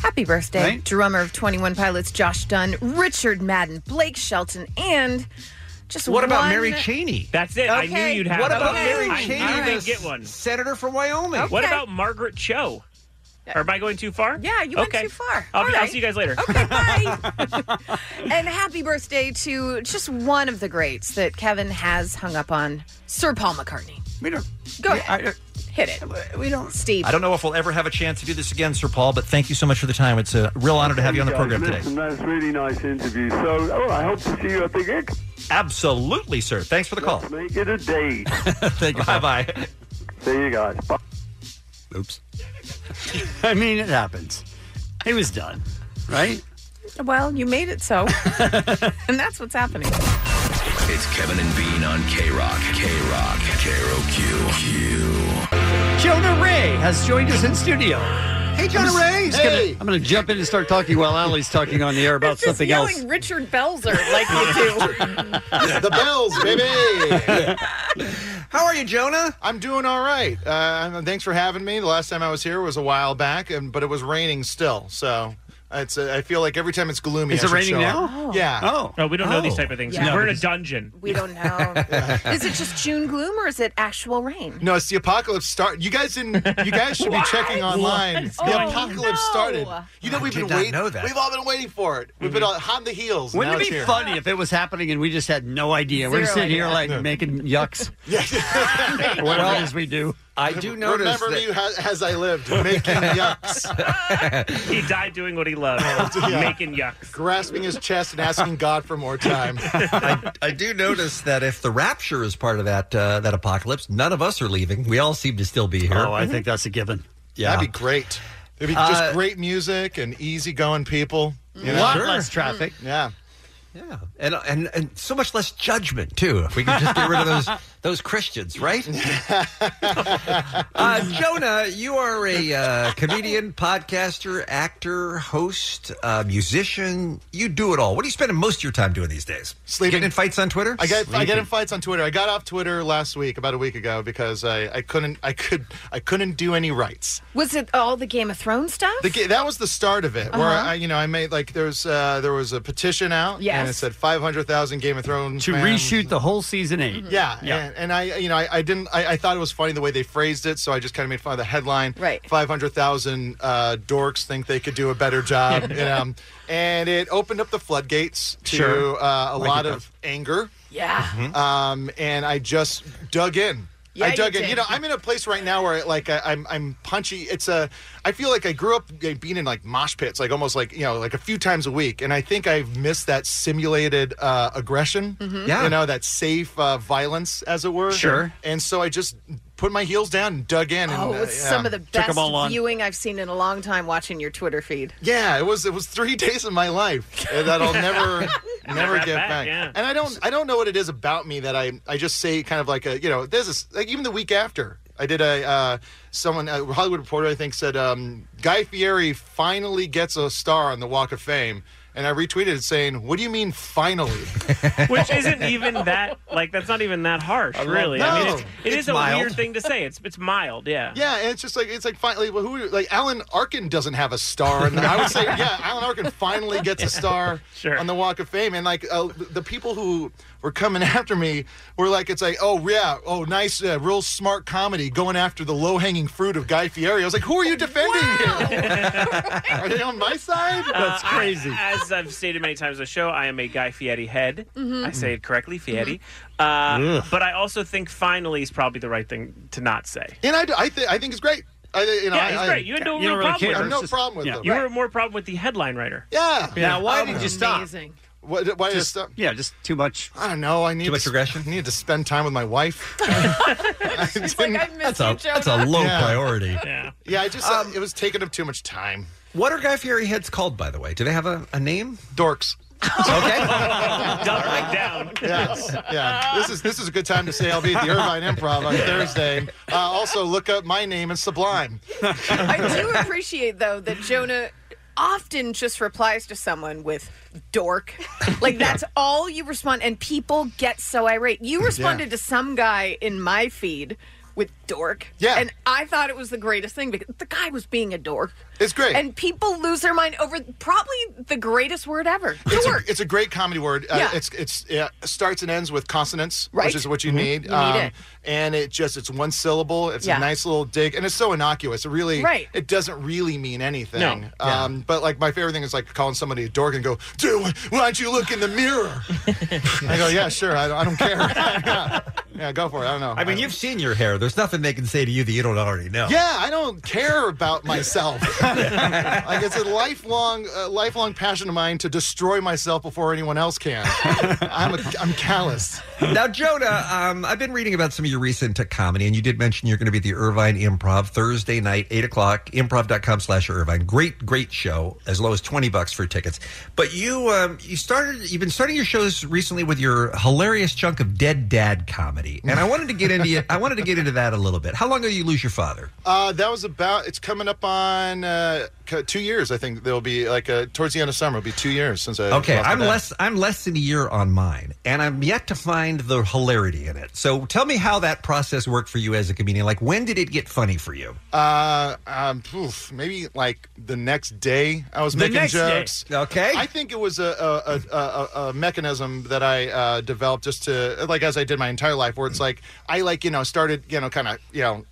Speaker 8: Happy birthday,
Speaker 7: Right.
Speaker 8: drummer of 21 Pilots, Josh Dunn, Richard Madden, Blake Shelton, and just
Speaker 3: What about
Speaker 8: one-
Speaker 3: Mary Cheney?
Speaker 9: That's it. I knew
Speaker 8: Okay.
Speaker 9: you'd have.
Speaker 3: What about
Speaker 9: one.
Speaker 3: Mary
Speaker 9: I knew
Speaker 3: Cheney,
Speaker 9: you'd
Speaker 3: the
Speaker 9: get one.
Speaker 3: Senator from Wyoming.
Speaker 9: What about Margaret Cho? Or am I going too far?
Speaker 8: Yeah, you went
Speaker 9: okay.
Speaker 8: too far.
Speaker 9: I'll,
Speaker 8: All
Speaker 9: be, I'll
Speaker 8: right.
Speaker 9: see you guys later.
Speaker 8: And happy birthday to just one of the greats that Kevin has hung up on, Sir Paul McCartney.
Speaker 7: We don't.
Speaker 8: Go ahead. Hit it. uh, We don't. Steve.
Speaker 14: I don't know if we'll ever have a chance to do this again, Sir Paul, but thank you so much for the time. It's a real honor to have you on the
Speaker 25: Hey,
Speaker 14: program
Speaker 25: guys,
Speaker 14: today.
Speaker 25: listen, That's a really nice interview. So, oh, I hope to see you at the gig.
Speaker 14: Absolutely, sir. Thanks for the call.
Speaker 25: Make it a date.
Speaker 14: Thank you. Bye bye.
Speaker 21: See you guys.
Speaker 7: Oops. I mean, it happens. He was done, right?
Speaker 8: Well, you made it so. and that's what's happening.
Speaker 12: It's Kevin and Bean on K Rock. K Rock. K Rock.
Speaker 7: Jonah Ray has joined us in studio.
Speaker 8: Hey, Jonah Ray.
Speaker 7: Just gonna- I'm going to jump in and start talking while Allie's talking on the air about
Speaker 8: Just
Speaker 7: something
Speaker 8: yelling
Speaker 7: else.
Speaker 8: Richard Belzer like you do.
Speaker 17: the bells, baby.
Speaker 10: How are you, Jonah? I'm doing all right. Uh, I'm- thanks for having me. The last time I was here was a while back, and but it was raining still, so it's. Uh, I feel like every time it's gloomy.
Speaker 9: Is
Speaker 10: I
Speaker 9: it
Speaker 10: should
Speaker 9: raining
Speaker 10: show
Speaker 9: now?
Speaker 10: up.
Speaker 9: Oh.
Speaker 10: Yeah.
Speaker 9: Oh. No, we don't know these type of things. Yeah. We're in a dungeon.
Speaker 8: We don't know. Is it just June gloom or is it actual rain?
Speaker 10: No, it's the apocalypse start. You guys didn't. You guys should be
Speaker 8: What?
Speaker 10: checking online.
Speaker 8: What's
Speaker 10: The
Speaker 8: going
Speaker 10: apocalypse
Speaker 8: on?
Speaker 10: started. You know
Speaker 7: I
Speaker 10: we've
Speaker 7: did
Speaker 10: been
Speaker 7: not
Speaker 10: waiting.
Speaker 7: know that.
Speaker 10: We've all been waiting for it. We've been on, on the heels.
Speaker 7: Wouldn't
Speaker 10: Now
Speaker 7: it
Speaker 10: it's
Speaker 7: be
Speaker 10: here.
Speaker 7: funny if it was happening and we just had no idea? We're
Speaker 10: Zero
Speaker 7: sitting here
Speaker 10: idea.
Speaker 7: like making yucks. Or whatever it is we do.
Speaker 14: I
Speaker 10: do notice Remember that- me ha- as I lived, making
Speaker 9: yucks. he died doing what he loved,
Speaker 10: Yeah.
Speaker 9: making yucks.
Speaker 10: grasping his chest and asking God for more time.
Speaker 3: I do notice that if the rapture is part of that uh, that apocalypse, none of us are leaving. We all seem to still be here.
Speaker 10: Oh, I think
Speaker 7: that's a given.
Speaker 3: Yeah,
Speaker 10: That'd be great. It'd be
Speaker 3: Uh,
Speaker 10: just great music and easygoing people. Mm-hmm.
Speaker 3: A lot Sure. less traffic.
Speaker 10: Yeah.
Speaker 3: Yeah. and and and so much less judgment too. If we could just get rid of those those Christians, right? uh, Jonah, you are a uh, comedian, podcaster, actor, host, uh, musician. You do it all. What are you spending most of your time doing these days? Sleeping. Getting in fights on Twitter.
Speaker 10: I get I get in
Speaker 3: Sleeping.
Speaker 10: fights on Twitter. I got off Twitter last week, about a week ago, because I, I couldn't I could I couldn't do any rights.
Speaker 8: Was it all the Game of Thrones stuff?
Speaker 10: The, ga- that was the start of it, where
Speaker 8: Uh-huh.
Speaker 10: I you know I made like there's uh, there was a petition out, and it
Speaker 7: Yes.
Speaker 10: said five hundred thousand Game of Thrones
Speaker 7: To
Speaker 10: fans.
Speaker 7: reshoot the whole season 8.
Speaker 9: Mm-hmm.
Speaker 10: Yeah,
Speaker 7: Yeah.
Speaker 10: And, and I, you know, I, I didn't. I, I thought it was funny the way they phrased it, so I just kind of made fun of the headline. Right. Five hundred thousand uh, dorks think they could do a better job. you know? And it opened up the floodgates to
Speaker 7: Sure.
Speaker 10: uh, a
Speaker 7: Like it
Speaker 10: lot
Speaker 7: does. Mm-hmm.
Speaker 10: of anger.
Speaker 8: Yeah.
Speaker 10: Um, and I just dug in.
Speaker 7: Yeah,
Speaker 10: I dug
Speaker 7: you
Speaker 10: in. You
Speaker 7: did.
Speaker 10: know, I'm in a place right now where like I, I'm I'm punchy. It's a I feel like I grew up like, being in like mosh pits, like almost like you know like a few times a week, and I think I've missed that simulated uh, aggression.
Speaker 7: Mhm. Yeah.
Speaker 10: you know that safe uh, violence, as it were.
Speaker 7: Sure.
Speaker 10: And so I just put my heels down and dug in.
Speaker 8: Oh,
Speaker 10: and,
Speaker 8: it
Speaker 10: uh,
Speaker 8: was
Speaker 10: yeah.
Speaker 8: some of the best viewing I've seen in a long time watching your Twitter feed.
Speaker 10: Yeah, it was it was three days of my life that I'll never never
Speaker 8: Never
Speaker 10: get
Speaker 8: back,
Speaker 10: back.
Speaker 8: yeah.
Speaker 10: And I don't I don't know what it is about me that I I just say kind of like a you know there's this like even the week after I did a uh, someone a Hollywood reporter I think said um, Guy Fieri finally gets a star on the Walk of Fame. And I retweeted it saying, "What do you mean finally?"
Speaker 9: Which isn't even that like that's not even that harsh,
Speaker 10: love-
Speaker 9: really. I mean, it's, it
Speaker 10: No.
Speaker 9: is
Speaker 10: It's
Speaker 9: a
Speaker 10: mild.
Speaker 9: weird thing to say. It's it's mild, yeah.
Speaker 10: Yeah, and it's just like it's like finally. Well, who like Alan Arkin doesn't have a star, and I would say yeah, Alan Arkin finally gets a star on the Walk of Fame, and like uh, the people who were coming after me were like, it's like oh yeah, oh nice, uh, real smart comedy going after the low hanging fruit of Guy Fieri. I was like, who are you defending? here? are they on my side?
Speaker 9: Uh, I- as I've stated many times on the show, I am a Guy Fieri head.
Speaker 10: Mhm.
Speaker 9: I say it correctly, Fieri.
Speaker 10: Ugh.
Speaker 9: Uh, but I also think finally is probably the right thing to not say.
Speaker 10: and I, I, th- I think it's great. I, you know,
Speaker 9: yeah, he's
Speaker 10: I- I-
Speaker 9: great. You had no real problem with
Speaker 10: I
Speaker 9: him.
Speaker 10: have no problem with them.
Speaker 9: You were more problem with the headline writer.
Speaker 10: Yeah.
Speaker 9: Now, why
Speaker 10: Um,
Speaker 9: did you
Speaker 7: stop?
Speaker 10: Why, why did I stop?
Speaker 7: Yeah, just too much.
Speaker 10: I don't know. I need
Speaker 7: Too much
Speaker 10: to, aggression. I need to spend time with my wife.
Speaker 3: That's a that's a low
Speaker 10: Yeah.
Speaker 3: priority.
Speaker 10: Yeah, I just uh, it was taking up too much time.
Speaker 3: What are Guy Fieri heads called, by the way? Do they have a, a name?
Speaker 10: Dorks.
Speaker 9: Doubling down.
Speaker 10: Yes. Yeah. This is this is a good time to say I'll be at the Irvine Improv on Thursday. Uh, also, look up my name and Sublime.
Speaker 8: I do appreciate though that Jonah often just replies to someone with dork. Like that's all you respond and people get so irate. You responded to some guy in my feed with dork.
Speaker 10: Yeah.
Speaker 8: And I thought it was the greatest thing because the guy was being a dork.
Speaker 10: It's great.
Speaker 8: And people lose their mind over probably the greatest word ever.
Speaker 10: It's a, it's a great comedy word. Uh,
Speaker 8: Yeah.
Speaker 10: It's it's yeah, starts and ends with consonants,
Speaker 8: Right.
Speaker 10: which is what you
Speaker 8: Mhm.
Speaker 10: need. Um,
Speaker 8: You need it.
Speaker 10: And it just it's one syllable. It's
Speaker 8: Yeah.
Speaker 10: a nice little dig, and it's so innocuous. It really
Speaker 8: Right.
Speaker 10: it doesn't really mean anything.
Speaker 7: No.
Speaker 10: Um, But like my favorite thing is like calling somebody a dork and go, dude, why don't you look in the mirror? I go, yeah, sure. I don't, I don't care. Yeah. Yeah, go for it. I don't know.
Speaker 3: I mean, you've seen your hair. There's nothing they can say to you that you don't already know.
Speaker 10: Yeah, I don't care about myself. like it's a lifelong, uh, lifelong passion of mine to destroy myself before anyone else can. I'm, a, I'm callous.
Speaker 3: now, Jonah, um, I've been reading about some of your recent uh, comedy, and you did mention you're going to be at the Irvine Improv Thursday night, 8 o'clock, improv.com slash Irvine. Great, great show, as low as 20 bucks for tickets. But you, um, you started, you've been starting your shows recently with your hilarious chunk of dead dad comedy. And I wanted to get into, I wanted to get into that a little bit. How long ago you lose your father?
Speaker 10: Uh, that was about. It's coming up on uh, c- two years. I think there'll be like uh, towards the end of summer. It'll be two years since I.
Speaker 3: Okay,
Speaker 10: lost my
Speaker 3: I'm
Speaker 10: dad.
Speaker 3: less I'm less than a year on mine, and I'm yet to find the hilarity in it. So tell me how that process worked for you as a comedian. Like when did it get funny for you?
Speaker 10: Uh, um, oof, maybe like the next day I was
Speaker 3: The
Speaker 10: making
Speaker 3: next day.
Speaker 10: jokes.
Speaker 3: Okay.
Speaker 10: I think it was a a, a, a, a mechanism that I uh, developed just to like as I did my entire life, where it's like I like you know started you know kind of you know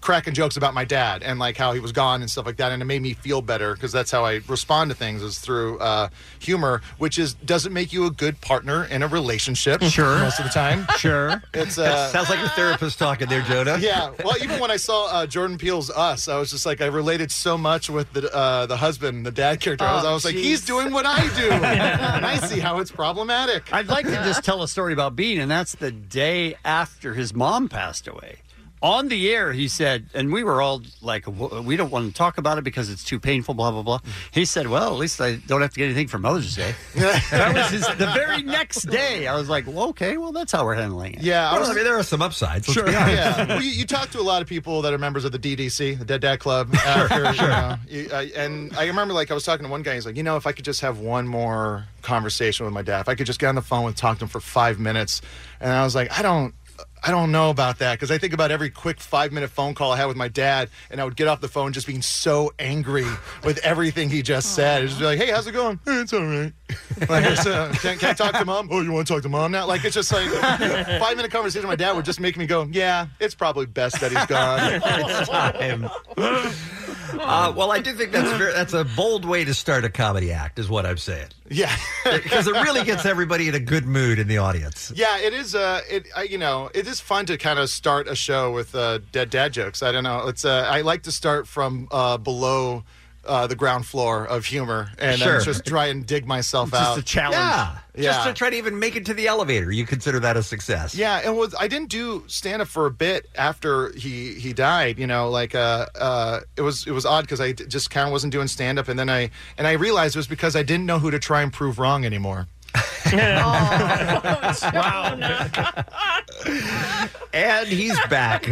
Speaker 10: cracking jokes about my dad and like how he was gone and stuff like that and it made me feel better because that's how i respond to things is through uh, humor which is doesn't make you a good partner in a relationship
Speaker 3: Sure.
Speaker 10: most of the time
Speaker 13: sure
Speaker 10: it's
Speaker 3: That
Speaker 10: uh,
Speaker 3: sounds like a therapist talking there, Jonah.
Speaker 10: yeah. Well, even when I saw uh, Jordan Peele's Us, I was just like, I related so much with the uh, the husband, the dad character. I was,
Speaker 7: Oh,
Speaker 10: I was like,
Speaker 7: jeez.
Speaker 10: he's doing what I do, and I see how it's problematic.
Speaker 7: I'd like to just tell a story about Bean, and that's the day after his mom passed away. On the air, he said, and we were all like, "W- we don't want to talk about it because it's too painful, blah, blah, blah. He said, well, at least I don't have to get anything for Mother's Day. that was his, the very next day. I was like, well, okay, well, that's how we're handling it.
Speaker 10: Yeah, I
Speaker 3: Well,
Speaker 10: was-
Speaker 3: I mean, there are some upsides. Let's
Speaker 10: Sure.
Speaker 3: be honest.
Speaker 10: Yeah. Well, you, you talk to a lot of people that are members of the DDC, the Dead Dad Club. After, You know, you, uh, and I remember, like, I was talking to one guy. He's like, you know, if I could just have one more conversation with my dad, if I could just get on the phone and talk to him for five minutes. And I was like, I don't. I don't know about that because I think about every quick five minute phone call I had with my dad, and I would get off the phone just being so angry with everything he just said. It's just be like, "Hey, how's it going? "Eh, it's all right. Like, it's, uh, can, can I talk to mom? Oh, you want to talk to mom now? Like, it's just like five minute conversation with my dad would just make me go, yeah, it's probably best that he's gone.
Speaker 3: Uh, well, I do think that's very, that's a bold way to start a comedy act, is what I'm saying.
Speaker 10: Yeah,
Speaker 3: because it really gets everybody in a good mood in the audience.
Speaker 10: yeah, it is. Uh, it I, you know, it is fun to kind of start a show with uh, dead dad jokes. I don't know. It's uh, I like to start from uh, below. Uh, the ground floor of humor, and then
Speaker 3: Sure.
Speaker 10: just try and dig myself
Speaker 3: Just
Speaker 10: out.
Speaker 3: a challenge.
Speaker 10: Yeah, yeah.
Speaker 3: Just to try to even make it to the elevator, you consider that a success.
Speaker 10: Yeah, and was I didn't do stand up for a bit after he he died. You know, like uh, uh, it was it was odd because I d- just kind of wasn't doing stand up, and then I and I realized it was because I didn't know who to try and prove wrong anymore.
Speaker 3: And he's back.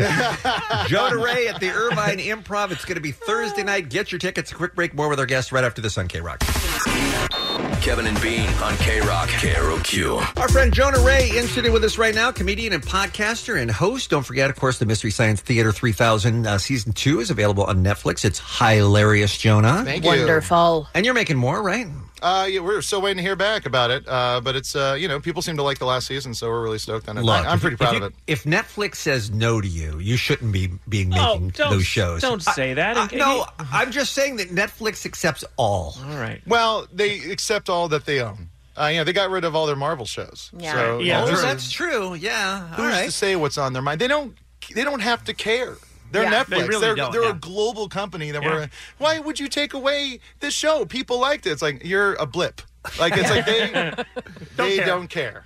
Speaker 3: Jonah Ray at the Irvine Improv. It's going to be Thursday night. Get your tickets. A quick break. More with our guests right after this on K Rock.
Speaker 12: Kevin and Bean on K Rock, KROQ.
Speaker 3: Our friend Jonah Ray in studio with us right now, comedian and podcaster and host. Don't forget, of course, the Mystery Science Theater 3000 uh, season two is available on Netflix. It's hilarious, Jonah.
Speaker 10: Thank you. Wonderful.
Speaker 3: And you're making more, right?
Speaker 10: Uh, yeah, we're still waiting to hear back about it, uh, but it's uh, you know people seem to like the last season, so we're really stoked on it.
Speaker 3: Look,
Speaker 10: I, am
Speaker 3: if-
Speaker 10: pretty
Speaker 3: if
Speaker 10: proud
Speaker 3: you-
Speaker 10: of it.
Speaker 3: If Netflix says no to you, you shouldn't be being
Speaker 10: Oh,
Speaker 3: making
Speaker 10: don't-
Speaker 3: those shows.
Speaker 10: don't say that.
Speaker 3: I- no, I'm just saying that Netflix accepts all.
Speaker 10: All right. Well, they accept all that they own. Uh, you know, they got rid of all their Marvel shows.
Speaker 3: Yeah.
Speaker 10: So,
Speaker 3: Yeah. Oh,
Speaker 10: there's-
Speaker 3: that's true. Yeah.
Speaker 10: Who's to say what's on their mind? They don't. They don't have to care. They're
Speaker 3: Yeah.
Speaker 10: Netflix.
Speaker 3: They really
Speaker 10: are
Speaker 3: don't,
Speaker 10: they're
Speaker 3: yeah.
Speaker 10: a global company that
Speaker 3: Yeah.
Speaker 10: we're. Why would you take away this show? People liked it. It's like you're a blip. Like it's like they they
Speaker 7: care.
Speaker 10: don't care.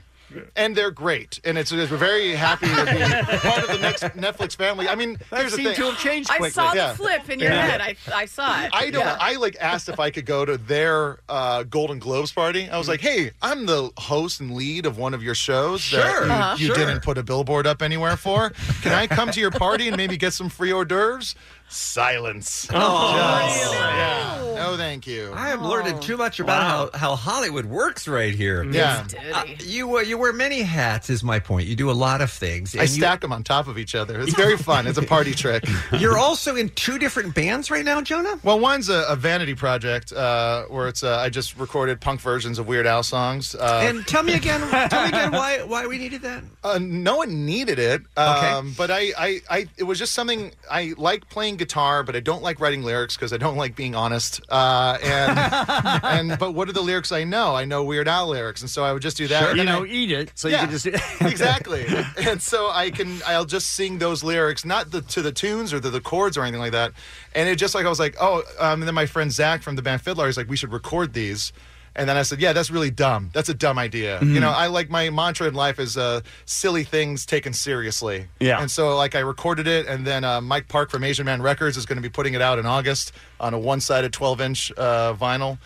Speaker 10: And they're great, and it's, it's we're very happy to be part of the next Netflix family. I mean, here's the
Speaker 7: seemed
Speaker 10: thing.
Speaker 7: to have changed
Speaker 8: I saw the
Speaker 10: Yeah.
Speaker 8: flip in your
Speaker 10: Yeah.
Speaker 8: head. I, I saw it.
Speaker 10: I don't.
Speaker 8: Yeah.
Speaker 10: I like asked if I could go to their uh, Golden Globes party. I was like, "Hey, I'm the host and lead of one of your shows that
Speaker 3: Sure,
Speaker 10: you,
Speaker 3: Uh-huh.
Speaker 10: you
Speaker 3: sure.
Speaker 10: didn't put a billboard up anywhere for. Can I come to your party and maybe get some free hors d'oeuvres?" Silence.
Speaker 3: Oh,
Speaker 10: Just- yeah. No, thank you.
Speaker 3: I have learned too much about how, how Hollywood works right here.
Speaker 10: Yeah.
Speaker 3: Uh, you uh, you wear many hats is my point. You do a lot of things.
Speaker 10: I stack them on top of each other. It's very fun. It's a party trick.
Speaker 3: You're also in two different bands right now, Jonah.
Speaker 10: Well, one's a, a vanity project uh, where it's uh, I just recorded punk versions of Weird Al songs. Uh,
Speaker 3: and tell me again, tell me again why why we needed that.
Speaker 10: Uh, no one needed it, um, but I, I, I, it was just something I like playing playing guitar, but I don't like writing lyrics because I don't like being honest. Uh, and and but what are the lyrics I know? I know Weird Al lyrics, and so I would just do that.
Speaker 7: Sure.
Speaker 10: and
Speaker 7: You
Speaker 10: then
Speaker 7: know,
Speaker 10: I-
Speaker 7: eat it. So
Speaker 10: Yeah.
Speaker 7: you can just
Speaker 10: exactly. And so I can I'll just sing those lyrics, not the, to the tunes or the, the chords or anything like that. And it just like I was like, oh, um, and then my friend Zach from the band Fiddler, he's like, we should record these. And then I said, yeah, that's really dumb. That's a dumb idea. You
Speaker 7: Mhm.
Speaker 10: know, I like my mantra in life is uh, silly things taken seriously.
Speaker 7: Yeah.
Speaker 10: And so like I recorded it, and then uh, Mike Park from Asian Man Records is going to be putting it out in August on a one-sided 12-inch uh, vinyl.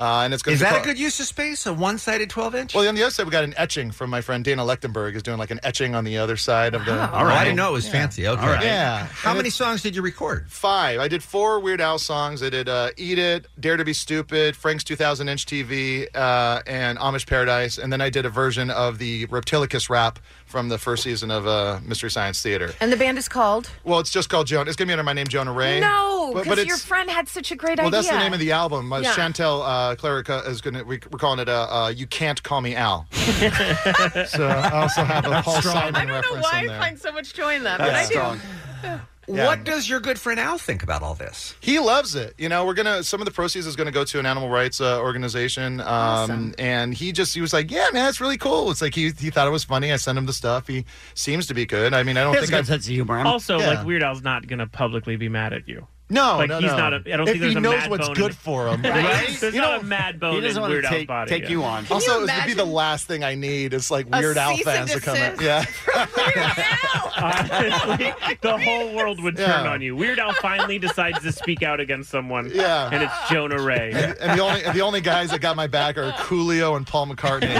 Speaker 10: Uh, and it's going
Speaker 3: Is
Speaker 10: to be
Speaker 3: that a
Speaker 10: called-
Speaker 3: good use of space? A one-sided 12-inch?
Speaker 10: well, on the other side, we got an etching from my friend Dana Lechtenberg, is doing like an etching on the other side of the.
Speaker 3: All right. I didn't know it was fancy. Okay.
Speaker 10: All right. Yeah.
Speaker 3: How many songs did you record?
Speaker 10: Five. I did four Weird Al songs. I did uh, "Eat It," "Dare to Be Stupid," "Frank's 2000 Inch TV," uh, and "Amish Paradise." And then I did a version of the Reptilicus rap from the first season of uh, Mystery Science Theater.
Speaker 8: And the band is called?
Speaker 10: Well, it's just called Joan. It's gonna be under my name, Jonah Ray.
Speaker 8: No,
Speaker 10: but, but
Speaker 8: because
Speaker 10: it's
Speaker 8: your friend had such a great
Speaker 10: well,
Speaker 8: idea.
Speaker 10: that's the name of the album. Uh,
Speaker 8: Yeah.
Speaker 10: Chantel uh, Clerica is going to, we, we're calling it uh, uh, You Can't Call Me Al. so I also have a Paul
Speaker 3: Strong.
Speaker 10: Simon
Speaker 3: I don't know
Speaker 10: reference
Speaker 3: why
Speaker 10: in
Speaker 3: I
Speaker 10: there.
Speaker 8: find so much joy in that,
Speaker 10: That's
Speaker 8: but I
Speaker 10: strong.
Speaker 8: do.
Speaker 3: What does your good friend Al think about all this?
Speaker 10: He loves it. You know, we're gonna some of the proceeds is gonna go to an animal rights uh, organization. Um, And he just he was like, "Yeah, man, it's really cool." It's like he he thought it was funny. I sent him the stuff. He seems to be good. I mean, I don't think I've
Speaker 9: Also,
Speaker 10: Yeah.
Speaker 9: like Weird Al's not going to publicly be mad at you.
Speaker 10: No,
Speaker 9: like
Speaker 10: no,
Speaker 9: he's
Speaker 10: no.
Speaker 9: not. A, I don't
Speaker 10: If
Speaker 9: think
Speaker 10: he
Speaker 9: there's a
Speaker 10: knows
Speaker 9: mad
Speaker 10: what's
Speaker 9: bone
Speaker 10: good
Speaker 9: in,
Speaker 10: for him,
Speaker 9: right?
Speaker 10: right?
Speaker 9: There's
Speaker 10: You
Speaker 9: not
Speaker 10: know,
Speaker 9: a mad bone
Speaker 10: he doesn't
Speaker 9: in
Speaker 10: wanna
Speaker 9: Weird Al's
Speaker 10: take-
Speaker 9: body.
Speaker 10: take
Speaker 9: yeah.
Speaker 10: you on. also, it would be the last thing I need is like
Speaker 9: A
Speaker 10: Weird Al
Speaker 9: cease and
Speaker 10: fans to come in.
Speaker 9: desist.
Speaker 10: Yeah.
Speaker 9: Honestly, the whole world would turn
Speaker 10: Yeah.
Speaker 9: on you. Weird Al finally decides to speak out against someone.
Speaker 10: Yeah.
Speaker 9: and it's Jonah Ray.
Speaker 10: And, and the only and the only guys that got my back are Coolio and Paul McCartney.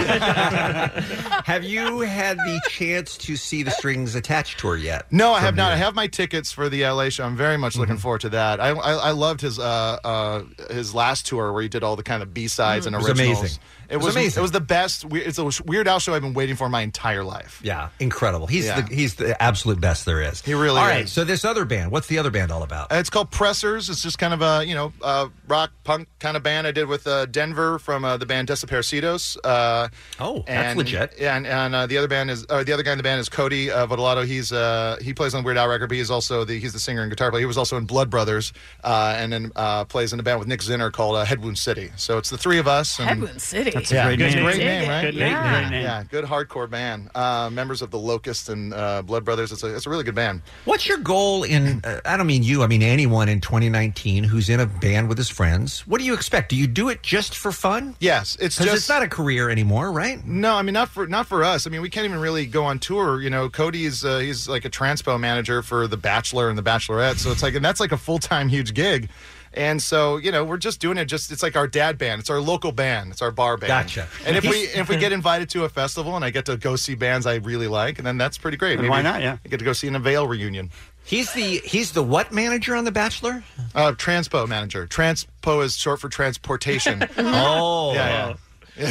Speaker 3: Have you had the chance to see the Strings Attached tour yet?
Speaker 10: No, I have not. I have my tickets for the LA show. I'm very much looking
Speaker 9: Mm-hmm.
Speaker 10: forward to that. I, I I loved his uh uh his last tour where he did all the kind of B sides
Speaker 9: Mm-hmm.
Speaker 10: and
Speaker 3: It was
Speaker 10: originals.
Speaker 3: amazing.
Speaker 10: It was
Speaker 3: amazing.
Speaker 10: It was the best. we- It's a Weird Al show I've been waiting for my entire life.
Speaker 3: Yeah, incredible. He's
Speaker 10: Yeah.
Speaker 3: the he's the absolute best there is. He
Speaker 10: really
Speaker 3: All right.
Speaker 10: is.
Speaker 3: So this other band, what's the other band all about?
Speaker 10: It's called Pressers. It's just kind of a you know uh, rock punk kind of band I did with uh, Denver from uh, the band Desaparecidos. Uh,
Speaker 3: oh,
Speaker 10: and,
Speaker 3: legit.
Speaker 10: yeah, And and uh, the other band is uh, the other guy in the band is Cody uh, Vodolato. He's uh, he plays on the Weird Al record, but he's also the he's the singer and guitar player. He was also in Blood Brothers, uh, and then uh, plays in a band with Nick Zinner called uh, Headwound City. So it's the three of us. And,
Speaker 8: Headwound City. That's
Speaker 7: a
Speaker 10: yeah,
Speaker 7: great
Speaker 10: it's
Speaker 7: name.
Speaker 10: great
Speaker 7: Dig
Speaker 10: name,
Speaker 7: it.
Speaker 10: right?
Speaker 7: Good name,
Speaker 10: Yeah.
Speaker 7: great name.
Speaker 10: yeah, good hardcore band. Uh, members of the Locust and uh, Blood Brothers. It's a it's a really good band.
Speaker 3: What's your goal in? Uh, I don't mean you. I mean anyone in 2019 who's in a band with his friends. What do you expect? Do you do it just for fun?
Speaker 10: Yes, it's
Speaker 3: 'Cause
Speaker 10: just
Speaker 3: it's not a career anymore, right?
Speaker 10: No, I mean not for not for us. I mean we can't even really go on tour. You know, Cody's uh, he's like a transpo manager for The Bachelor and The Bachelorette, so it's like and that's like a full time huge gig. And so you know we're just doing it. Just it's like our dad band. It's our local band. It's our bar band.
Speaker 3: Gotcha.
Speaker 10: And if we if we get invited to a festival and I get to go see bands I really like, and then that's pretty great.
Speaker 3: Then why not, yeah.
Speaker 10: I get to go see an Avail reunion.
Speaker 3: He's the he's the what manager on The Bachelor?
Speaker 10: Uh, transpo manager. Transpo is short for transportation.
Speaker 3: Oh.
Speaker 10: yeah. yeah.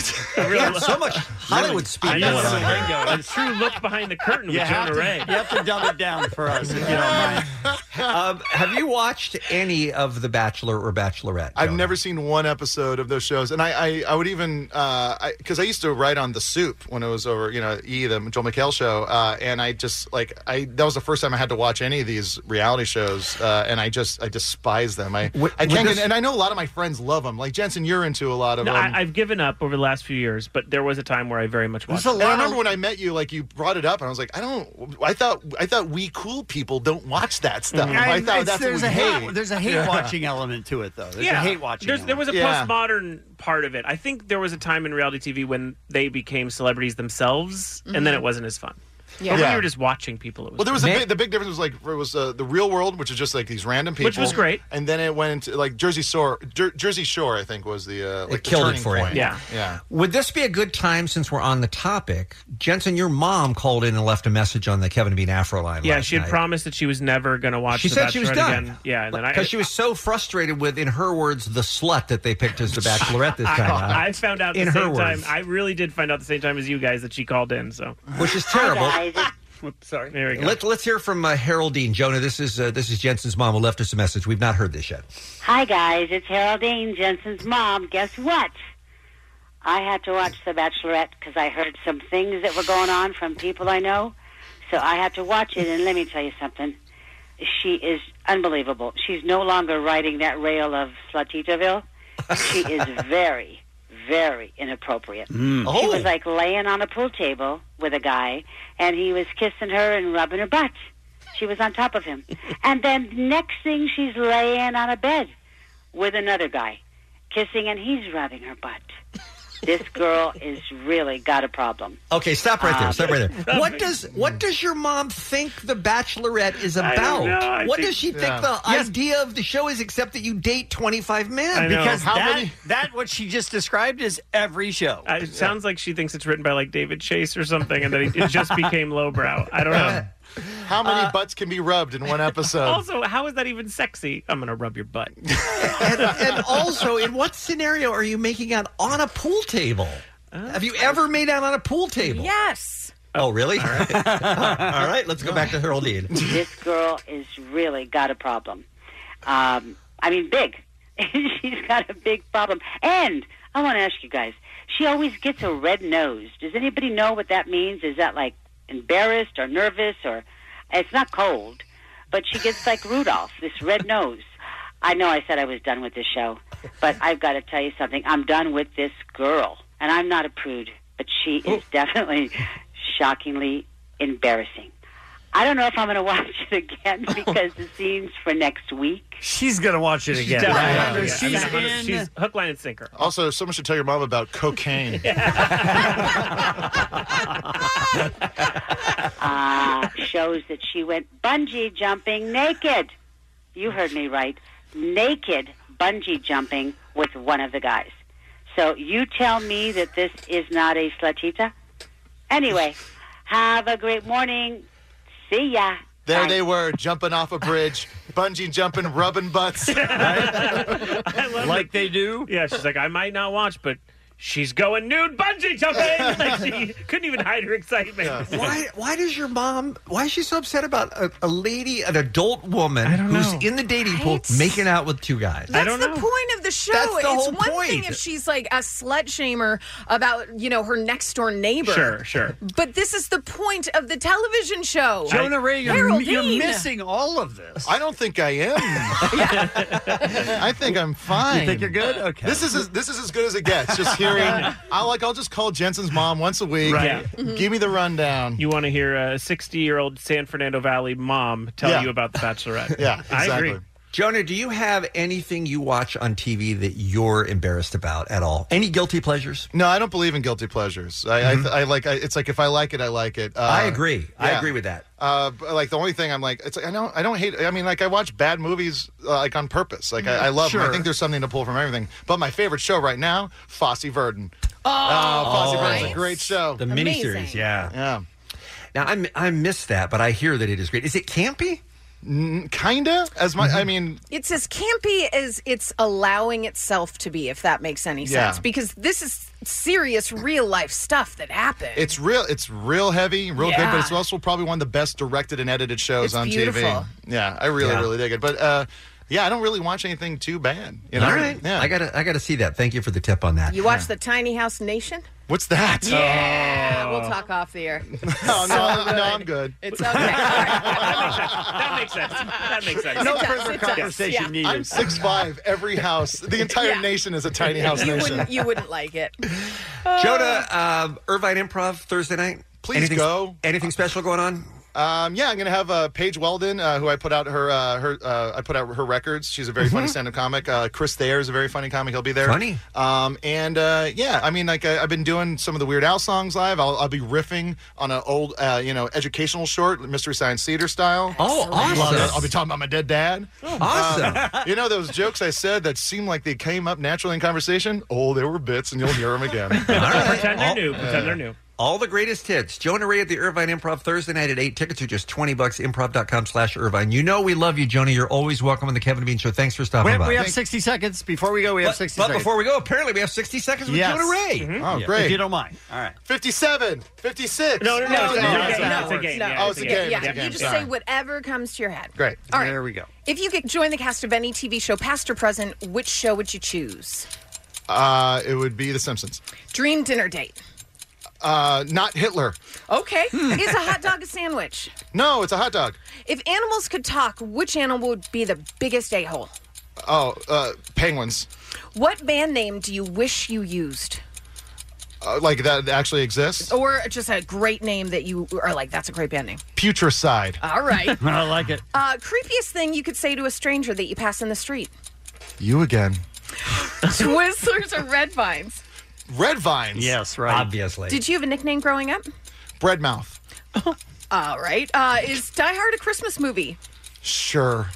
Speaker 3: got so much Hollywood speak.
Speaker 9: I know
Speaker 10: going
Speaker 9: what
Speaker 10: on
Speaker 9: a lingo. A true look behind the curtain
Speaker 7: You
Speaker 9: with
Speaker 7: have
Speaker 9: Jonah
Speaker 7: to-
Speaker 9: Ray.
Speaker 7: you have to dumb it down for us. If you don't
Speaker 3: um, have you watched any of The Bachelor or Bachelorette?
Speaker 10: I've never seen one episode of those shows, and I I, I would even because I, 'cause I used to write on the Soup when it was over, you know, E the Joel McHale show, uh, and I just like I that was the first time I had to watch any of these reality shows, uh, and I just I despise them. I I
Speaker 9: with
Speaker 10: can't,
Speaker 9: this-
Speaker 10: get, and I know a lot of my friends love them. Like Jensen, you're into a lot of
Speaker 9: No,
Speaker 10: them.
Speaker 9: I, I've given up over the last few years, but there was a time where I very much watched.
Speaker 10: There's a
Speaker 9: it.
Speaker 10: lot- I remember when I met you, like you brought it up, and I was like, I don't. I thought I thought we cool people don't watch that stuff.
Speaker 7: I-
Speaker 10: Mm-hmm. I thought
Speaker 7: Mm-hmm. it's-
Speaker 10: that's
Speaker 7: there's
Speaker 10: what we
Speaker 7: a hate.
Speaker 10: hate.
Speaker 7: There's a hate
Speaker 10: Yeah.
Speaker 7: watching element to it, though. There's a hate watching.
Speaker 9: There's, there was a
Speaker 7: element.
Speaker 9: postmodern part of it. I think there was a time in reality TV when they became celebrities themselves, and then
Speaker 10: Mhm.
Speaker 9: it wasn't as fun.
Speaker 10: Yeah.
Speaker 9: But when
Speaker 10: Yeah.
Speaker 9: you were just watching people, it was
Speaker 10: Well, there was a
Speaker 9: fun.
Speaker 10: big, the big difference was like it was uh, the real world, which is just like these random people,
Speaker 9: Which was great.
Speaker 10: and then it went into like Jersey Shore. Jer- Jersey Shore, I think, was the uh, like the
Speaker 3: killed it
Speaker 10: turning
Speaker 3: for him.
Speaker 10: point.
Speaker 3: Yeah.
Speaker 10: yeah.
Speaker 3: Would this be a good time since we're on the topic? Jensen, your mom called in and left a message on the Kevin and Bean Afro line.
Speaker 9: Yeah,
Speaker 3: last
Speaker 9: she had
Speaker 3: night.
Speaker 9: promised that she was never going to watch.
Speaker 3: She
Speaker 9: The
Speaker 3: said she was
Speaker 9: Bachelorette
Speaker 3: done.
Speaker 9: Again. Yeah, and then I,
Speaker 3: because she was so frustrated with, in her words, the slut that they picked as the Bachelorette this time. out.
Speaker 9: I, I found out the
Speaker 3: in her
Speaker 9: same time.
Speaker 3: words.
Speaker 9: I really did find out the same time as you guys that she called in. So,
Speaker 3: which is terrible.
Speaker 9: Sorry, there we go.
Speaker 3: Let's let's hear from uh, Haroldine Jonah. This is uh, this is Jensen's mom who left us a message. We've not heard this yet.
Speaker 19: Hi, guys. It's Geraldine Jensen's mom. Guess what? I had to watch The Bachelorette because I heard some things that were going on from people I know. So I had to watch it, and let me tell you something. she is unbelievable. She's no longer riding that rail of Flatitaville. She is very, very inappropriate.
Speaker 5: Mm.
Speaker 19: She
Speaker 5: Oh.
Speaker 19: was like laying on a pool table with a guy, and he was kissing her and rubbing her butt. She was on top of him. and then next thing, she's laying on a bed with another guy, kissing, and he's rubbing her butt. This girl is really got a problem.
Speaker 3: Okay, stop right there.
Speaker 19: Um,
Speaker 3: Stop right there. What does what does your mom think the Bachelorette is
Speaker 19: I
Speaker 3: about?
Speaker 19: don't know. I
Speaker 3: what
Speaker 19: think-
Speaker 3: does she think
Speaker 19: Yeah.
Speaker 3: the
Speaker 19: Yes.
Speaker 3: idea of the show is, except that you date twenty five men?
Speaker 7: Because
Speaker 3: How
Speaker 7: that,
Speaker 3: many-
Speaker 7: that what she just described is every show.
Speaker 9: I, it sounds like she thinks it's written by like David Chase or something, and that it it just became lowbrow. I don't know.
Speaker 10: How many butts can be rubbed in one episode?
Speaker 9: Also, Uh, how is that even sexy? I'm gonna rub your butt.
Speaker 3: and also, in what scenario are you making out on a pool table? Have you ever made out on a pool table?
Speaker 8: Yes.
Speaker 3: Oh, really? All right. All right, let's go back to Heraldine.
Speaker 19: this girl is really got a problem. Um, I mean, big. She's got a big problem. And I want to ask you guys. She always gets a red nose. Does anybody know what that means? Is that like embarrassed or nervous or? It's not cold, but she gets like Rudolph, this red nose. I know I said I was done with this show, but I've got to tell you something. I'm done with this girl, and I'm not a prude, but she
Speaker 3: Oh.
Speaker 19: is definitely shockingly embarrassing. I don't know if I'm going to watch it again because the scenes for next week.
Speaker 7: She's gonna watch it
Speaker 9: again.
Speaker 10: definitely-
Speaker 9: Yeah.
Speaker 10: Yeah.
Speaker 9: She's in- She's hook, line, and sinker.
Speaker 10: Also, someone should tell your mom about cocaine.
Speaker 19: uh, shows that she went bungee jumping naked. You heard me right. Naked bungee jumping with one of the guys. So you tell me that this is not a slutita? Anyway, have a great morning. See ya.
Speaker 10: There they were, jumping off a bridge, bungee jumping, rubbing butts.
Speaker 9: like
Speaker 7: they do.
Speaker 9: Yeah, she's like, I might not watch, but she's going nude bungee jumping. like she couldn't even hide her excitement.
Speaker 3: Why? Why does your mom? Why is she so upset about a, a lady, an adult woman who's in the dating pool making out with two guys?
Speaker 8: That's the point of the show.
Speaker 3: That's the
Speaker 8: it's
Speaker 3: whole
Speaker 8: one thing
Speaker 3: point.
Speaker 8: if she's like a slut shamer about, you know, her next door neighbor.
Speaker 9: Sure, sure.
Speaker 8: But this is the point of the television show.
Speaker 7: Jonah Ray, you're,
Speaker 8: Geraldine.
Speaker 7: you're missing all of this.
Speaker 10: I don't think I am. I think I'm fine. Uh,
Speaker 7: You think you're good? Okay.
Speaker 10: This is as, this is as good as it gets. Just hearing, I like. I'll just call Jensen's mom once a week.
Speaker 9: Right.
Speaker 10: Give me the rundown.
Speaker 9: You want to hear a 60 year old San Fernando Valley mom tell
Speaker 10: Yeah.
Speaker 9: you about The Bachelorette?
Speaker 10: Yeah,
Speaker 9: I agree.
Speaker 3: Jonah, do you have anything you watch on TV that you're embarrassed about at all? Any guilty pleasures?
Speaker 10: No, I don't believe in guilty pleasures. I, I,
Speaker 3: Mhm.
Speaker 10: I like. I, it's like if I like it, I like it. Uh,
Speaker 3: I agree. I
Speaker 10: yeah.
Speaker 3: agree with that.
Speaker 10: Uh, but, like the only thing I'm like, it's like I don't, I don't hate. I mean, like I watch bad movies uh, like on purpose. Like I, I love. them. I
Speaker 3: Mm, Sure.
Speaker 10: think there's something to pull from everything. But my favorite show right now, Fosse Verdon. Uh,
Speaker 8: Oh,
Speaker 10: Fosse
Speaker 3: Oh.
Speaker 10: Verdon's a great show.
Speaker 3: The miniseries, yeah,
Speaker 10: yeah.
Speaker 3: Now I I miss that, but I hear that it is great. Is it campy? Mm-hmm.
Speaker 10: kinda. As my, I mean,
Speaker 8: It's as campy as it's allowing itself to be, if that makes any
Speaker 10: Yeah.
Speaker 8: sense. Because this is serious, real life stuff that happened.
Speaker 10: It's real. It's real heavy, real good,
Speaker 8: Yeah.
Speaker 10: but it's also probably one of the best directed and edited shows
Speaker 8: It's
Speaker 10: on
Speaker 8: beautiful.
Speaker 10: TV. Yeah, I really,
Speaker 3: Yeah.
Speaker 10: really dig it. But uh, yeah, I don't really watch anything too bad. You know?
Speaker 3: All right.
Speaker 10: Yeah.
Speaker 3: I gotta I gotta see that. Thank you for the tip on that.
Speaker 8: you watch the Tiny House Nation?
Speaker 10: What's that? Oh.
Speaker 8: Yeah,
Speaker 3: Oh.
Speaker 8: we'll talk off the air.
Speaker 10: No, no, no, I'm good.
Speaker 8: It's okay.
Speaker 9: That makes sense. That makes sense.
Speaker 10: No further conversation
Speaker 8: yeah. needed.
Speaker 10: I'm six five. Every house, the entire nation is a tiny house
Speaker 8: you
Speaker 10: nation.
Speaker 8: wouldn't, you wouldn't like it.
Speaker 3: Jonah, um, Irvine Improv Thursday night.
Speaker 10: Please
Speaker 3: anything,
Speaker 10: go.
Speaker 3: Anything special going on?
Speaker 10: Um, yeah, I'm gonna have uh, Paige Weldon, uh, who I put out her uh, her uh, I put out her records. She's a very funny stand-up comic. Uh, Chris Thayer is a very funny comic. He'll be there.
Speaker 3: Mm-hmm. Funny.
Speaker 10: Um, and uh, yeah, I mean, like I, I've been doing some of the Weird Al songs live. I'll, I'll be riffing on an old, uh, you know, educational short, Mystery Science Theater style.
Speaker 3: Oh, Excellent. awesome.
Speaker 10: I'll, be talking about my dead dad.
Speaker 3: Awesome.
Speaker 10: Um, you know those jokes I said that seemed like they came up naturally in conversation. Oh, there were bits, and you'll hear them again.
Speaker 9: Pretend they're new. Pretend they're new.
Speaker 3: All the greatest hits. Jonah Ray at the Irvine Improv Thursday night at 8. Tickets are just 20 bucks. Improv.com slash Irvine. You know we love you, Jonah. You're always welcome on the Kevin Bean Show. Thanks for stopping
Speaker 7: Wait,
Speaker 3: by.
Speaker 7: we have 60 seconds. Before we go, we have
Speaker 3: But-
Speaker 7: 60
Speaker 3: but
Speaker 7: seconds.
Speaker 3: before we go, apparently we have 60 seconds with
Speaker 7: Yes.
Speaker 3: Jonah Ray.
Speaker 7: Mhm.
Speaker 10: Oh,
Speaker 7: Yeah.
Speaker 10: great.
Speaker 7: If you don't mind. All right.
Speaker 10: 57, 56.
Speaker 7: No, no, no, it's a game.
Speaker 10: it's
Speaker 7: No,
Speaker 10: not.
Speaker 7: it's a game.
Speaker 10: No,
Speaker 7: Yeah,
Speaker 10: oh,
Speaker 7: it's
Speaker 10: it's
Speaker 7: a
Speaker 10: a game.
Speaker 7: game.
Speaker 8: Yeah,
Speaker 10: It's a
Speaker 8: you
Speaker 10: game.
Speaker 8: just
Speaker 10: Sorry.
Speaker 8: say whatever comes to your head.
Speaker 10: Great.
Speaker 8: All right.
Speaker 7: There we go.
Speaker 8: If you could join the cast of any TV show, past or present, which show would you choose?
Speaker 10: Uh, it would be The Simpsons.
Speaker 8: Dream dinner date.
Speaker 10: Uh, not Hitler. Hmm.
Speaker 8: Okay. Is a hot dog a sandwich?
Speaker 10: No, it's a hot dog.
Speaker 8: If animals could talk, which animal would be the biggest a hole?
Speaker 10: Oh, uh, penguins.
Speaker 8: What band name do you wish you used?
Speaker 10: Uh, like that actually exists.
Speaker 8: Or just a great name that you are like, that's a great band name.
Speaker 10: Putricide.
Speaker 8: All right.
Speaker 10: I like it.
Speaker 8: Uh, creepiest thing you could say to a stranger that you pass in the street?
Speaker 10: You again.
Speaker 8: Twizzlers or red vines?
Speaker 10: Red vines.
Speaker 7: Yes, right.
Speaker 3: Obviously.
Speaker 8: Did you have a nickname growing up?
Speaker 10: Bread mouth.
Speaker 8: All right. Uh, is Die Hard a Christmas movie?
Speaker 10: Sure.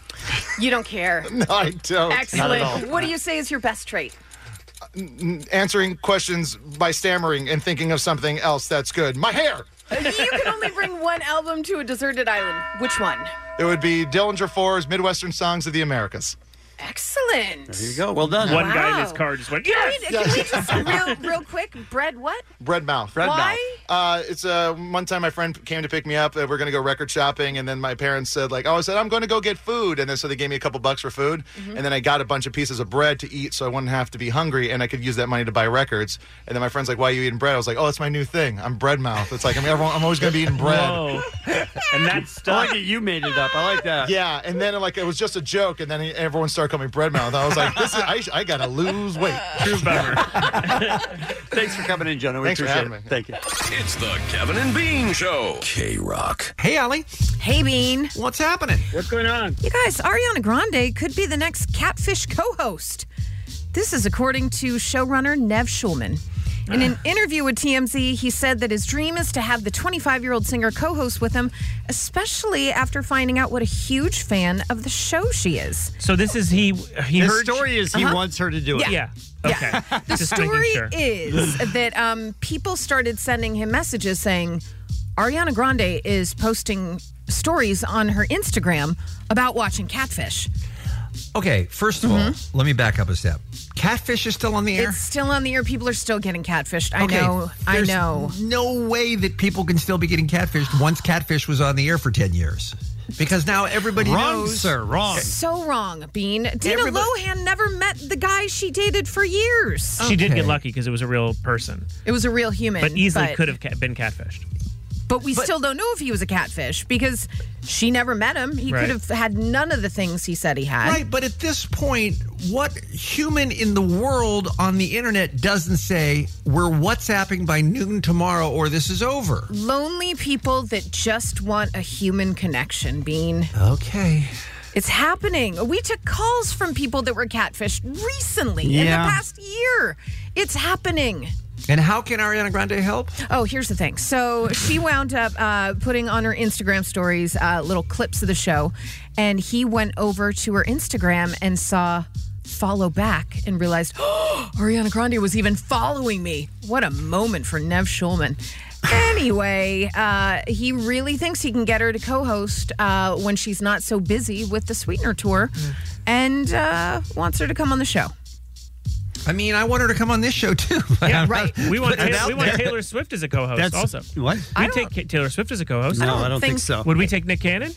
Speaker 8: You don't care.
Speaker 10: No, I don't.
Speaker 8: Excellent. What do you say is your best trait?
Speaker 10: N- Answering questions by stammering and thinking of something else that's good. My hair.
Speaker 8: Uh, you can only bring one album to a deserted island. Which one?
Speaker 10: It would be Dillinger Four's Midwestern Songs of the Americas.
Speaker 8: Excellent.
Speaker 10: There you go. Well done.
Speaker 9: One guy in his
Speaker 8: Wow.
Speaker 9: car just went,
Speaker 8: Can
Speaker 9: yes!
Speaker 8: we, can we just real, real quick? Bread what?
Speaker 10: Bread mouth.
Speaker 8: Bread Why?
Speaker 10: Uh, it's uh, one time my friend came to pick me up. And we're going to go record shopping, and then my parents said like, "Oh, I said I'm going to go get food," and then so they gave me a couple bucks for food,
Speaker 8: Mm-hmm.
Speaker 5: Mhm.
Speaker 10: and then I got a bunch of pieces of bread to eat, so I wouldn't have to be hungry, and I could use that money to buy records. And then my friend's like, "Why are you eating bread?" I was like, "Oh, it's my new thing. I'm bread mouth. It's like I'm, everyone, I'm always going to be eating bread."
Speaker 9: Whoa. and that's
Speaker 7: I like it. You made it up. I like that.
Speaker 10: Yeah, and then like it was just a joke, and then everyone started calling me bread mouth. I was like, "This is I, I gotta lose weight."
Speaker 9: True bummer.
Speaker 7: Thanks for coming in, Jonah. We
Speaker 10: Thanks for
Speaker 7: appreciate
Speaker 10: having
Speaker 7: it. Thank you.
Speaker 12: It's the Kevin and Bean Show. K Rock.
Speaker 3: Hey, Allie.
Speaker 8: Hey, Bean.
Speaker 3: What's happening?
Speaker 8: What's going on? You guys, Ariana Grande could be the next Catfish co host. This is according to showrunner Nev Schulman. In
Speaker 3: Ah.
Speaker 8: an interview with TMZ, he said that his dream is to have the 25 year old singer co host with him, especially after finding out what a huge fan of the show she is.
Speaker 9: So this is he. He
Speaker 7: His
Speaker 9: heard
Speaker 7: story is he
Speaker 8: Uh-huh.
Speaker 7: wants her to do it.
Speaker 8: Yeah.
Speaker 9: Okay.
Speaker 8: The
Speaker 9: Just making
Speaker 8: story
Speaker 9: sure.
Speaker 8: is that um, people started sending him messages saying Ariana Grande is posting stories on her Instagram about watching Catfish.
Speaker 3: Okay, first of
Speaker 8: Mm-hmm.
Speaker 3: all, let me back up a step. Catfish is still on the air.
Speaker 8: It's still on the air. People are still getting catfished. I
Speaker 3: Okay,
Speaker 8: know. I
Speaker 3: there's
Speaker 8: know.
Speaker 3: No way that people can still be getting catfished once catfish was on the air for 10 years. Because now everybody
Speaker 8: Wrong,
Speaker 3: knows.
Speaker 8: sir, So wrong, Bean. Dina
Speaker 3: Everybody-
Speaker 8: Lohan never met the guy she dated for years.
Speaker 9: She did get lucky because it was a real person,
Speaker 8: It was a real human.
Speaker 9: but easily could have ca- been catfished.
Speaker 8: But we still don't know if he was a catfish because she never met him. He
Speaker 9: Right.
Speaker 8: could have had none of the things he said he had.
Speaker 3: Right, but at this point, what human in the world on the internet doesn't say, we're WhatsApping by noon tomorrow or this is over?
Speaker 8: Lonely people that just want a human connection, Bean.
Speaker 3: Okay.
Speaker 8: It's happening. We took calls from people that were catfished recently in the
Speaker 3: Yeah.
Speaker 8: past year. It's happening.
Speaker 3: And how can Ariana Grande help?
Speaker 8: Oh, here's the thing. So she wound up uh, putting on her Instagram stories uh, little clips of the show, and he went over to her Instagram and saw follow back and realized oh, Ariana Grande was even following me. What a moment for Nev Schulman. Anyway, uh, he really thinks he can get her to co-host uh, when she's not so busy with the Sweetener tour, and uh, wants her to come on the show.
Speaker 3: I mean, I want her to come on this show too. Yeah,
Speaker 8: right.
Speaker 9: We want
Speaker 3: Put it
Speaker 9: Taylor,
Speaker 3: out
Speaker 9: we want
Speaker 3: there.
Speaker 9: Taylor Swift as a co-host.
Speaker 3: That's-
Speaker 9: also,
Speaker 7: what?
Speaker 9: We take Ca- Taylor Swift as a co-host.
Speaker 7: No, I don't I don't think think- so.
Speaker 9: Would we take Nick Cannon?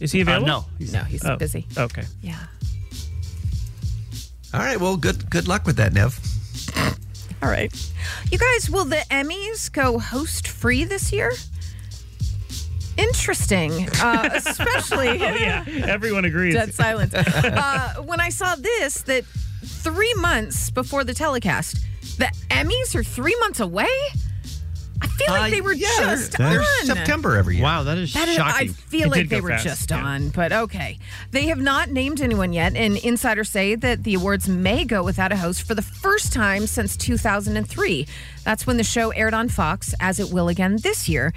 Speaker 9: Is he
Speaker 7: Uh,
Speaker 9: available?
Speaker 7: no. He's-
Speaker 8: No, he's
Speaker 9: Oh,
Speaker 8: busy.
Speaker 9: Okay.
Speaker 8: Yeah.
Speaker 3: All right, well, good good luck with that, Nev.
Speaker 8: All right. You guys, will the Emmys go host free this year? Interesting, uh, especially.
Speaker 9: Oh, yeah. Everyone agrees.
Speaker 8: Dead silence. Uh, when I saw this, that three months before the telecast, the Emmys are three months away. I feel like
Speaker 3: Uh,
Speaker 8: they were
Speaker 3: yeah, they're-
Speaker 8: just
Speaker 3: they're
Speaker 8: on
Speaker 3: September every year. Wow, Oh, that is
Speaker 8: That is- I feel like they were just on, but okay. They have not named anyone yet, and insiders say that the awards may go without a host for the first time since 2003. That's when the show aired on Fox, as it will again this year.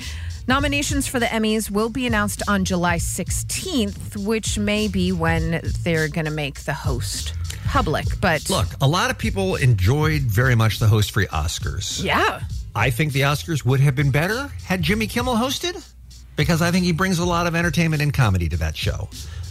Speaker 8: Nominations for the Emmys will be announced on July 16th, which may be when they're going to make the host public. But
Speaker 3: Look, a lot of people enjoyed very much the host free Oscars.
Speaker 8: yeah.
Speaker 3: I think the Oscars would have been better had Jimmy Kimmel hosted because I think he brings a lot of entertainment and comedy to that show.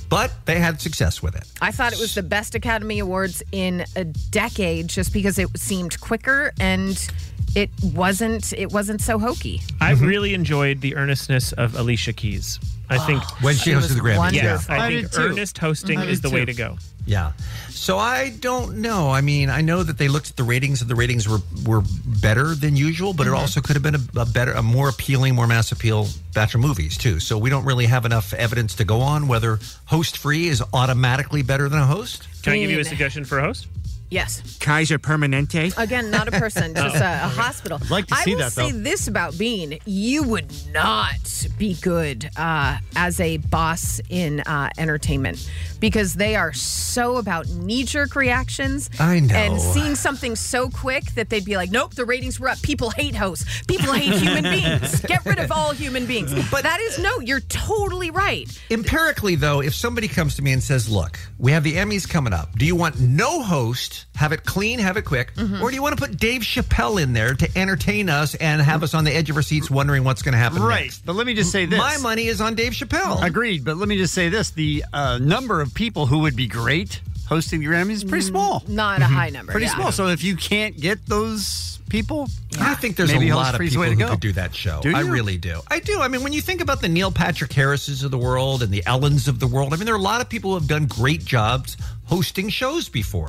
Speaker 3: But they had success with it.
Speaker 8: I thought it was the best Academy Awards in a decade just because it seemed quicker and it wasn't it wasn't so hokey.
Speaker 9: I really enjoyed the earnestness of Alicia Keys. I think
Speaker 3: When Oh, she She hosted was the Grammys, yeah.
Speaker 9: Yes,
Speaker 3: wonderful. I
Speaker 9: I think
Speaker 3: did too.
Speaker 9: earnest hosting
Speaker 3: I
Speaker 9: is
Speaker 3: did
Speaker 9: the way
Speaker 3: too.
Speaker 9: to go.
Speaker 3: Yeah. So I don't know. I mean, I know that they looked at the ratings and the ratings were were better than usual, but it also could have been a, a better, a more appealing, more mass appeal batch of movies too. So we don't really have enough evidence to go on whether host free is automatically better than a host.
Speaker 9: Can I give you a suggestion for a host?
Speaker 8: Yes.
Speaker 3: Kaiser Permanente.
Speaker 8: Again, not a person, just
Speaker 3: Oh.
Speaker 8: a, a hospital.
Speaker 3: I'd like to
Speaker 8: I
Speaker 3: see
Speaker 8: will
Speaker 3: that,
Speaker 8: say
Speaker 3: though.
Speaker 8: this about Bean: you would not be good uh, as a boss in uh, entertainment because they are so about knee-jerk reactions.
Speaker 3: I know.
Speaker 8: And seeing something so quick that they'd be like, "Nope, the ratings were up. People hate hosts. People hate human beings. Get rid of all human beings." But that is no. You're totally right.
Speaker 3: Empirically, though, if somebody comes to me and says, "Look, we have the Emmys coming up. Do you want no host? Have it clean, have it quick, or do you want to put Dave Chappelle in there to entertain us and have us on the edge of our seats, wondering what's going to happen?"
Speaker 7: Right.
Speaker 3: next?
Speaker 7: But let me just say this.
Speaker 3: My oh. money is on Dave Chappelle.
Speaker 7: Agreed. But let me just say this the uh, number of people who would be great hosting the Grammys is
Speaker 3: Mm-hmm.
Speaker 7: pretty small. Mm-hmm.
Speaker 8: Not a high number.
Speaker 7: Pretty
Speaker 8: yeah.
Speaker 7: small. So if you can't get those people,
Speaker 3: I think there's
Speaker 7: maybe
Speaker 3: a
Speaker 7: host
Speaker 3: lot of
Speaker 7: free's
Speaker 3: people
Speaker 7: way to
Speaker 3: who
Speaker 7: go.
Speaker 3: could do that show.
Speaker 7: Do
Speaker 3: I
Speaker 7: you?
Speaker 3: really do. I do. I mean, when you think about the Neil Patrick Harrises of the world and the Ellens of the world, I mean, there are a lot of people who have done great jobs hosting shows before.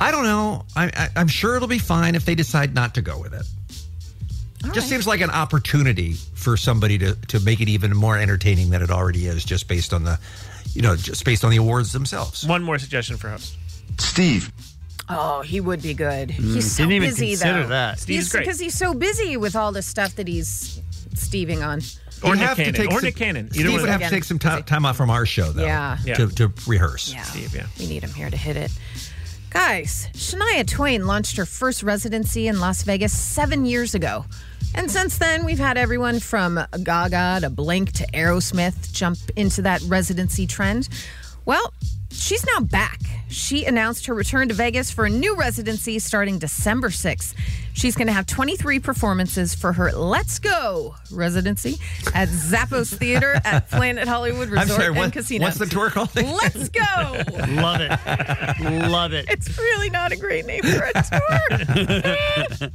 Speaker 3: I don't know. I, I, I'm sure it'll be fine if they decide not to go with it. just seems like an opportunity for somebody to, to make it even more entertaining than it already is, just based on the, you know, just based on the awards themselves.
Speaker 9: One more suggestion for host.
Speaker 3: Steve,
Speaker 8: Oh, he would be good.
Speaker 3: Mm,
Speaker 8: He's so
Speaker 3: didn't even
Speaker 8: busy
Speaker 3: consider
Speaker 8: though.
Speaker 3: that. Steve's great.
Speaker 8: because he's so busy with all the stuff that he's steving on.
Speaker 9: Or Nick Cannon. Or Nick Cannon. Either
Speaker 3: Steve
Speaker 9: one
Speaker 3: would
Speaker 9: of
Speaker 3: have to
Speaker 8: them.
Speaker 3: take some time, time off from our show, though,
Speaker 8: Yeah. Yeah.
Speaker 3: To, to rehearse.
Speaker 8: Yeah. We need him here to hit it. Guys, Shania Twain launched her first residency in Las Vegas seven years ago. And since then, we've had everyone from Gaga to Blink to Aerosmith jump into that residency trend. Well, she's now back. She announced her return to Vegas for a new residency starting December 6th. She's going to have 23 performances for her Let's Go residency at Zappos Theater at Planet Hollywood Resort
Speaker 3: I'm sorry,
Speaker 8: and
Speaker 3: what-
Speaker 8: Casino.
Speaker 3: what's the tour called?
Speaker 8: Let's Go.
Speaker 7: Love it. Love it.
Speaker 8: It's really not a great name for a tour.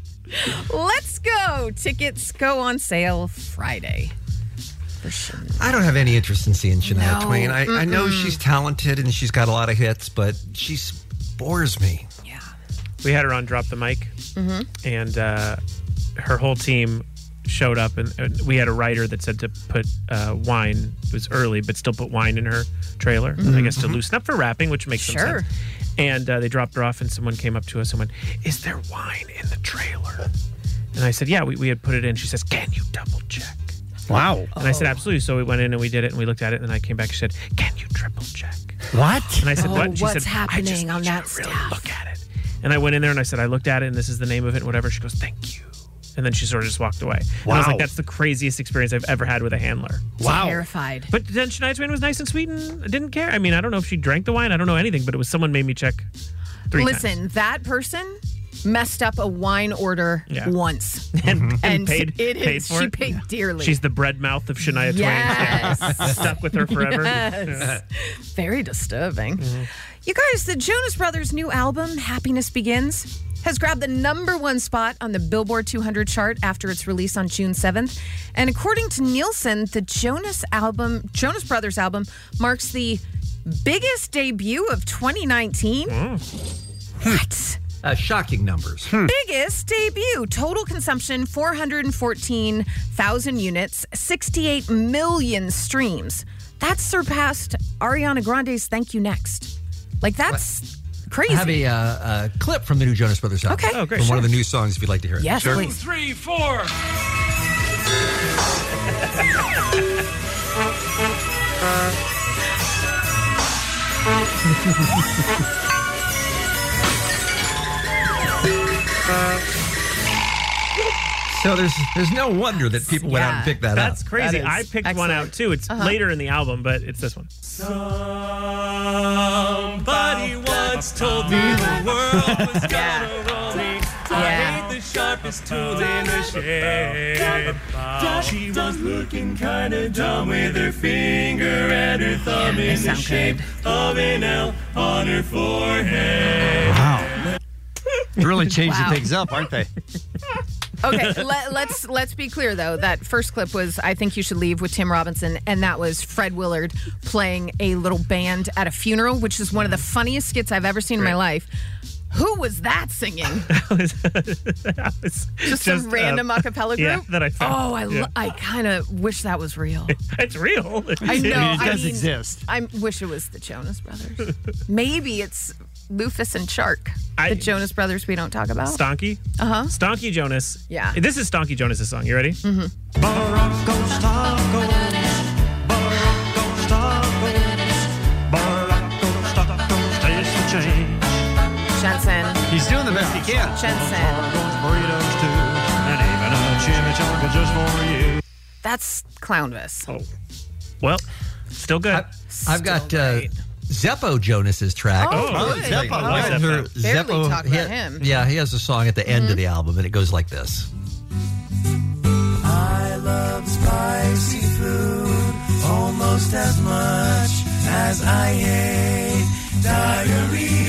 Speaker 8: Let's go. Tickets go on sale Friday.
Speaker 3: I don't have any interest in seeing Shania
Speaker 8: No.
Speaker 3: Twain. I, I know
Speaker 8: Mm-mm.
Speaker 3: she's talented and she's got a lot of hits, but she s- bores me.
Speaker 9: We had her on Drop the Mic,
Speaker 8: Mhm.
Speaker 9: and uh, her whole team showed up, and, and we had a writer that said to put uh, wine. It was early, but still put wine in her trailer. I
Speaker 14: Mhm.
Speaker 9: guess
Speaker 3: Mm-hmm.
Speaker 9: to loosen up for rapping, which makes some
Speaker 14: Sure.
Speaker 9: sense. And uh, they dropped her off, and someone came up to us and went, "Is there wine in the trailer?" And I said, "Yeah, we, we had put it in." She says, "Can you double check?"
Speaker 7: Wow.
Speaker 9: And I
Speaker 8: Oh.
Speaker 9: said, "Absolutely." So we went in and we did it, and we looked at it, and then I came back. She said, "Can you triple check?"
Speaker 7: What?
Speaker 9: And I said,
Speaker 8: oh,
Speaker 9: "What?" And she
Speaker 8: what's
Speaker 9: said, "I just
Speaker 8: happening on that stuff?
Speaker 9: and I went in there and I said, I looked at it and this is the name of it and whatever. She goes, thank you. And then she sort of just walked away. And I was
Speaker 7: Wow.
Speaker 9: like, that's the craziest experience I've ever had with a handler.
Speaker 8: Terrified.
Speaker 9: But then Shania Twain was nice and sweet and didn't care. I mean, I don't know if she drank the wine. I don't know anything, but it was someone made me check three
Speaker 8: Listen,
Speaker 9: times.
Speaker 8: that person messed up a wine order
Speaker 9: Yeah.
Speaker 8: once.
Speaker 9: And,
Speaker 8: And
Speaker 9: and paid,
Speaker 8: it is-
Speaker 9: paid for
Speaker 8: she
Speaker 9: it.
Speaker 8: paid dearly.
Speaker 9: She's the bread mouth of Shania Twain.
Speaker 8: Yes.
Speaker 9: Stuck with her forever. Mm-hmm.
Speaker 8: Yes. Very disturbing. You guys, the Jonas Brothers' new album, Happiness Begins, has grabbed the number one spot on the Billboard 200 chart after its release on June 7th. And according to Nielsen, the Jonas album, Jonas Brothers album, marks the biggest debut of 2019.
Speaker 9: Mm.
Speaker 8: What? Hmm.
Speaker 3: Uh, shocking numbers.
Speaker 8: Biggest debut. Total consumption 414,000 units, 68 million streams. That surpassed Ariana Grande's Thank You Next. Like, that's crazy.
Speaker 3: I have a, uh, uh clip from the new Jonas Brothers album.
Speaker 8: Okay. Oh, great.
Speaker 3: From one of the
Speaker 8: Sure.
Speaker 3: new songs, if you'd like to hear it.
Speaker 8: Yes, Sure. please.
Speaker 5: Three, four.
Speaker 9: Uh,
Speaker 3: So there's there's no wonder that people went out and picked that
Speaker 9: That's
Speaker 3: up.
Speaker 9: crazy. I picked one out too. It's
Speaker 5: Uh-huh.
Speaker 9: later in the album, but it's this one.
Speaker 5: Somebody once told me the world was gonna roll me. I hate the sharpest tool in the shed. She was looking kinda dumb with her finger and her thumb in the shape of an L on her forehead. Wow.
Speaker 7: They're really changing
Speaker 8: Wow.
Speaker 7: things up, aren't they?
Speaker 8: Okay, let, let's let's be clear though. That first clip was "I Think You Should Leave" with Tim Robinson, and that was Fred Willard playing a little band at a funeral, which is one of the
Speaker 3: Mm-hmm.
Speaker 8: funniest skits I've ever seen in my life. Who was that singing? just,
Speaker 9: just,
Speaker 8: some
Speaker 9: uh,
Speaker 8: random a cappella group.
Speaker 9: yeah, that I found.
Speaker 8: Oh, I lo-
Speaker 9: Yeah.
Speaker 8: I kind of wish that was real.
Speaker 9: it's real.
Speaker 8: I know.
Speaker 9: It does
Speaker 8: I mean,
Speaker 9: exist.
Speaker 8: I wish it was the Jonas Brothers. Maybe it's Lufus and Shark,
Speaker 9: I-
Speaker 8: the Jonas Brothers we don't talk about.
Speaker 9: Stonky.
Speaker 8: Uh huh.
Speaker 9: Stonky Jonas.
Speaker 8: Yeah.
Speaker 9: This is Stonky Jonas' song. You ready? Mm-hmm.
Speaker 8: Jensen.
Speaker 7: He's doing the best he can.
Speaker 8: That's Clownvis.
Speaker 9: Oh. Well, still good.
Speaker 3: I've got uh, Zeppo Jonas's track.
Speaker 8: Oh, Oh, good. Zeppo.
Speaker 3: Zeppo.
Speaker 8: I like
Speaker 3: Zeppo.
Speaker 8: Zeppo. Barely talk
Speaker 3: he-
Speaker 8: about him. Mm-hmm.
Speaker 3: Yeah, he has a song at the end of the album, and it goes like this.
Speaker 5: I love spicy food almost as much as I hate diarrhea.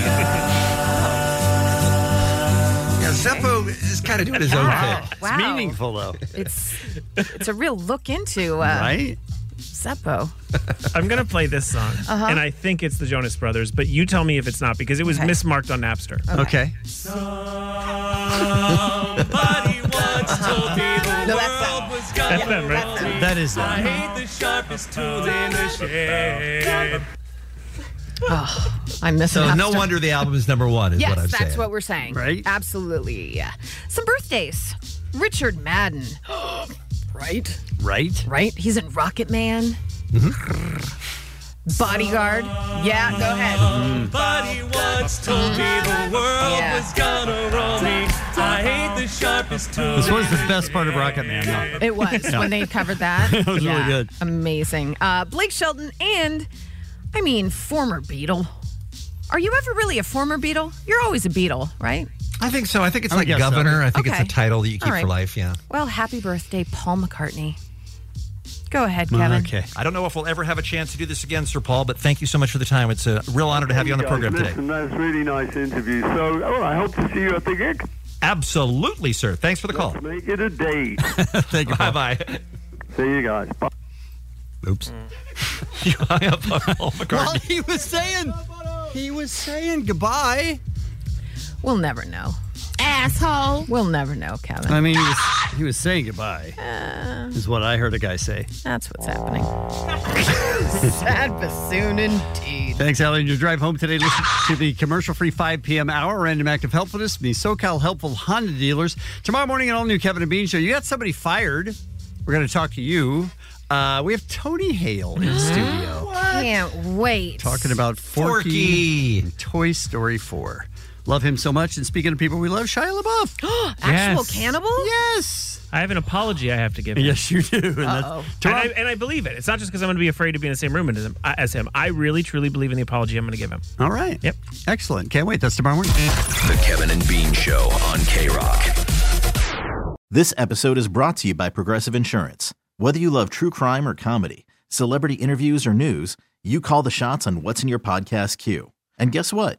Speaker 3: Yeah, Zeppo is kind of doing his own
Speaker 8: Wow.
Speaker 3: thing.
Speaker 8: Wow. It's meaningful,
Speaker 3: though.
Speaker 8: It's it's a real look into uh,
Speaker 9: Right?
Speaker 8: Zeppo.
Speaker 9: I'm gonna play this song,
Speaker 8: Uh-huh.
Speaker 9: and I think it's the Jonas Brothers, but you tell me if it's not because it was
Speaker 8: Okay.
Speaker 9: mismarked on Napster.
Speaker 3: Okay.
Speaker 5: Somebody once told me the world was gonna
Speaker 9: That's them, right?
Speaker 5: roll me.
Speaker 9: That is them.
Speaker 5: I hate the sharpest tool in the shed.
Speaker 8: Oh, I miss
Speaker 3: So no
Speaker 8: Napster.
Speaker 3: wonder the album is number one. Is
Speaker 8: yes,
Speaker 3: what I'm
Speaker 8: that's
Speaker 3: saying.
Speaker 8: what we're saying.
Speaker 3: Right?
Speaker 8: Absolutely. Yeah. Some birthdays. Richard Madden. right?
Speaker 7: Right? Mm-hmm.
Speaker 8: Right? He's in Rocket Man. Bodyguard. Yeah, go ahead.
Speaker 5: Somebody once told me the world was gonna roll me. I hate the sharpest tool.
Speaker 7: This was the best part of Rocket Man. though.
Speaker 8: It was
Speaker 7: Yeah.
Speaker 8: when they covered that.
Speaker 7: That was really good.
Speaker 8: Amazing. Uh, Blake Shelton and, I mean, former Beatle. Are you ever really a former Beatle? You're always a Beatle, right?
Speaker 3: I think so. I
Speaker 8: Oh,
Speaker 3: think it's like
Speaker 7: guess so.
Speaker 3: Governor. I think
Speaker 8: Okay.
Speaker 3: it's a title that you
Speaker 8: All
Speaker 3: keep
Speaker 8: right.
Speaker 3: for life. Yeah.
Speaker 8: Well, happy birthday, Paul McCartney. Go ahead,
Speaker 7: Ah,
Speaker 8: Kevin.
Speaker 14: Oh, I don't know if we'll ever have a chance to do this again, Sir Paul, but thank you so much for the time. It's a real honor to have you on the
Speaker 11: guys,
Speaker 14: program today.
Speaker 11: Listen, that's really nice interview. So, oh, I hope to see you at the gig.
Speaker 14: Absolutely, sir. Thanks for the call.
Speaker 11: Let's make it a date.
Speaker 14: Thank you. Bye bye.
Speaker 11: see you guys. Bye.
Speaker 3: Oops.
Speaker 5: Mm.
Speaker 14: you hung up on Paul McCartney.
Speaker 7: Well, he was saying, he was saying goodbye.
Speaker 8: We'll never know. Asshole. We'll never know, Kevin. Uh,
Speaker 7: I mean, he was, he was saying goodbye, is what I heard a guy say.
Speaker 8: That's what's happening. Sad bassoon indeed.
Speaker 7: Thanks, Allie. On your drive home today, listen to the commercial free 5 p.m. hour, Random Act of Helpfulness, from the SoCal Helpful Honda Dealers. Tomorrow morning, an all new Kevin and Bean show. You got somebody fired. We're going to talk to you. Uh, we have Tony Hale in the studio
Speaker 8: Can't wait.
Speaker 7: talking about Forky, and Toy Story 4. Love him so much. And speaking of people we love, Shia LaBeouf.
Speaker 8: Actual
Speaker 9: Yes.
Speaker 8: cannibal?
Speaker 7: Yes.
Speaker 9: I have an apology I have to give. Him.
Speaker 7: Yes, you do. And that's-
Speaker 9: And I, and I believe it. It's not just because I'm going to be afraid to be in the same room as him. As him, I really truly believe in the apology I'm going to give him.
Speaker 7: All right.
Speaker 9: Yep.
Speaker 7: Excellent. Can't wait. That's tomorrow morning.
Speaker 12: The Kevin and Bean Show on K Rock.
Speaker 15: This episode is brought to you by Progressive Insurance. Whether you love true crime or comedy, celebrity interviews or news, you call the shots on what's in your podcast queue. And guess what?